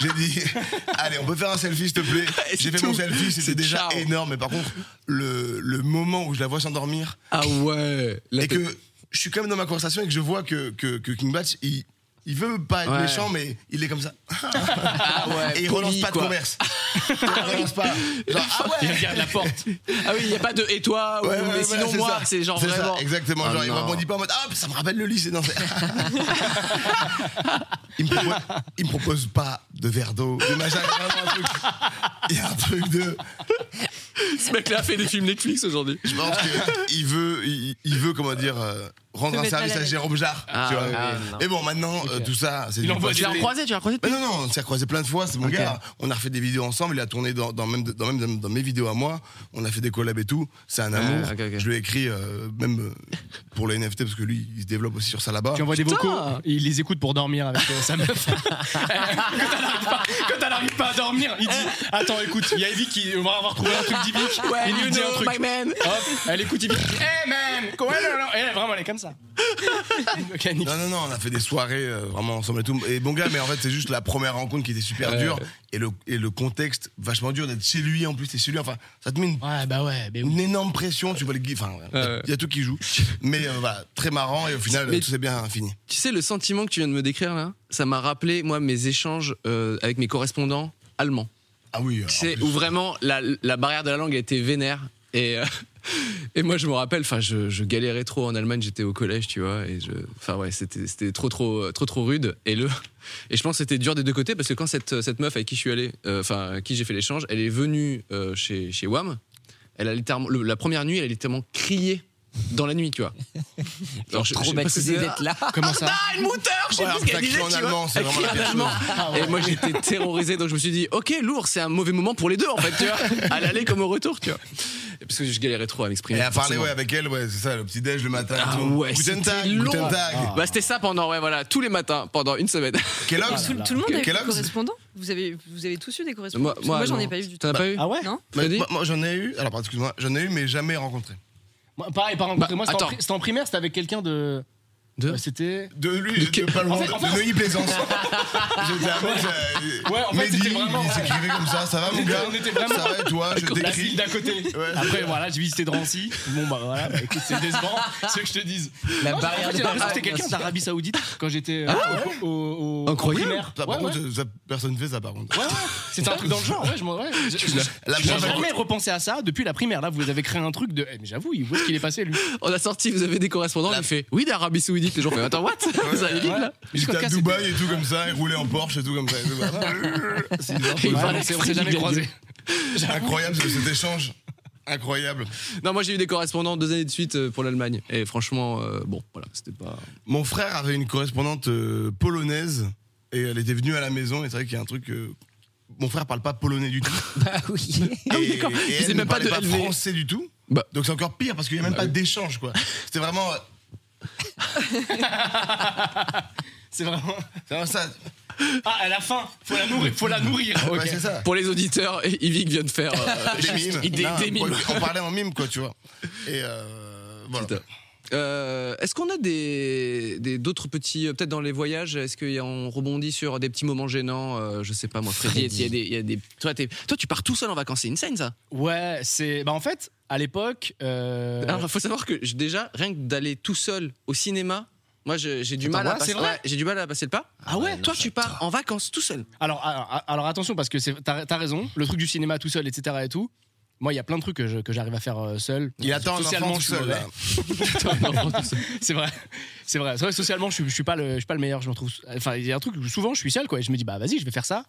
S3: j'ai dit, allez, on peut faire un selfie, s'il te plaît.
S1: Et c'est
S3: J'ai fait
S1: tout.
S3: mon selfie, c'était
S1: C'est
S3: déjà
S1: ciao.
S3: énorme. Mais par contre, le, le moment où je la vois s'endormir,
S1: Ah ouais. Là,
S3: et
S1: t'es-
S3: que je suis quand même dans ma conversation et que je vois que, que, que King Batch, il, il veut pas être
S1: Ouais.
S3: méchant, mais il est comme ça.
S1: Ah ouais.
S3: et il relance
S1: poli,
S3: pas de
S1: quoi.
S3: commerce. il relance pas. Genre, ah
S4: il
S3: ouais
S4: regarde la porte.
S1: Ah oui, il n'y a pas de et toi ou
S3: Ouais, ouais,
S1: mais
S3: ouais,
S1: sinon
S3: c'est
S1: moi,
S3: ça.
S1: c'est genre
S3: ça,
S1: vraiment.
S3: exactement.
S1: Ah
S3: genre, il
S1: non.
S3: rebondit pas en mode Ah, ça me rappelle le lycée. Non, c'est- il, me propose, il me propose pas de verre d'eau, de machin. Il y a vraiment un truc- Il y a un truc de.
S1: Ce mec-là fait des films Netflix aujourd'hui.
S3: Je pense qu'il veut, il, il veut, comment dire, euh, rendre un
S5: mettre mal à
S3: service à
S5: l'aise.
S3: Jérôme Jarre.
S1: Ah,
S3: tu vois.
S1: ouais,
S2: ouais, non.
S3: Et bon, maintenant, euh, tout ça, c'est du
S4: envoie
S1: Tu l'as
S3: passé.
S1: recroisé, tu l'as recroisé
S3: Mais non, non, on s'est croisé plein de fois, c'est mon gars. On a refait des vidéos ensemble, il a tourné dans, dans même, dans, même dans, dans mes vidéos à moi. On a fait des collabs et tout. C'est un amour.
S1: Ah, ok, ok.
S3: Je lui ai écrit, euh, même euh, pour les NFT, parce que lui, il se développe aussi sur ça là-bas.
S4: Tu envoies des vocaux, il les écoute pour dormir avec euh, sa meuf. quand elle n'arrive pas, quand elle arrive pas à dormir, il
S3: Eh.
S4: dit Attends, écoute, il y a Evie qui on va avoir trouvé un truc d'Ivic. il lui dit un truc.
S1: Eh, my man.
S4: Hop, elle écoute Ivic. Hey man comment elle- elle- elle- elle- Eh, vraiment, elle est comme ça. Mécanique.
S3: Non, non, non, on a fait des soirées euh, vraiment ensemble et tout. Et bon gars, mais en fait, c'est juste la première rencontre qui était super dure. Et le, et le contexte, vachement dur d'être chez lui en plus, c'est chez lui. Enfin, ça te met une
S4: Ouais, bah ouais, mais oui.
S3: une énorme pression, tu vois le gui- enfin, il
S1: Ouais.
S3: y a tout qui joue, mais euh, voilà, très marrant et au final
S1: Mais-
S3: tout s'est bien fini.
S1: Tu sais, le sentiment que tu viens de me décrire là, ça m'a rappelé, moi, mes échanges euh, avec mes correspondants allemands.
S3: Ah oui,
S1: Tu sais, où vraiment la, la barrière de la langue a été vénère. Et, euh, et moi, je me rappelle, enfin, je, je galérais trop en Allemagne, j'étais au collège, tu vois. Et je, enfin, ouais, c'était c'était trop, trop, euh, trop, trop rude. Et, le, et je pense que c'était dur des deux côtés parce que quand cette, cette meuf avec qui je suis allé, euh, enfin, à qui j'ai fait l'échange, elle est venue euh, chez, chez WAM. Elle a littéralement, le- la première nuit, elle a littéralement crié dans la nuit, tu vois.
S2: Genre,
S1: je- je-
S2: traumatisé
S1: parce que-
S2: d'être là.
S4: Comment ça
S1: Ah, bah, une moutarde, je sais
S3: Ouais,
S1: plus ce qu'elle
S3: t'as crié
S1: disait,
S3: en
S1: tu vois.
S3: allemand, c'est
S1: Elle
S3: vraiment
S1: crie
S3: la Ah,
S1: en
S3: pire
S1: allemand. Et moi j'étais terrorisé, donc je me suis dit, ok, lourd, c'est un mauvais moment pour les deux en fait, tu vois, à l'aller comme au retour, tu vois. Parce que je galérais trop à m'exprimer.
S3: Et à parler
S1: forcément.
S3: ouais, avec elle, ouais, c'est ça, le petit déj le matin.
S1: Ah
S3: et tout.
S1: ouais,
S3: Guten
S1: c'était
S3: Tag,
S1: long.
S3: Guten Tag.
S1: Bah c'était ça pendant, ouais, voilà, tous les matins, pendant une semaine.
S3: Kellogg's
S5: Tout, tout le monde a eu des
S3: Kellogg's
S5: correspondants vous avez, vous avez tous eu des correspondants
S1: Moi-
S5: Parce que
S1: moi,
S5: Moi, j'en ai
S1: non.
S5: pas eu du tout.
S1: T'en as pas eu
S4: Ah ouais
S5: Non
S3: Bah,
S1: Vas-y.
S3: moi, moi, j'en ai eu, alors pardon, excuse-moi, j'en ai eu mais jamais rencontré.
S4: Moi, Pareil, par rencontrer
S1: Bah,
S4: moi, c'était en
S1: attends.
S4: pri- c'était en primaire, c'était avec quelqu'un de.
S1: De-
S4: Euh, C'était.
S3: De lui, de, pas loin,
S4: en fait-
S3: de-
S4: en fait-
S3: de Neuilly-Plaisance. J'étais à moi, j'ai-
S4: Ouais, en fait,
S3: Mehdi,
S4: c'était vraiment-
S3: il s'écrivait comme ça, ça va mon
S4: était-
S3: gars
S4: on était vraiment-
S3: Ça va et toi, je
S4: La
S3: t'écris.
S4: ville d'à côté.
S3: Ouais.
S4: Après, voilà, j'ai visité Drancy. Bon, bah voilà, bah, écoute, c'est décevant, ce que je te dise.
S2: La
S4: Non,
S2: barrière
S4: j'ai-
S2: de
S4: j'ai
S2: la
S4: l'impression que c'était
S2: langue,
S4: quelqu'un
S2: bien sûr.
S4: d'Arabie Saoudite quand j'étais euh, au, au- au-
S1: Incroyable.
S4: en primaire.
S3: Ça, par
S4: Ouais, ouais.
S3: contre, ça- personne fait ça par contre.
S4: Ouais, ouais. C'était un truc dans le genre. Ouais, je m'en- ouais. Je- je-
S3: La
S4: J'ai
S3: première-
S4: jamais repensé à ça depuis la primaire. Là, vous avez créé un truc de. Eh, mais j'avoue, il- où est-ce qu'il est passé, lui
S1: On a sorti, vous avez des correspondants, il fait, oui, d'Arabie Saoudite, les gens font, attends, what Vous allez vite, là
S3: J'étais
S4: Mais jusqu'en
S3: à
S4: cas,
S3: Dubaï et tout comme ça, il roulait en Porsche et tout comme ça. et tout. C'est bizarre.
S4: c'était-
S1: Il
S4: Ouais,
S1: parlait
S4: on s'est-
S1: extrêmement
S4: on s'est jamais
S1: bien.
S4: croisés.
S3: Incroyable ce- cet échange. Incroyable.
S1: Non, moi j'ai eu des correspondants deux années de suite euh, pour l'Allemagne. Et franchement, euh, bon, voilà, c'était pas.
S3: Mon frère avait une correspondante euh, polonaise et elle était venue à la maison et c'est vrai qu'il y a un truc. euh, mon frère parle pas polonais du tout.
S2: Bah oui.
S3: Et,
S1: Ah oui, d'accord.
S3: et
S1: Il
S3: elle
S1: sait
S3: ne
S1: même pas
S3: parlait
S1: de
S3: pas
S1: LV.
S3: français du tout.
S1: Bah.
S3: Donc c'est encore pire parce qu'il n'y a même pas d'échange quoi. C'était vraiment, euh,
S4: C'est vraiment.
S3: c'est vraiment ça.
S4: Ah, à la fin, faut la nourrir. Faut la nourrir.
S3: Ouais, c'est ça.
S1: Pour les auditeurs, Yvick vient de faire euh,
S3: Des mimes.
S1: des-
S3: Non,
S1: des mimes.
S3: On parlait en mime, quoi, tu vois. Et euh, voilà.
S1: Putain. Euh, est-ce qu'on a des des- d'autres petits euh, peut-être dans les voyages est-ce qu'on rebondit sur des petits moments gênants euh, je sais pas moi Freddy,
S2: Freddy.
S1: il y a des, il y a des- toi, t'es- toi, tu pars tout seul en vacances c'est insane ça
S4: Ouais, c'est. Bah, en fait, à l'époque. euh,
S1: Alors, faut savoir que je- déjà rien que d'aller tout seul au cinéma moi je- j'ai du mal à
S4: ouais,
S1: passer
S4: c'est vrai
S1: ouais, j'ai du mal à passer le pas
S4: Ah ouais
S1: toi tu pars en vacances tout seul
S4: Alors, alors, alors, attention, parce que c'est- t'as t'as raison, le truc du cinéma tout seul, etc. et tout. Moi, il y a plein de trucs que je- que j'arrive à faire euh, seul.
S3: Il attend un
S4: Socialement,
S3: enfant tout
S4: je suis
S3: seul,
S4: mauvais.
S3: là.
S4: C'est vrai, c'est vrai. C'est vrai que socialement, je, suis- je suis pas le, je suis pas le meilleur. Je me trouve. Enfin, il y a un truc où souvent, je suis seul, quoi. Et je me dis, bah vas-y, je vais faire ça.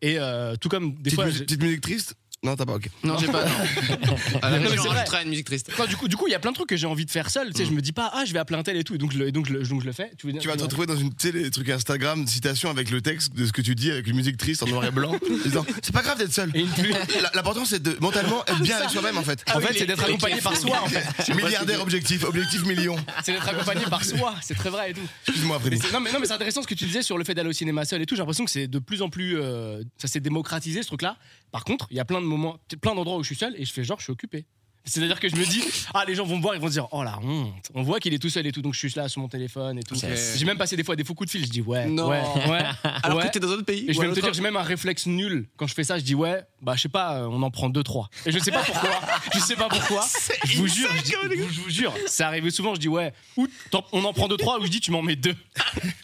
S4: Et euh, tout comme des
S3: Petite,
S4: fois,
S3: musique-
S4: je-
S3: petite musique triste Non, t'as pas, ok.
S1: non j'ai pas non. à la
S4: Non, mais
S1: maison,
S4: c'est
S1: on
S4: vrai.
S1: rajoutera une musique triste
S4: Non, du coup, du coup, il y a plein de trucs que j'ai envie de faire seul. Tu sais, je me dis pas, ah, je vais appeler un tel et tout. Et donc, je le, et donc, je le- donc, je le fais. veux dire-
S3: Mm. Tu vas te retrouver dans une télé, truc Instagram, citation avec le texte de ce que tu dis, avec une musique triste en noir et blanc, en disant c'est pas grave d'être seul.
S4: Et une pluie.
S3: La- L'important c'est de mentalement
S1: Ah,
S3: être bien avec soi-même en fait.
S4: En fait, c'est d'être accompagné par soi. En fait.
S3: Milliardaire objectif, objectif million.
S4: C'est d'être accompagné par soi. C'est très vrai et tout.
S3: Excuse-moi
S4: Mais
S3: Freddy.
S4: c'est- non, mais, non, mais c'est intéressant ce que tu disais sur le fait d'aller au cinéma seul et tout. J'ai l'impression que c'est de plus en plus. euh, ça s'est démocratisé ce truc-là. Par contre, il y a plein de moments, plein d'endroits où je suis seul et je fais genre, je suis occupé. C'est-à-dire que je me dis, ah, les gens vont me voir, ils vont se dire, oh la honte. On voit qu'il est tout seul et tout, donc je suis là sur mon téléphone et tout.
S1: C'est-
S4: J'ai même passé des fois des faux coups de fil. Je dis, ouais,
S1: Non.
S4: ouais, ouais.
S1: alors
S4: ouais.
S1: que t'es dans un autre pays
S4: Et je
S1: ou
S4: vais
S1: un
S4: même te
S1: autre-
S4: dire, j'ai même un réflexe nul. Quand je fais ça, je dis ouais, bah je sais pas, euh, on en prend deux trois. Et je sais pas pourquoi. je sais pas pourquoi. Je vous jure, je, dis- je vous jure, ça arrive souvent. Je dis ouais, ou t'en- on en prend deux trois, ou je dis tu m'en mets deux.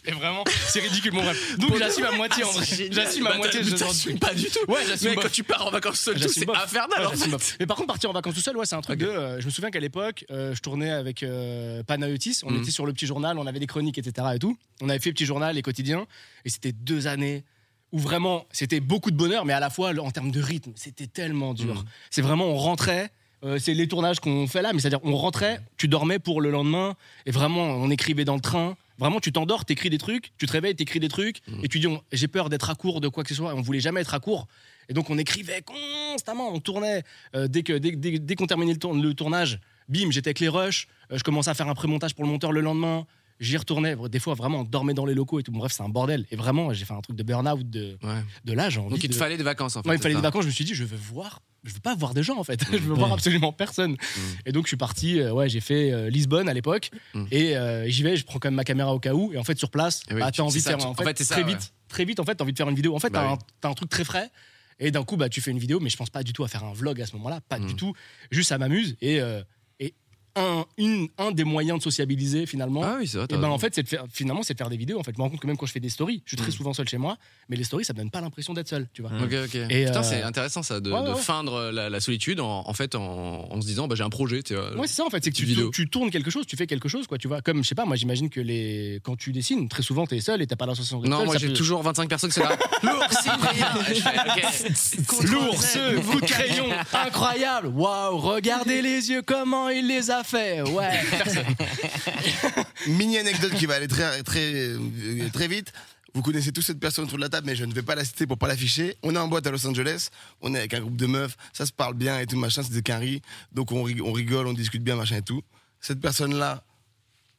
S4: Et vraiment, c'est ridicule mon rêve. Donc j'assume à moitié en vrai. J'assume à
S1: Bah,
S4: moitié.
S1: t'as-
S4: je-
S1: t'assumes pas du tout
S4: Ouais, j'assume
S1: mais
S4: pas.
S1: quand tu pars en vacances seul tout,
S4: J'assume
S1: c'est
S4: pas.
S1: infernal
S4: Ouais,
S1: en
S4: j'assume
S1: fait.
S4: pas. Mais par contre, partir en vacances tout seul, ouais, c'est un truc
S1: Ok.
S4: de. euh, je me souviens qu'à l'époque, euh, je tournais avec euh, Panayotis. On
S1: Mhm.
S4: était sur le petit journal, on avait des chroniques, etc. Et tout. On avait fait petit journal et quotidien. Et c'était deux années où vraiment, c'était beaucoup de bonheur, mais à la fois, le- en termes de rythme, c'était tellement dur.
S1: Mhm.
S4: C'est vraiment, on rentrait. euh, c'est les tournages qu'on fait là, mais c'est-à-dire, on rentrait, tu dormais pour le lendemain, et vraiment, on écrivait dans le train. Vraiment, tu t'endors, t'écris des trucs, tu te réveilles, t'écris des trucs,
S1: Mhm.
S4: et tu dis, on- j'ai peur d'être à court de quoi que ce soit, et on voulait jamais être à court. Et donc, on écrivait constamment, on tournait. Euh, dès que- dès, dès- dès qu'on terminait le, tour- le tournage, bim, j'étais avec les rushs, euh, je commençais à faire un pré-montage pour le monteur le lendemain, j'y retournais. Des fois, vraiment, on dormait dans les locaux et tout. Bref, c'est un bordel. Et vraiment, j'ai fait un truc de burn-out de,
S1: Ouais.
S4: de là, j'ai envie
S1: donc il te
S4: de-
S1: fallait des vacances en fait
S4: Ouais, il me fallait
S1: c'est
S4: des
S1: ça Mm.
S4: vacances, je me suis dit, je veux voir, je veux pas voir des gens en fait, je veux voir absolument personne. Et donc je suis parti, euh, ouais, j'ai fait euh, Lisbonne à l'époque,
S1: Mm.
S4: et euh, j'y vais, je prends quand même ma caméra au cas où, et en fait sur place,
S1: Eh oui,
S4: bah,
S1: tu-
S4: t'as envie de
S1: c'est ça,
S4: faire,
S1: tu-
S4: en
S1: en
S4: fait,
S1: fait, c'est ça,
S4: très
S1: ouais.
S4: vite, très vite en fait, t'as envie de faire une vidéo. En fait,
S1: Bah
S4: t'as,
S1: oui.
S4: un, t'as un truc très frais. Et d'un coup, bah, tu fais une vidéo, mais je pense pas du tout à faire un vlog à ce moment-là, pas
S1: Mm.
S4: du tout. Juste, ça m'amuse. Et, euh, et un, une- un des moyens de sociabiliser, finalement,
S1: ah oui c'est vrai
S4: et
S1: t'as
S4: ben
S1: raison. Mm.
S4: en fait, c'est de faire, finalement, c'est de faire des vidéos. En fait, je me rends compte que même quand je fais des stories, je suis très souvent seul chez moi, mais les stories, ça me donne pas l'impression d'être seul, tu vois.
S1: Ok, ok.
S4: Et,
S1: Putain,
S4: euh,
S1: c'est intéressant ça, de,
S4: ouais,
S1: de
S4: ouais.
S1: feindre euh, la, la solitude en, en fait en, en se disant bah, j'ai un projet. Tu vois.
S4: Ouais, c'est ça en fait, c'est que tu,
S1: Petite vidéo.
S4: tu tournes quelque chose, tu fais quelque chose, quoi, tu vois. Comme, je sais pas, moi j'imagine que les... quand tu dessines, très souvent t'es seul et t'as pas l'association de
S1: non,
S4: seul,
S1: moi
S4: ça
S1: j'ai
S4: peut-
S1: toujours 25 personnes, c'est là. Lourd, c'est
S4: L'ours, vous crayon, incroyable. Waouh, regardez les yeux, comment il les a fait. Ouais.
S3: Mini anecdote qui va aller très, très, euh, très vite. Vous connaissez tous cette personne autour de la table, mais je ne vais pas la citer pour pas l'afficher. On est en boîte à Los Angeles, on est avec un groupe de meufs, ça se parle bien et tout machin, c'est des quinries, donc on, rig- on rigole, on discute bien machin et tout. Cette personne-là,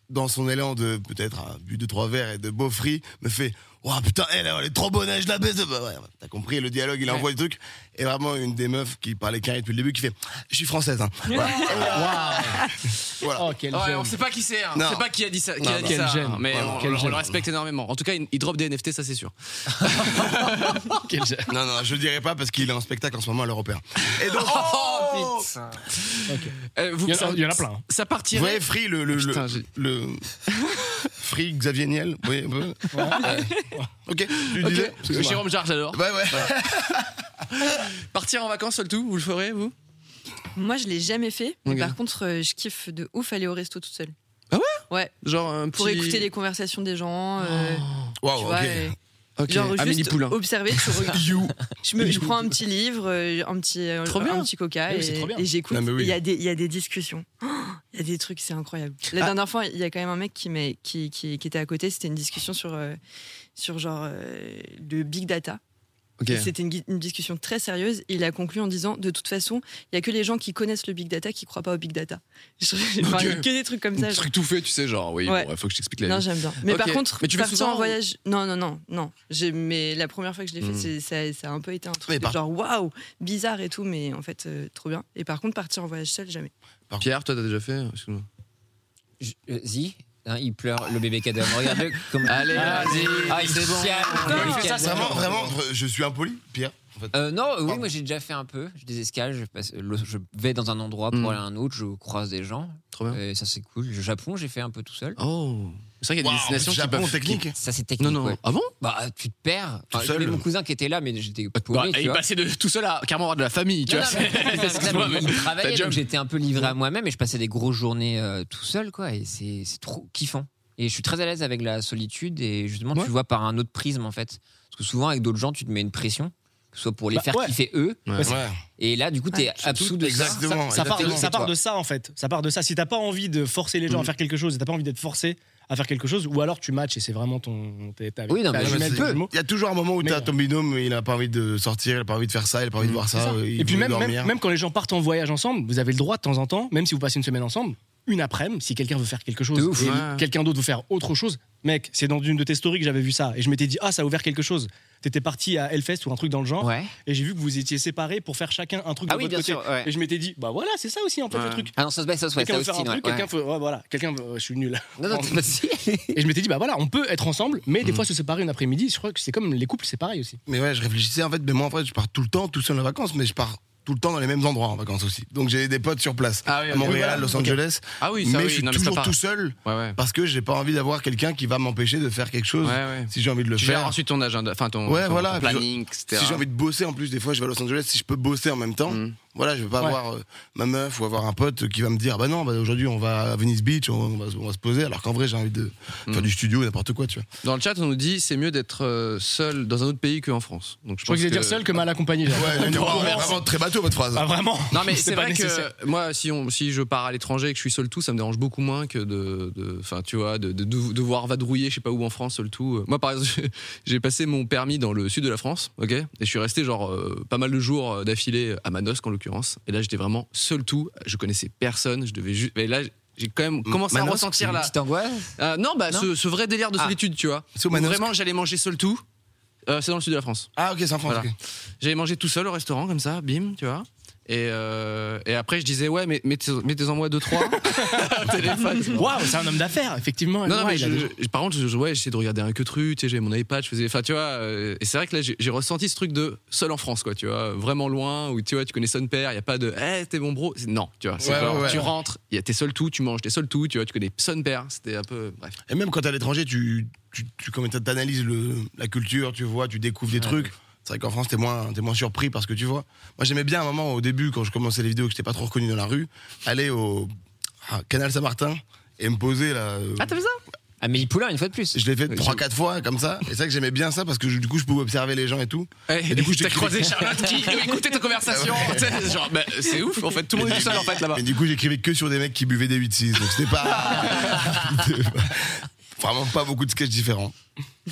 S3: dans son élan de peut-être un but de trois verres et de beau free, me fait Ouah putain, elle, elle est trop bonne, elle, je la baisse. de- Bah ouais, T'as compris, le dialogue, il envoie le truc. Et vraiment, une des meufs qui parlait quinries depuis le début qui fait Je suis française. Hein. Voilà. Voilà.
S4: Oh, quel
S1: Ouais,
S4: jeune.
S1: on sait pas qui c'est, hein.
S3: Non.
S1: on sait pas qui a dit ça, qui
S3: Non,
S1: a
S3: non.
S1: dit ça,
S4: Quel gêne.
S1: mais
S4: Ouais,
S1: on,
S4: quel
S1: on
S4: gêne.
S1: le respecte énormément. En tout cas, il, il drop des NFT, ça c'est sûr.
S4: Quel jeune.
S3: Non, non, je le dirai pas parce qu'il est en spectacle en ce moment à l'européen. Et donc,
S1: Oh, Euh, vous-
S4: Il y en a-
S1: ça-
S4: il y en a plein, hein.
S1: Ça
S3: vous
S1: partirait.
S3: voyez Free, le. le, le-
S1: Ah, Putain, j'ai-
S3: le- Free Xavier Niel, vous voyez un peu Ouais. Ok, tu
S1: Ok.
S3: disais Excuse-moi.
S1: Jérôme Jarge alors.
S3: Ouais, ouais.
S1: Partir en vacances seul tout, vous le ferez vous
S5: Moi, je l'ai jamais fait. Mais
S1: Ok.
S5: par contre, euh, je kiffe de ouf aller au resto toute seule.
S1: Ah ouais
S5: Ouais.
S1: Genre un petit. Oh,
S5: Pour écouter les conversations des gens. euh,
S3: Waouh,
S5: tu
S3: ok.
S5: vois, euh,
S1: Ok,
S5: genre juste
S1: Amélie Poulain.
S5: observer, tu regardes. je, me, je prends un petit livre, euh, un petit, euh,
S1: Trop bien.
S5: un petit coca
S4: Ah oui, c'est trop bien.
S5: et, et j'écoute.
S3: Ah, mais oui.
S5: Et Il y a des, il y a des discussions. Oh, Il y a des trucs, c'est incroyable.
S1: Ah.
S5: La dernière fois, il y a quand même un mec qui, m'est- qui, qui, qui était à côté. C'était une discussion sur, euh, sur genre euh, le big data.
S1: Ok.
S5: Et C'était une, gui- une discussion très sérieuse. Il a conclu en disant de toute façon, il y a que les gens qui connaissent le big data qui croient pas au big data. Je- enfin,
S1: Ok.
S5: il y a que des trucs comme ça.
S1: Un truc tout fait, tu sais, genre, oui,
S5: Ouais.
S1: bon, faut que je t'explique la
S5: Non,
S1: vie.
S5: j'aime bien. Mais
S1: Ok.
S5: par contre,
S1: Mais tu vas
S5: partir
S1: souvent,
S5: en
S1: ou-
S5: voyage. Non, non, non, non. J'ai- Mais la première fois que je l'ai fait,
S1: Mm.
S5: c'est- ça, ça a un peu été un truc
S3: Mais
S5: de
S3: par-
S5: genre waouh, bizarre et tout, mais en fait, euh, trop bien. Et par contre, partir en voyage seul, jamais.
S1: Pierre, toi, t'as déjà fait Excuse-moi.
S2: Je- euh, Zi, hein, il pleure le bébé cadavre. Regarde-le comme.
S1: Allez, vas-y.
S2: Ah, il
S1: C'est bon.
S2: chiale,
S1: Non,
S2: le bébé
S3: Ça,
S2: cadavre.
S3: vraiment, vraiment, je suis impoli, Pierre. En
S1: Ah,
S3: fait.
S2: Euh, non, euh, oui,
S3: Pardon.
S2: moi j'ai déjà fait un peu. Je désescale, je, passe- le- je vais dans un endroit pour
S1: Mm. Hein.
S2: aller à un autre, je croise des gens.
S1: Trop bien.
S2: Et ça c'est cool. Le Japon, j'ai fait un peu tout seul.
S1: Oh. C'est vrai qu'il y a
S3: Waouh,
S1: des destinations qui
S3: Japon,
S1: peuvent.
S3: technique.
S2: Ça c'est technique.
S1: Non, non.
S2: ouais.
S1: Ah bon
S2: Bah tu te perds.
S3: Tout
S2: Enfin,
S3: seul.
S2: mais mon cousin qui était là, mais j'étais
S1: Bah,
S2: paumé,
S1: et
S2: tu
S1: Il
S2: vois.
S1: passait de tout seul à carrément avoir de la famille, tu
S2: Non,
S1: vois.
S2: non, mais- non, mais-
S1: Excuse-moi, mais-
S2: il
S1: t'as
S2: travaillait,
S1: jump.
S2: donc j'étais un peu livré à moi-même et je passais des grosses journées euh, tout seul, quoi. Et c'est c'est trop kiffant. Et je suis très à l'aise avec la solitude et justement,
S1: Ouais.
S2: tu vois par un autre prisme en fait. Parce que souvent, avec d'autres gens, tu te mets une pression, que ce soit pour les
S4: Bah,
S2: faire
S4: ouais.
S2: kiffer eux.
S3: Ouais.
S2: Et là, du coup, t'es absous de ça.
S3: Exactement.
S4: Ça part, de,
S3: exactement.
S4: ça part de ça en fait. Ça part de ça. Si t'as pas envie de forcer les gens à
S1: Mm.
S4: faire quelque chose, et t'as pas envie d'être forcé à faire quelque chose, ou alors tu matches et c'est vraiment ton. t'es- t'as-
S2: Oui, non,
S1: Bah,
S4: t'as la
S2: mais
S3: Ouais,
S4: jumelle,
S3: bah, c'est-
S4: t'as le mot.
S3: Il y a toujours un moment où
S4: Mais
S3: t'as
S4: bon.
S3: ton binôme, il a pas envie de sortir, il a pas envie de faire ça, il a
S1: Mm,
S3: pas envie de voir ça. euh, il
S4: Et puis
S3: veut
S4: même,
S3: dormir.
S4: même, même quand les gens partent en voyage ensemble, vous avez le droit de temps en temps, même si vous passez une semaine ensemble, une après-midi, si quelqu'un veut faire quelque chose,
S2: De ouf.
S4: et
S1: Ouais.
S4: quelqu'un d'autre veut faire autre chose, mec, c'est dans une de tes stories que j'avais vu ça, et je m'étais dit, ah, ça a ouvert quelque chose. T'étais parti à Hellfest ou un truc dans le genre,
S2: Ouais.
S4: et j'ai vu que vous étiez séparés pour faire chacun un truc
S2: Ah
S4: de
S2: oui,
S4: votre
S2: bien
S4: côté.
S2: sûr. ouais.
S4: Et je m'étais dit, bah voilà, c'est ça aussi en fait
S1: Ouais.
S4: le truc.
S2: Ah non, ça se baisse, ça se baisse.
S4: Quelqu'un veut
S2: ça
S4: faire un
S2: aussi, ouais,
S4: truc,
S2: ouais.
S4: quelqu'un veut- ouais, voilà, quelqu'un veut- je suis nul.
S2: Non, non, t'es pas si.
S4: Et je m'étais dit, bah voilà, on peut être ensemble, mais des fois se séparer une après-midi, je crois que c'est comme les couples, c'est pareil aussi.
S3: Mais ouais, je réfléchissais en fait, mais moi en fait, je pars tout le temps tout seul en vacances, mais je pars tout le temps dans les mêmes endroits en vacances aussi. Donc j'ai des potes sur place.
S1: Ah oui,
S3: à
S1: ok.
S3: Montréal,
S4: Oui, voilà.
S3: Los
S4: Ok.
S3: Angeles.
S1: Ah oui, ça
S3: mais
S1: oui,
S3: je suis
S1: non, ça
S3: toujours
S1: part.
S3: tout seul
S1: Ouais, ouais.
S3: parce que j'ai pas envie d'avoir quelqu'un qui va m'empêcher de faire quelque chose
S1: Ouais, ouais.
S3: si j'ai envie de le
S1: Tu gères
S3: faire.
S1: ensuite ton agenda, enfin ton,
S3: Ouais,
S1: ton- ton
S3: voilà, puis je-
S1: planning, etc.
S3: Si j'ai envie de bosser en plus, des fois je vais à Los Angeles, si je peux bosser en même temps,
S1: Mm.
S3: voilà, je vais pas
S4: Ouais.
S3: avoir euh, ma meuf ou avoir un pote qui va me dire bah non, bah, aujourd'hui on va à Venice Beach, on, on va, on va se poser, alors qu'en vrai j'ai envie de
S1: Mm.
S3: faire du studio, n'importe quoi, tu vois.
S1: Dans le chat, on nous dit c'est mieux d'être euh, seul dans un autre pays qu'en France. Donc je,
S4: Je crois que
S1: pense
S4: je vais dire seul que mal accompagné. là.
S3: Ouais, vraiment très bateau votre phrase.
S4: Ah, vraiment
S1: Non mais c'est
S4: pas
S1: vrai
S4: nécessaire.
S1: que moi si on si je pars à l'étranger et que je suis seul tout ça me dérange beaucoup moins que de de- enfin tu vois de, de- de devoir vadrouiller je sais pas où en France seul tout Euh, moi par exemple j'ai passé mon permis dans le sud de la France ok et je suis resté genre euh, pas mal de jours euh, d'affilée à Manosque en l'occurrence et là j'étais vraiment seul tout je connaissais personne je devais juste mais là j'ai quand même commencé à
S3: Manosque,
S1: ressentir
S2: Une
S1: la
S2: petite angoisse.
S1: Euh, non bah
S2: Non
S1: ce, ce vrai délire de
S2: Ah.
S1: solitude tu vois
S3: C'est au
S1: Où
S3: Manosque.
S1: vraiment j'allais manger seul tout Euh, c'est dans le sud de la France
S3: Ah ok, c'est en France.
S1: Voilà.
S3: ok.
S1: J'avais mangé tout seul au restaurant, comme ça, bim, tu vois. Et, euh, et après, je disais, ouais, mais mettez- mettez-en moi deux, trois. téléphone.
S4: Waouh, c'est un homme d'affaires, effectivement.
S1: Non, non,
S4: Ouais,
S1: mais
S4: il
S1: je-
S4: a des-
S1: je- par contre, je, je- ouais, j'essayais de regarder un que truc, tu sais, j'avais mon iPad, je faisais. Enfin, tu vois, euh, et c'est vrai que là, j'ai j'ai ressenti ce truc de seul en France, quoi, tu vois, vraiment loin, où tu vois, tu connais son père, il n'y a pas de, eh, t'es bon bro. C'est- Non, tu vois, c'est
S3: Ouais,
S1: genre,
S3: ouais, ouais.
S1: tu rentres, y a- t'es seul tout, tu manges, t'es seul tout, tu vois, tu connais son père, c'était un peu. Bref.
S3: Et même quand t'es à l'étranger, tu, tu, tu comment dire, t'analyses le, la culture, tu vois, tu découvres des trucs. C'est vrai qu'en France, t'es moins, t'es moins surpris parce que tu vois. Moi, j'aimais bien un moment au début, quand je commençais les vidéos, que j'étais pas trop reconnu dans la rue, aller au ah, Canal Saint-Martin et me poser là. euh,
S5: Ah, t'as vu ça
S2: Amélie Poulain, une fois de plus.
S3: je l'ai fait
S1: Oui,
S3: trois,
S1: je-
S3: quatre fois comme ça. Et c'est vrai que j'aimais bien ça parce que je- du coup, je pouvais observer les gens et tout.
S1: Et,
S3: du coup,
S1: t'as
S3: j'ai
S1: croisé Charlotte qui écoutait ta conversation. tu sais, genre, bah, c'est ouf, en fait, tout le monde est tout seul, en fait, là-bas.
S3: Et du coup, j'écrivais que sur des mecs qui buvaient des 8-6. Donc c'était pas. c'était pas- Vraiment pas beaucoup de sketchs différents.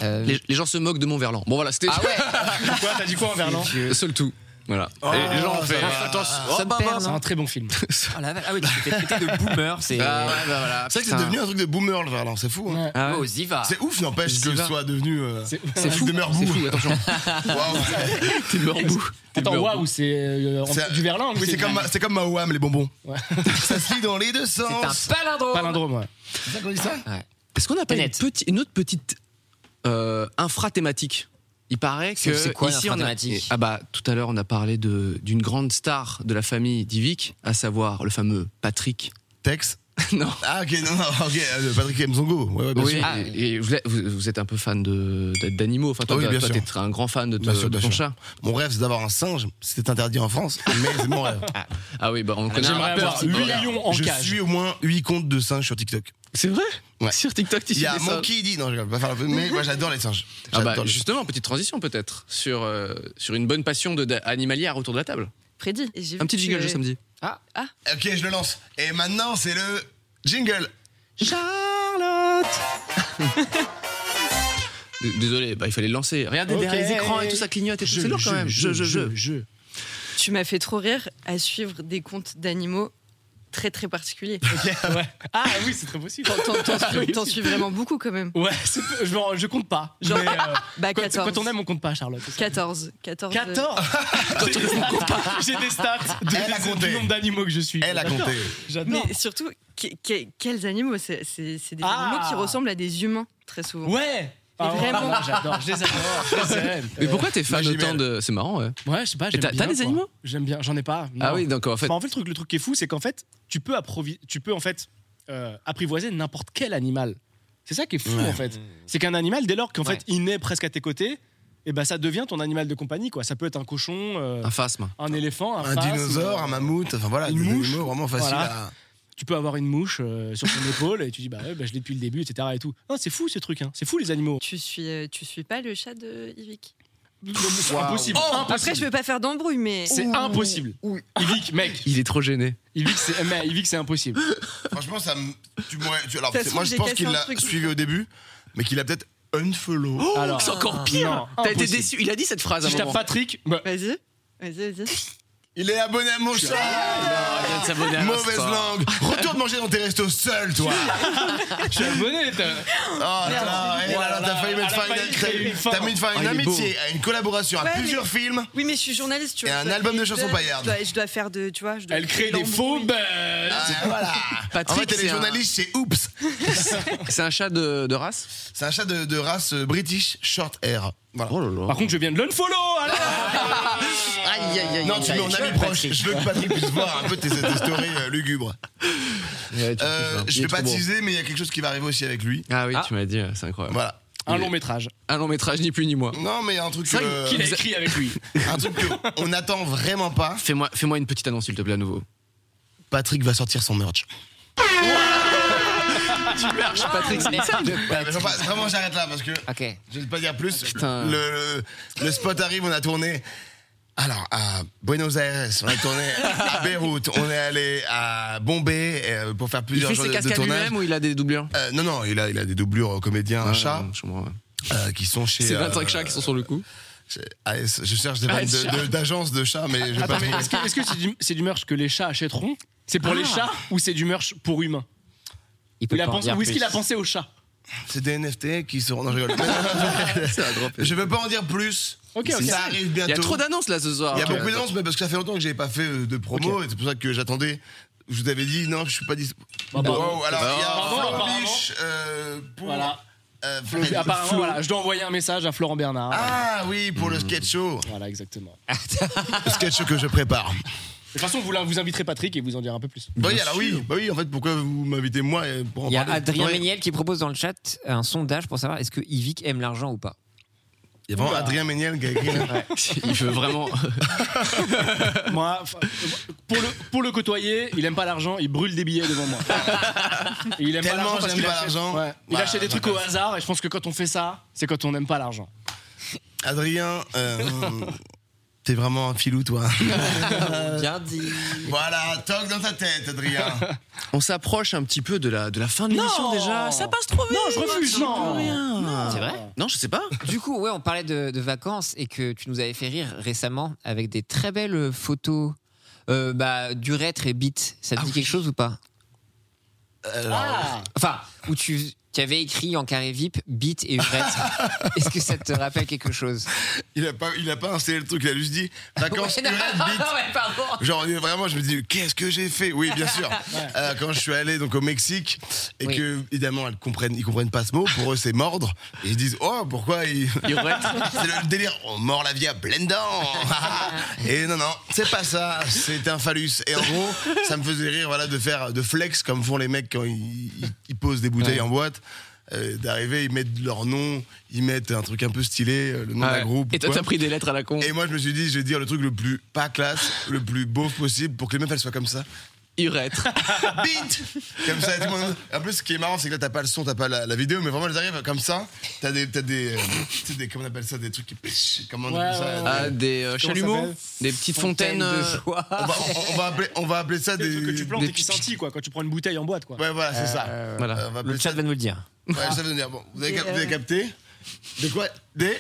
S2: Euh,
S1: Les, les gens se moquent de Mont-Verlan. Bon voilà, c'était
S2: Ah ouais
S4: Quoi, t'as dit quoi en Verlan
S1: le seul tout. Voilà.
S3: Oh,
S1: Et les gens ont
S3: ça
S1: fait Ah,
S3: va.
S1: attention.
S2: Ça me perd,
S4: C'est
S2: non
S4: un très bon film.
S2: Oh la vache. Oh, Ah oui, tu t'es traité de boomer. C'est.
S1: Ah ouais, bah voilà.
S3: C'est vrai que
S1: Putain.
S3: c'est devenu un truc de boomer le verlan, c'est fou. hein.
S4: Ouais.
S1: Ah ouais.
S2: Oh, Ziva.
S3: C'est ouf, n'empêche que ce soit devenu. euh,
S4: C'est-
S3: un truc de meurbout.
S1: C'est fou, attention.
S3: Waouh.
S1: T'es meurt-bout. T'es
S4: Attends,
S1: meurt-bout.
S4: waouh, c'est euh, en-
S3: C'est-
S4: du Verlan ou
S3: Oui, c'est comme, ma- c'est comme ma Ouam, les bonbons.
S4: Ouais.
S3: ça se lit dans les deux sens.
S2: C'est un palindrome.
S4: palindrome ouais.
S3: C'est ça qu'on dit ça
S1: Est-ce qu'on n'a pas une,
S2: Net.
S1: petite- une autre petite euh, infra-thématique Il paraît que.
S2: C'est- c'est quoi,
S1: ici, on a-
S2: l'infra-thématique
S1: Ah bah, tout à l'heure, on a parlé de- d'une grande star de la famille d'Ivic, à savoir le fameux Patrick.
S3: Tex
S1: non.
S3: Ah, ok, non, non, ok, euh, Patrick Mzongo. Ouais, ouais, bien
S1: Oui,
S3: sûr.
S2: Ah.
S1: et- et vous, l'êtes- vous- vous êtes un peu fan de- d'animaux. Enfin, toi,
S3: Ah oui,
S1: t'as-
S3: bien
S1: toi,
S3: sûr.
S1: t'es un grand fan de, ton-
S3: Bien sûr,
S1: de
S3: bien
S1: ton
S3: sûr.
S1: chat.
S3: Mon rêve, c'est d'avoir un singe. C'était interdit en France, mais c'est mon rêve.
S1: Ah oui, bah, on connaît un
S4: J'aimerais
S1: rappeur.
S4: avoir 8 millions en
S3: je
S4: cage.
S3: suis au moins 8 comptes de singes sur TikTok.
S1: C'est vrai
S3: Ouais.
S1: Sur TikTok, tu
S3: Il y a
S1: fais des singes.
S3: Monkey dit. Non, je vais pas faire la Mais moi, j'adore les singes.
S1: Ah bah,
S3: J'adore les singes.
S1: justement, petite transition peut-être sur, euh, sur une bonne passion de, d'a- animalière autour de la table.
S5: Prédit. Et j'ai vu
S1: Un petit
S5: que-
S1: jingle de samedi.
S3: Ok, je le lance. Et maintenant, c'est le jingle.
S1: Charlotte D- Désolé, bah, il fallait le lancer. Regardez
S4: Ok.
S1: derrière les écrans et tout ça clignote. et tout. C'est lourd quand même. Je, je, je.
S4: je.
S5: Tu m'as fait trop rire à suivre des comptes d'animaux très très particuliers.
S4: Ah oui, c'est très possible.
S5: T'en- T'en t'en suis- t'en suis vraiment beaucoup quand même.
S4: Ouais, c'est peu- genre, je compte pas.
S5: Genre-
S4: mais, euh,
S5: Bah
S4: quand,
S5: 14.
S4: quand on aime, on compte pas, Charlotte. c'est ça.
S5: 14. 14. euh,
S4: 14 Quand on compte pas. J'ai des stats de-
S3: Elle a
S4: du
S3: compté.
S4: nombre d'animaux que je suis.
S3: Elle a
S4: J'adore,
S3: compté.
S4: J'adore.
S5: Mais surtout, que- que- quels animaux C'est c'est- c'est des
S4: Ah.
S5: animaux qui ressemblent à des humains très souvent.
S4: Ouais
S5: Mais vraiment.
S4: ouais, Ah, J'adore, je les adore, je les aime.
S1: Mais pourquoi t'es fan
S3: la jumelle.
S1: autant de. C'est marrant, ouais.
S4: Ouais, je sais pas. j'aime
S1: t'as-
S4: bien,
S1: t'as des
S4: quoi.
S1: animaux
S4: J'aime bien, j'en ai pas. non.
S1: Ah oui, donc en fait.
S4: Bah, en fait, le truc, le truc qui est fou, c'est qu'en fait, tu peux, approvi- tu peux en fait euh, apprivoiser n'importe quel animal. C'est ça qui est fou, en fait. C'est qu'un animal, dès lors qu'en
S2: Ouais.
S4: fait, il naît presque à tes côtés, et ben ça devient ton animal de compagnie, quoi. Ça peut être un cochon, euh,
S1: Un phasme.
S4: un éléphant, un,
S3: Un
S4: phasme,
S3: dinosaure,
S4: euh,
S3: un mammouth, enfin voilà, des
S4: une mouche.
S3: animaux vraiment faciles
S4: Voilà.
S3: à.
S4: Tu peux avoir une mouche euh, sur ton épaule et tu dis bah, ouais, bah, je l'ai depuis le début, etc. Et tout. Non, c'est fou ce truc, hein. C'est fou les animaux.
S5: Tu suis, euh, tu suis pas le chat de Yvick
S4: C'est
S5: Oh,
S4: impossible.
S5: Après, je veux pas faire d'embrouille, mais.
S4: C'est impossible. Yvick, mec,
S1: Il est trop gêné.
S4: Yvick, c'est mais Yvick, c'est impossible.
S3: Franchement, ça me. Tu m'aurais- tu- Alors,
S5: Ça se
S3: c'est-
S5: trouve,
S3: moi, je
S5: j'ai
S3: pense
S5: cassé
S3: qu'il
S5: un
S3: l'a
S5: truc.
S3: suivi au début, mais qu'il a peut-être unfollow.
S4: Alors,
S1: C'est encore pire.
S4: non,
S1: T'as été
S4: impossible.
S1: déçu. Il a dit cette phrase à un
S4: Si je tape
S1: moment.
S4: Patrick, bah,
S5: Vas-y. Vas-y, vas-y.
S3: Il est abonné à mon chat
S1: Ah, il vient de s'abonner à
S3: Mauvaise
S1: Insta.
S3: langue Retourne manger dans tes restos seul, toi
S4: je suis abonné. t'as-
S3: Oh là là, eh là là, t'as failli mettre
S4: Elle a
S3: fin à une-
S4: failli créer une fin.
S3: T'as mis fin à
S1: Ah,
S3: une
S1: il est beau.
S3: amitié, à une collaboration, à
S5: Ouais, mais-
S3: plusieurs films.
S5: Oui, mais je suis journaliste, tu
S3: Et
S5: vois.
S3: un
S5: je dois-
S3: album de
S5: je dois-
S3: chansons paillardes.
S5: Je dois, je dois faire de. Tu vois, je dois
S4: Elle
S5: faire
S4: crée des faux
S5: d'embrouille.
S4: buzz.
S3: Ah, voilà
S1: Patrick,
S3: En fait, elle
S1: c'est
S3: est
S1: un-
S3: journaliste chez Oops.
S1: C'est un chat de, de race
S3: C'est un chat de, de race euh, british short hair. Voilà.
S1: Oh là là.
S4: Par contre, je viens de l'unfollow. alors.
S2: Aïe, aïe, aïe.
S3: Non, tu mets en ami proche. Je veux que Patrick puisse voir un peu tes, tes stories euh, lugubres.
S1: Ouais, tu
S3: Euh,
S1: kiffes, hein.
S3: je
S1: Il est
S3: vais pas
S1: trop beau.
S3: teaser, mais il y a quelque chose qui va arriver aussi avec lui.
S1: Ah oui,
S2: Ah.
S1: tu m'as dit, c'est incroyable.
S3: Voilà.
S4: Un long métrage
S1: Un long métrage, ni plus ni moins.
S3: Non, mais il y a un truc,
S1: C'est vrai
S3: euh,
S4: qu'il a écrit avec lui.
S3: un truc qu'on n'attend vraiment pas.
S1: Fais-moi fais une petite annonce, s'il te plaît, à nouveau.
S3: Patrick va sortir son merch.
S1: Patrick, c'est ça le-
S3: Ouais, mais j'en parle- vraiment, j'arrête là parce que
S2: Ok.
S3: je ne vais pas dire plus.
S1: Putain.
S3: Le, le- le spot arrive, on a tourné. Alors, à Buenos Aires, on a tourné à Beyrouth, on est allé à Bombay euh, pour faire
S1: Il
S3: plusieurs
S1: fait
S3: jours
S1: ses
S3: de, de
S1: cascades
S3: tournage.
S1: lui-même ou il a des doublures
S3: Euh, non, non, il a, il a des doublures euh, comédiens, un chat,
S1: Ouais, je comprends, ouais.
S3: euh, qui sont chez.
S1: C'est
S3: euh,
S1: 25 chats qui sont sur le coup.
S3: chez AS. je cherche des vannes
S1: AS
S3: de-
S1: chat.
S3: de- d'agences de, chats, mais je vais pas
S4: Attends, mais
S3: trouver.
S4: est-ce que est-ce que c'est du, c'est du merch que les chats achèteront C'est pour les
S1: Ah.
S4: chats ou c'est du merch pour humains
S2: Il
S4: il a
S2: pas en
S4: pensé,
S2: dire
S4: Ou est-ce qu'il a
S2: plus.
S4: pensé aux chats
S3: C'est des NFT qui seront. Non, je rigole. je vais pas en dire plus.
S4: Ok, ok.
S3: Ça arrive bientôt.
S1: Il y a trop d'annonces là ce soir.
S3: Il y a
S1: Ok.
S3: beaucoup d'annonces, mais parce que ça fait longtemps que j'avais pas fait euh, de promo, et c'est pour ça que j'attendais. Je vous avais dit, non, je suis pas dispo.
S4: bah,
S3: Wow, alors, il y a
S4: Pardon,
S3: Florent
S4: apparemment.
S3: Biche, euh, pour.
S4: Voilà.
S3: euh,
S1: Ah,
S3: Florent-
S4: Donc, Apparemment,
S3: Flo-
S4: voilà, je dois envoyer un message à Florent Bernard.
S3: Ah oui, pour le sketch show.
S4: Voilà, exactement.
S3: Le sketch show que je prépare.
S4: De toute façon, vous, la- vous inviterez Patrick et il vous en dira un peu plus.
S3: Bah oui, alors oui, bah oui, en fait, pourquoi vous m'invitez moi euh, pour en
S2: Il y a
S3: parler
S2: Adrien
S3: Ouais.
S2: Méniel qui propose dans le chat un sondage pour savoir est-ce que Yvick aime l'argent ou pas.
S3: Il y a vraiment Adrien Méniel qui a écrit.
S1: Il veut vraiment.
S4: Moi, enfin, euh, pour le, pour le côtoyer, il aime pas l'argent, il brûle des billets devant moi. Et il aime
S3: Tellement
S4: pas
S3: j'aime
S4: l'argent. Bah, parce qu'il
S3: pas
S4: achète-
S3: l'argent.
S4: ouais. Il
S3: Voilà,
S4: achète des trucs au hasard et je pense que quand on fait ça, c'est quand on n'aime pas l'argent.
S3: Adrien, euh, t'es vraiment un filou, toi.
S2: Ah, Bien dit.
S3: voilà, toc dans ta tête, Adrien.
S1: On s'approche un petit peu de la, de la fin de l'émission déjà. Ça passe trop vite.
S4: Non, je refuse, non.
S2: Ah. C'est vrai
S1: Non, je sais pas.
S2: Du coup, ouais, on parlait de, de vacances et que tu nous avais fait rire récemment avec des très belles photos euh, bah, d'urètre et bite. Ça te dit quelque chose ou pas Euh,
S4: Ah.
S2: Enfin, où tu, tu avais écrit en carré VIP bite et urètre. Est-ce que ça te rappelle quelque chose
S3: Il a pas, il a pas installé le truc, il a juste dit bah, vacances,
S2: Ouais, non.
S3: urètre, bite.
S2: Ouais, pardon.
S3: Genre euh, vraiment, je me dis qu'est-ce que j'ai fait Oui, bien sûr. Euh, quand je suis allé donc au Mexique et
S2: Oui.
S3: que évidemment elles comprennent, ils comprennent pas ce mot. Pour eux, c'est mordre. Et ils disent oh pourquoi ils... c'est le délire. On mord la vie à pleines dents. et non non, c'est pas ça. C'est un phallus. Et en gros, ça me faisait rire voilà de faire de flex comme font les mecs quand ils, ils- ils posent des bouteilles en boîte. Euh, D'arriver, ils mettent leur nom, ils mettent un truc un peu stylé, euh, le nom d'un groupe.
S1: Et
S3: ou
S1: toi,
S3: quoi.
S1: t'as pris des lettres à la con.
S3: Et moi, je me suis dit, je vais dire le truc le plus pas classe, le plus beau possible pour que les meufs elles soient comme ça.
S1: Urètre.
S3: Beat Comme ça, tout le monde. En plus, ce qui est marrant, c'est que là, t'as pas le son, t'as pas la, la vidéo, mais vraiment, elles arrivent comme ça. T'as des. T'as des, euh, tu sais, des. Comment on appelle ça Des trucs qui. psh, Comment on
S4: Ouais,
S3: appelle ça
S4: ouais, ouais.
S1: Ah, des euh,
S4: Comment ça
S1: chalumeaux.
S4: s'appelle
S1: Des petites fontaines.
S2: de
S1: euh,
S2: joie.
S3: on, va, on- on va appeler, on va appeler ça
S4: C'est
S3: des.
S4: le truc que tu plantes
S1: des
S4: et qui
S1: petits-
S4: sentit, quoi, quand tu prends une bouteille en boîte, quoi.
S3: Ouais, voilà, c'est ça.
S1: voilà.
S3: Euh, on va
S2: Le
S3: appeler
S2: chat
S3: ça.
S2: va nous le dire.
S3: Ouais, ça veut dire. Bon, vous avez, cap-
S5: Et, euh,
S3: vous avez capté Des quoi Des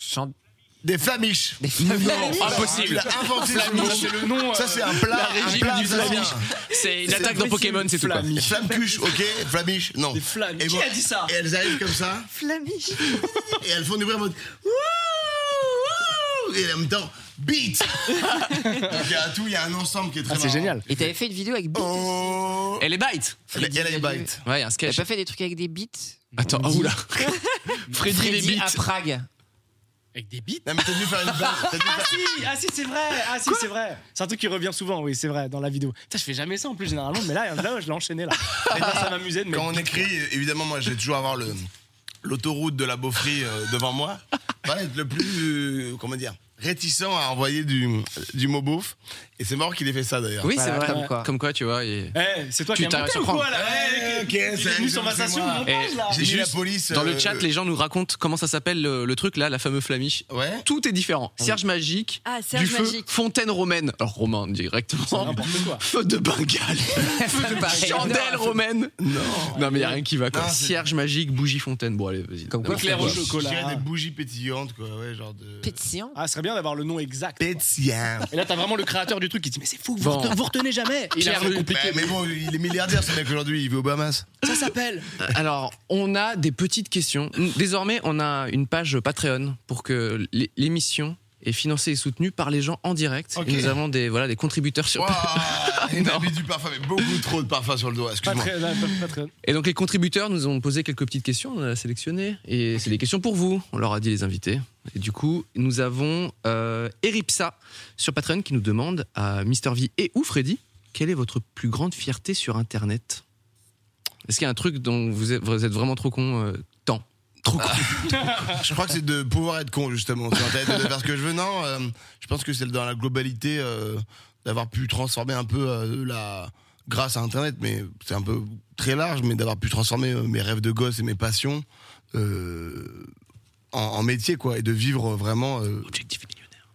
S2: Chante.
S3: des flamiches.
S2: Des flamiches.
S3: Non,
S1: Impossible.
S3: Il a inventé ce mot.
S4: Flamiche, c'est le nom. euh,
S3: Ça c'est un plat,
S1: La
S3: un
S1: régie
S3: plat
S1: du
S3: alsacien.
S1: flamiche. C'est une attaque dans Pokémon, c'est tout. quoi.
S4: Flamiche.
S3: Flamcuche, ok Flamiche, non.
S4: Des flammes.
S3: Et
S4: Qui
S3: moi-
S4: a dit ça
S3: Et elles arrivent comme ça,
S5: Flamiche.
S3: et elles font du bruit en mode. Wouh, wouh Et en même temps, beat Donc il y a tout, il y a un ensemble qui est très
S4: Ah, c'est
S3: marrant.
S4: génial.
S2: Et t'avais fait une vidéo avec beats
S3: Oh
S1: Et les bites
S3: Elle elle a les bites.
S1: Ouais, il y a un
S2: T'as
S1: sketch.
S2: pas fait des trucs avec des beats
S1: Attends, oh, oula. Freddy, les
S2: Freddy
S1: bites.
S2: à Prague.
S4: Avec des bites
S3: Non mais t'as dû faire une blague. T'as dû
S4: Ah
S3: faire-
S4: si, ah si c'est vrai, ah si c'est vrai. C'est un truc qui revient souvent, oui c'est vrai, dans la vidéo. Putain, je fais jamais ça en plus généralement, mais là, là je l'ai enchaîné là. Et là, ça m'amusait de me.
S3: Quand on écrit, évidemment, moi, j'ai toujours avoir le l'autoroute de la Beaufry euh, devant moi. Voilà, être le plus, euh, comment dire, réticent à envoyer du, du mot beauf. Et c'est mort qu'il ait fait ça d'ailleurs.
S1: Oui, c'est
S2: Voilà,
S1: vrai.
S2: comme quoi.
S1: Comme quoi, tu vois. il-
S4: Eh, c'est toi
S1: Tu
S4: qui as
S1: t'arrêtes
S4: monté
S1: sur
S4: ou quoi
S1: prendre.
S4: là Eh,
S3: Ok,
S4: Il
S3: c'est-
S4: est venu sur ma
S3: c'est
S4: station
S3: moi.
S4: de montage, là.
S3: J'ai mis la
S1: Juste,
S3: police.
S1: Dans
S3: euh,
S1: le chat, les gens nous racontent comment ça s'appelle le, le truc là, la fameuse flamiche.
S3: Ouais.
S1: Tout est différent. Serge Magique,
S5: Ah, Serge
S1: du feu,
S5: Magique.
S1: fontaine romaine, alors romain directement,
S4: N'importe quoi.
S1: feu de Bengale, feu de
S2: Paris.
S1: chandelle romaine. Non, non Ah, mais il y a rien qui va quoi.
S3: Non, c'est-
S1: Cierge Magique, bougie fontaine. Bon allez, vas-y.
S2: Comme
S1: Non,
S2: quoi,
S1: mais-
S4: Claire au
S2: Ouais.
S3: Je dirais
S4: chocolat.
S3: des bougies pétillantes, quoi. Ouais, genre de.
S2: Pétillant.
S4: Ah, ce serait bien d'avoir le nom exact.
S3: Pétillant.
S4: Et là, t'as vraiment le créateur du truc qui dit Mais c'est fou, vous,
S1: Bon.
S4: rete- vous retenez jamais Et Il a
S1: Pierre
S4: l'air
S1: Luc.
S4: compliqué.
S3: Ouais, mais bon, il est milliardaire ce mec aujourd'hui, il vit au Bahamas.
S4: Ça s'appelle.
S1: Alors, on a des petites questions. Désormais, on a une page Patreon pour que l'é- l'émission est financée et soutenue par les gens en direct.
S3: Ok.
S1: Et nous avons des voilà des contributeurs sur.
S3: Ouah, il
S1: Non.
S3: a mis du parfum, mais beaucoup trop de parfum sur le doigt,
S4: Pas
S3: excuse-moi.
S4: très, pas, pas très.
S1: Et donc les contributeurs nous ont posé quelques petites questions, on en a sélectionné et c'est des questions pour vous. On leur a dit les invités. Et du coup, nous avons euh, Eripsa sur Patreon qui nous demande à Mister V et ou Freddy quelle est votre plus grande fierté sur Internet. Est-ce qu'il y a un truc dont vous êtes, vous êtes vraiment trop con euh, Tant. Ah, Trop con.
S3: Je crois que c'est de pouvoir être con, justement, sur Internet, de faire ce que je veux. Non, euh, je pense que c'est dans la globalité euh, d'avoir pu transformer un peu euh, la. grâce à Internet, mais c'est un peu très large, mais d'avoir pu transformer euh, mes rêves de gosse et mes passions euh, en, en métier, quoi, et de vivre euh, vraiment. euh,
S1: Objectif millionnaire.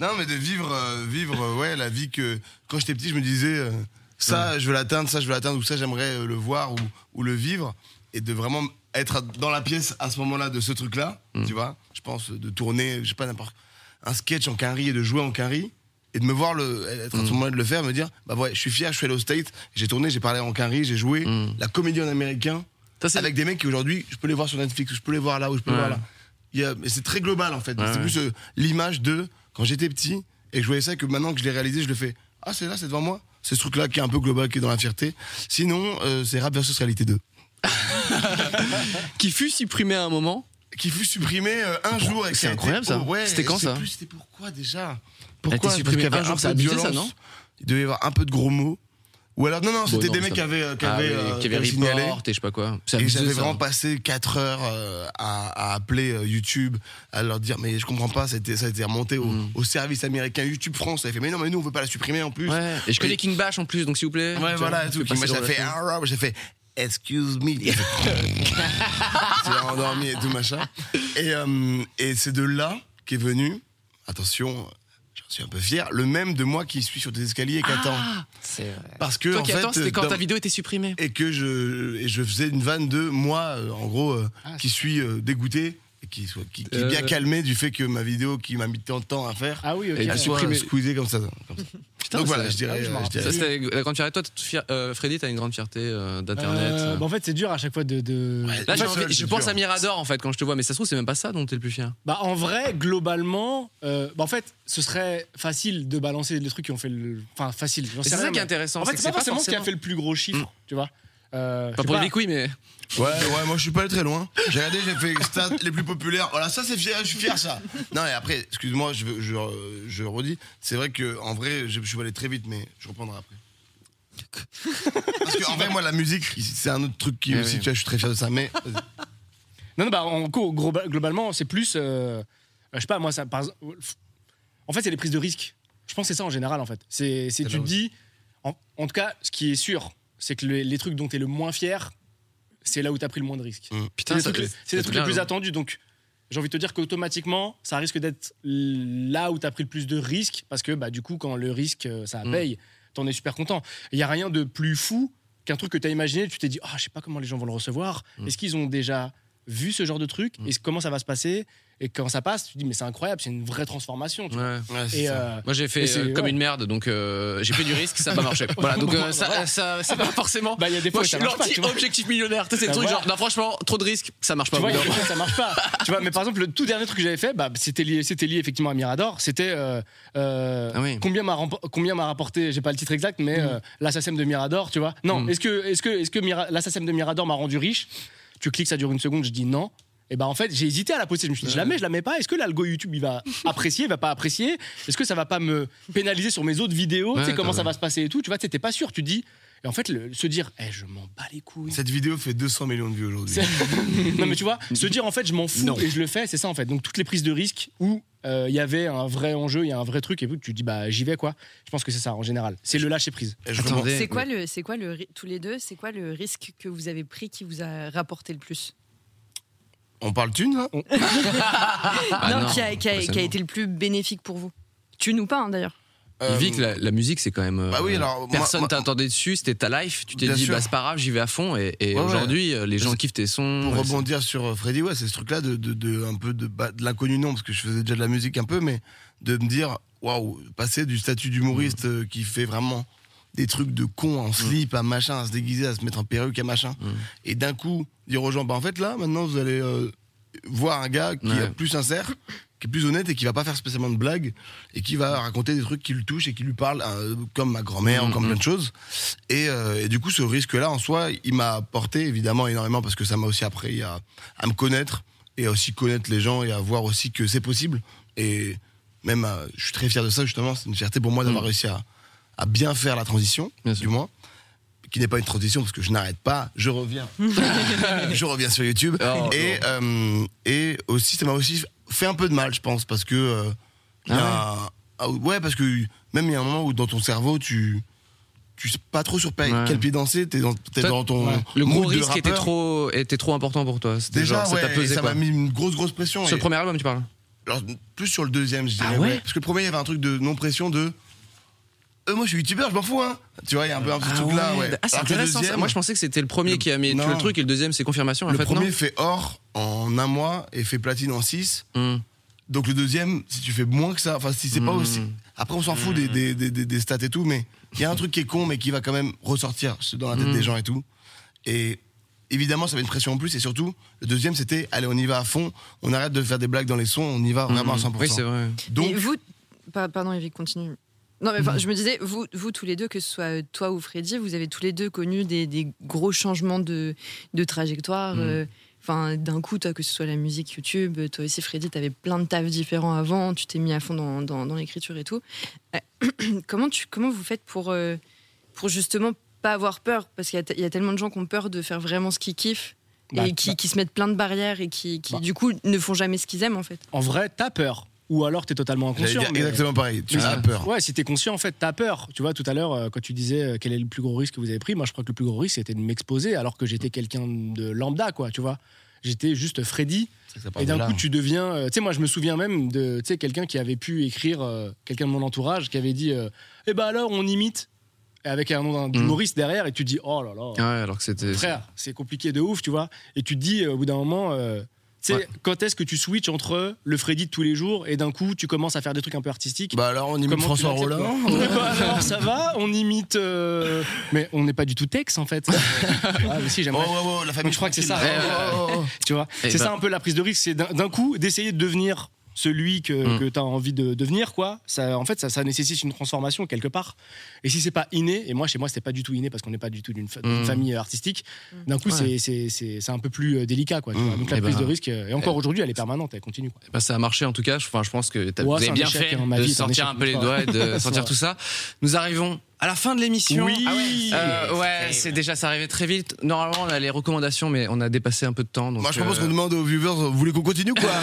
S3: Non, mais de vivre, euh, vivre euh, ouais, la vie que. Quand j'étais petit, je me disais, euh, ça, je veux l'atteindre, ça, je veux l'atteindre, ou ça, j'aimerais euh, le voir ou, ou le vivre. Et de vraiment être dans la pièce à ce moment-là de ce truc-là, tu vois. Je pense euh, de tourner, je sais pas, n'importe. Un sketch en quinri et de jouer en quinri. Et de me voir le, être à ce moment-là de le faire, me dire, bah ouais, je suis fier, je suis allé au State, j'ai tourné, j'ai parlé en quinri, j'ai joué la comédie en américain
S1: Ça, c'est-
S3: avec des mecs qui aujourd'hui, je peux les voir sur Netflix, ou je peux les voir là, ou je peux
S1: Ouais.
S3: les voir là. Il y a- mais c'est très global en fait.
S1: Ouais,
S3: c'est
S1: ouais.
S3: plus euh, l'image de quand j'étais petit et que je voyais ça, que maintenant que je l'ai réalisé, je le fais. Ah, c'est là, c'est devant moi. C'est ce truc-là qui est un peu global, qui est dans la fierté. Sinon, euh, c'est Rap versus Réalité 2.
S1: qui fut supprimé à un moment.
S3: Qui fut supprimé euh, un jour. et que
S1: c'est
S3: a été-
S1: incroyable, ça.
S3: oh, ouais,
S1: C'était quand,
S3: je sais
S1: ça
S3: plus, C'était pourquoi déjà
S1: Elle a été
S3: Pourquoi Parce
S1: supprimée
S3: qu'il y avait
S1: un jour,
S3: peu
S1: ça
S3: de
S1: abusait, ça,
S3: violence.
S1: non
S3: Il devait y avoir un peu de gros mots. Ou alors, non, non, c'était
S1: non,
S3: des
S1: ça
S3: mecs qui
S1: va.
S3: avaient, euh, qui
S1: Ah
S3: avaient,
S1: oui,
S3: euh,
S1: qu'il y avait
S3: qui avaient signalé.
S1: report et je sais pas quoi. C'est
S3: Et
S1: abusé,
S3: j'avais
S1: ça.
S3: vraiment passé 4 heures euh, à, à appeler euh, YouTube, à leur dire mais je comprends pas, ça a été, ça a été remonté au,
S1: Mm.
S3: au service américain YouTube France, ça a fait mais non mais nous on veut pas la supprimer en plus.
S1: Ouais. Et je connais
S3: Et-
S1: King Bash en plus, donc s'il vous plaît.
S3: Ouais,
S1: Tu
S3: voilà,
S1: vois,
S3: et tout.
S1: fais
S3: Puis
S1: pas
S3: moi
S1: ces
S3: j'ai
S1: genres de
S3: fait
S1: choses.
S3: ah, ah, j'ai fait excuse me. j'ai endormi et tout machin. Et, euh, et c'est de là qu'est venu, attention, j'en suis un peu fier, le même de moi qui suis sur des escaliers et qui attend.
S2: C'est vrai.
S3: Parce que
S1: Ah, Toi
S3: en
S1: qui
S3: fait, euh,
S1: attends, c'était quand
S3: dans-
S1: ta vidéo était supprimée.
S3: et que je, et je faisais une vanne de moi, euh, en gros, euh,
S1: Ah,
S3: qui suis euh, dégoûté et qui, soit- qui, qui est bien
S1: Euh.
S3: calmé du fait que ma vidéo qui m'a mis tant de temps à faire,
S4: Ah oui, ok.
S1: Et
S3: elle
S1: tu
S4: ouais.
S3: soit
S1: supprimée.
S3: squeezée comme ça. comme ça.
S1: Putain,
S3: Donc
S1: ça- ah
S3: voilà, je dirais.
S4: je m'en
S3: euh, je
S4: rappelle.
S3: dirais-
S1: Ça, c'était la grande fierté. Toi, tu te fier- euh, Freddy, t'as une grande fierté euh, d'Internet.
S4: Euh, bah, en fait, c'est dur à chaque fois de. de-
S3: Ouais.
S1: Là, j'ai
S3: Moi,
S1: envie-
S3: seul,
S1: je
S3: c'est
S1: pense
S3: dur.
S1: à Mirador en fait quand je te vois, mais ça se trouve, c'est même pas ça dont t'es le plus fier.
S4: Bah, en vrai, globalement, euh, bah, en fait, ce serait facile de balancer les trucs qui ont fait le. Enfin, facile. j'en
S1: Et
S4: sais
S1: C'est
S4: rien,
S1: ça qui est
S4: mais-
S1: intéressant.
S4: En fait,
S1: que
S4: c'est pas forcément Mm. ce qui a fait le plus gros chiffre, tu vois. Euh, je
S1: Pas
S4: sais
S1: pour
S4: pas.
S1: les couilles, mais.
S3: Ouais, ouais, moi je suis pas allé très loin. J'ai regardé, j'ai fait stats les plus populaires. Voilà, ça c'est fier, je suis fier ça. Non, et après, excuse-moi, je, veux- je, euh, je redis, c'est vrai que en vrai, je, je suis allé très vite, mais je reprendrai après. Parce que en vrai, moi la musique, c'est un autre truc qui
S1: Ouais,
S3: aussi,
S1: ouais.
S3: tu vois, je suis très fier de ça, mais
S4: Non, non, bah, en gros, gros- globalement, c'est plus. euh, je sais pas, moi, ça. Par, exemple, en fait, c'est les prises de risque. Je pense que c'est ça en général, en fait. C'est, c'est tu te dis. En, en tout cas, ce qui est sûr, c'est que le- les trucs dont tu es le moins fier, c'est là où tu as pris le moins de risques.
S1: Putain,
S4: c'est
S1: ça- hein.
S4: les trucs, c'est les trucs les plus attendus. Donc, j'ai envie de te dire qu'automatiquement, ça risque d'être là où tu as pris le plus de risques, parce que bah, du coup, quand le risque, euh, ça
S1: Mm.
S4: paye, t'en es super content. Il n'y a rien de plus fou qu'un truc que tu as imaginé, tu t'es dit, ah, je sais pas comment les gens vont le recevoir.
S1: Mm.
S4: Est-ce qu'ils ont déjà vu ce genre de truc Et comment ça va se passer Et quand ça passe, tu te dis, mais c'est incroyable, c'est une vraie transformation. tu vois.
S1: Ouais.
S3: Ouais, c'est
S4: Et,
S3: ça.
S4: euh,
S1: Moi j'ai
S4: Et
S1: fait
S4: c'est-
S1: euh, comme
S4: ouais.
S1: une merde, donc euh, j'ai pris du risque, ça n'a pas marché. Voilà, donc euh, ça, ça, ça va forcément.
S4: bah, il y a des fois,
S1: Moi
S4: où
S1: je
S4: ça
S1: suis
S4: marche pas, tu vois.
S1: l'anti-objectif millionnaire. Tu sais, c'est le
S4: Bah,
S1: truc
S4: voilà.
S1: genre, non, franchement, trop de risques, ça marche pas.
S4: Tu vois,
S1: au
S4: il y
S1: bout
S4: a
S1: d'un
S4: des
S1: moment.
S4: fois, ça marche pas. tu vois, mais par exemple, le tout dernier truc que j'avais fait, bah, c'était lié, c'était lié effectivement à Mirador. C'était euh, euh,
S1: Ah oui.
S4: combien m'a rempo- combien m'a rapporté, j'ai pas le titre exact, mais euh, l'assassin de Mirador, tu vois. Non,
S1: Mm.
S4: est-ce que est-ce que est-ce que Mira- l'assassin de Mirador m'a rendu riche Tu cliques, ça dure une seconde, je dis non. Et bah en fait, j'ai hésité à la poster. Je me suis dit, je la mets, je la mets pas. Est-ce que l'algo YouTube, il va apprécier, il va pas apprécier Est-ce que ça va pas me pénaliser sur mes autres vidéos Tu
S1: Ouais,
S4: sais comment
S1: t'as-
S4: ça va se passer et tout Tu vois, t'étais pas sûr. Tu dis. Et en fait, le- se dire, eh, je m'en bats les couilles.
S3: Cette vidéo fait 200 millions de vues aujourd'hui.
S4: C'est- non mais tu vois, se dire en fait je m'en fous
S1: Non.
S4: et je le fais, c'est ça en fait. Donc toutes les prises de risque où euh, il y avait un vrai enjeu, il y a un vrai truc et puis tu dis bah j'y vais quoi. Je pense que c'est ça en général. C'est le lâcher prise.
S3: Et je
S1: Attendez.
S3: remonte-
S5: C'est quoi le, c'est quoi le, ri- tous les deux, c'est quoi le risque que vous avez pris qui vous a rapporté le plus
S3: On parle thune, hein là
S1: Ah
S5: non,
S1: non,
S5: qui, a, qui a- qui a
S1: forcément.
S5: été le plus bénéfique pour vous Tu nous pas hein, d'ailleurs.
S3: Euh,
S1: Vic, la, la musique, c'est quand même. euh,
S3: Bah oui, alors,
S1: Personne
S3: moi-
S1: t'a attendu dessus, c'était ta life. Tu t'es
S3: Bien
S1: dit,
S3: sûr.
S1: bah c'est pas grave, j'y vais à fond. Et, et
S3: Ouais, ouais.
S1: aujourd'hui, euh, les gens
S3: C'est-
S1: kiffent tes sons.
S3: Pour
S1: et
S3: rebondir sur euh, Freddy, ouais, c'est ce truc-là de, de- de- un peu de, ba- de l'inconnu non, parce que je faisais déjà de la musique un peu, mais de me dire, waouh, passer du statut d'humoriste euh, qui fait vraiment des trucs de con en slip, à machin, à se déguiser, à se mettre en perruque, à machin, et d'un coup dire aux gens, bah en fait là, maintenant vous allez euh, voir un gars qui
S1: Ouais.
S3: est plus sincère, qui est plus honnête et qui va pas faire spécialement de blagues et qui va raconter des trucs qui le touchent et qui lui parlent euh, comme ma grand-mère,
S1: Mhm.
S3: comme plein de choses. Et, euh, et du coup, ce risque-là, en soi, il m'a apporté évidemment énormément parce que ça m'a aussi appris à, à me connaître et à aussi connaître les gens et à voir aussi que c'est possible. Et même, à- je suis très fier de ça, justement. C'est une fierté pour moi d'avoir
S1: Mm.
S3: réussi à, à bien faire la transition,
S1: Bien
S3: du
S1: sûr.
S3: moins. Qui n'est pas une transition parce que je n'arrête pas, je reviens. je reviens sur YouTube.
S1: Oh,
S3: et, euh, et aussi, ça m'a aussi fait un peu de mal, je pense, parce que. euh, il y a un- ah ouais, parce que même il y a un moment où dans ton cerveau, tu. Tu sais pas trop sur pa-
S1: Ouais.
S3: quel pied danser, t'es dans, t'es
S1: Toi,
S3: dans ton.
S4: ouais.
S1: Le gros
S3: mood de
S1: risque était
S3: rappeur.
S1: trop, était trop important pour toi. C'était
S3: Déjà,
S1: genre, ça
S3: ouais,
S1: t'a
S3: et
S1: pesé
S3: ça
S1: quoi.
S3: m'a mis une grosse, grosse pression.
S1: Sur
S3: et-
S1: le premier album, tu parles
S3: alors, plus sur le deuxième, je dirais.
S1: Ah ouais
S3: Parce que le premier, il y avait un truc de non-pression de. Euh, moi, je suis youtubeur, je m'en fous, hein. Tu vois, il y a un peu un petit truc là, ouais.
S1: Ah, c'est
S3: Alors que le
S1: intéressant. ça.
S3: deuxième-
S1: Moi, je pensais que c'était le premier
S3: Le-
S1: qui a mis
S3: Non.
S1: le truc et le deuxième, c'est confirmation. En
S3: Le
S1: fait,
S3: premier fait or en un mois et fait platine en 6.
S1: non. Hmm.
S3: Donc le deuxième, si tu fais moins que ça, enfin si c'est pas
S4: Hmm.
S1: Mm.
S3: aussi. Après, on s'en fout des, des, des- des- des stats et tout, mais il y a un truc qui est con, mais qui va quand même ressortir dans la tête
S1: Mm.
S4: Hmm.
S3: des gens et tout. Et évidemment, ça met une pression en plus. Et surtout, le deuxième, c'était allez, on y va à fond, on arrête de faire des blagues dans les sons, on y va
S4: Hmm.
S3: vraiment à 100%.
S1: hum, Oui, c'est vrai.
S3: Donc,
S5: Mais vous, pa- pardon, Evie, continue. Non, mais enfin, je me disais, vous, vous tous les deux, que ce soit euh, toi ou Freddy, vous avez tous les deux connu des, des gros changements de, de
S4: Mm.
S5: trajectoire. euh, Enfin, d'un coup, toi, que ce soit la musique YouTube, euh, toi aussi, Freddy, t'avais plein de tafs différents avant, tu t'es mis à fond dans, dans- dans l'écriture et tout. Euh, comment, tu, comment vous faites pour, euh, pour justement pas avoir peur Parce qu'il y a te- il y, a tellement de gens qui ont peur de faire vraiment ce qu'ils kiffent
S4: Bah,
S5: et qui, qui se mettent plein de barrières et qui, qui
S4: Bah.
S5: du coup, ne font jamais ce qu'ils aiment, en fait.
S4: En vrai, t'as peur ou alors t'es totalement
S3: j'allais
S4: inconscient.
S3: dire
S4: mais-
S3: exactement pareil. Tu
S4: mais
S3: as
S4: si-
S3: peur.
S4: Ouais, si t'es conscient en fait, t'as peur. Tu vois, tout à l'heure euh, quand tu disais euh, quel est le plus gros risque que vous avez pris, moi je crois que le plus gros risque c'était de m'exposer alors que j'étais quelqu'un de lambda quoi, tu vois. J'étais juste Freddy. Et d'un coup, tu deviens. euh, tu sais, moi, je me souviens même de tu sais, quelqu'un qui avait pu écrire, euh, quelqu'un de mon entourage, qui avait dit euh, Eh ben alors, on imite. Et avec un
S1: Mm.
S4: nom
S1: Ah,
S4: d'humoriste derrière, et tu dis Oh là
S1: Ouais,
S4: là,
S1: alors que c'était.
S4: frère, c'est compliqué de ouf, tu vois. Et tu te dis, euh, au bout d'un moment, euh, tu sais,
S1: Ouais.
S4: quand est-ce que tu switches entre le Freddy de tous les jours, et d'un coup, tu commences à faire des trucs un peu artistiques
S3: Bah alors, on imite
S4: Comment tu
S3: François
S4: l'acceptes,
S3: Rollin.
S4: Eh ben alors, ça va, on imite. euh, Mais on n'est pas du tout texte, en fait. ah, mais si,
S3: Oh,
S4: j'aimerais.
S3: oh, oh, la famille.
S4: Donc, je crois que c'est ça.
S3: tranquille. Oh, oh, oh.
S4: Tu vois,
S1: Et
S4: c'est
S1: bah-
S4: ça un peu la prise de risque, c'est d'un d'un coup d'essayer de devenir celui que,
S1: Mm.
S4: tu as envie de devenir, quoi. Ça, en fait, ça, ça nécessite une transformation quelque part. Et si c'est pas inné, et moi chez moi c'était pas du tout inné parce qu'on n'est pas du tout d'une fa- d'une
S1: Mm.
S4: famille euh, artistique, d'un coup
S1: Ouais.
S4: c'est- c'est- c'est c'est un peu plus euh, délicat, quoi. tu
S3: Mm.
S4: vois. Donc la
S1: Eh
S4: prise
S1: ben,
S4: de risque, euh, et encore aujourd'hui, elle est permanente, elle continue. quoi.
S1: Bah, ça a marché en tout cas. Je- Enfin, je pense que t'as- vous
S4: Ouais, c'est
S1: avez
S4: un
S1: bien
S4: échec,
S1: fait
S4: hein, ma
S1: de
S4: vie, c'est un
S1: sortir un
S4: échec,
S1: peu les
S4: ouais.
S1: doigts, et de sortir
S4: Ouais.
S1: tout ça. Nous arrivons à la fin de l'émission.
S4: Oui. Ah ouais.
S1: Euh, ouais,
S2: terrible.
S1: c'est déjà, ça arrivait très vite. Normalement, on a les recommandations, mais on a dépassé un peu de temps. Donc
S3: Moi, je
S1: euh,
S3: propose qu'on demande aux viewers, vous voulez qu'on continue ou quoi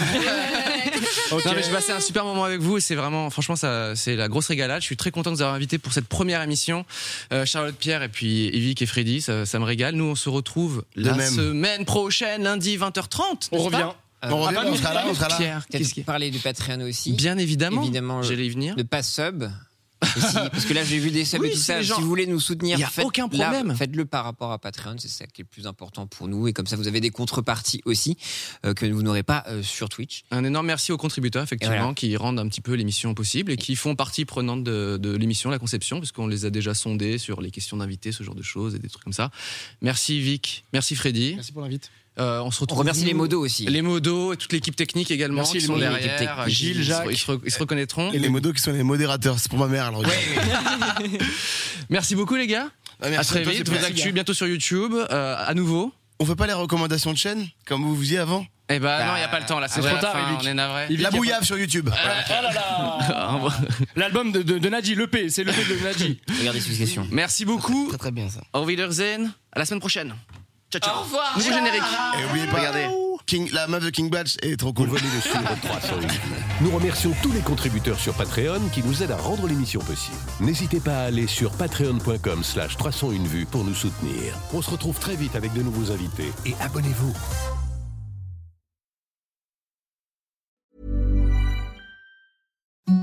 S4: Ok.
S1: Non, mais j'ai passé un super moment avec vous et c'est vraiment, franchement, ça, c'est la grosse régalade. Je suis très content de vous avoir invité pour cette première émission. Euh, Charlotte Pierre et puis Evic et Freddy, ça, ça me régale. Nous, on se retrouve la
S3: même.
S1: semaine prochaine, lundi 20h30.
S4: On revient.
S3: On revient,
S4: pas
S3: on sera là, on sera là.
S1: Pierre,
S2: Peut-être
S1: qu'est-ce qui.
S2: parler du Patreon aussi.
S1: Bien évidemment.
S2: Évidemment, le-
S1: J'allais y venir.
S2: Ne pas sub. Et si- parce que là, j'ai vu des subs
S1: Oui,
S2: et tout
S1: c'est
S2: ça.
S1: les gens.
S2: Si vous voulez nous soutenir,
S1: Y a
S2: faites-
S1: aucun
S2: là,
S1: problème.
S2: faites-le par rapport à Patreon, c'est ça qui est le plus important pour nous. Et comme ça, vous avez des contreparties aussi euh, que vous n'aurez pas euh, sur Twitch.
S1: Un énorme merci aux contributeurs, effectivement,
S2: Et voilà.
S1: qui rendent un petit peu l'émission possible et qui font partie prenante de, de l'émission, la conception, puisqu'on les a déjà sondés sur les questions d'invités, ce genre de choses et des trucs comme ça. Merci Vic, merci Freddy.
S4: Merci pour l'invite.
S1: Euh, on se
S2: On
S1: retrouve.
S2: remercie les modos aussi.
S1: Les modos et toute l'équipe technique également
S4: Merci
S1: qui
S4: les
S1: sont
S4: modos,
S1: derrière.
S2: l'équipe technique.
S1: Gilles,
S4: Ils se-
S1: Jacques, ils se, re- ils se reconnaîtront.
S3: Et les modos qui sont les modérateurs, c'est pour ma mère. Alors,
S1: Merci beaucoup les gars.
S3: Ah, merci
S1: À très
S3: à toi, c'est
S1: vite.
S3: pour
S1: Vos
S3: ça.
S1: actus bientôt sur YouTube. euh, à nouveau.
S3: On fait pas les recommandations de chaîne, comme vous vous disiez avant
S1: Eh ben non, il n'y a pas le temps là. C'est
S4: ah
S1: trop
S4: ouais,
S1: tard. hein,
S4: la fin,
S1: on est navré.
S4: Il-
S3: La bouillave sur YouTube.
S4: L'album de, de, de Nadji, l'EP, c'est l'EP de Nadji.
S2: Regardez cette question.
S1: Merci beaucoup.
S3: Très très bien ça.
S1: Au Wiedersehen. À la semaine prochaine. Ciao ciao. Au revoir. Nouveau générique.
S3: Et oubliez Eh pas, King, la meuf de King Batch est trop cool.
S6: Venez le suivre 301. Nous remercions tous les contributeurs sur Patreon qui nous aident à rendre l'émission possible. N'hésitez pas à aller sur patreon.com slash 301 vues pour nous soutenir. On se retrouve très vite avec de nouveaux invités et abonnez-vous.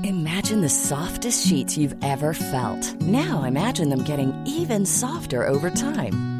S9: Imagine the softest sheets you've ever felt. Now imagine them getting even softer over time.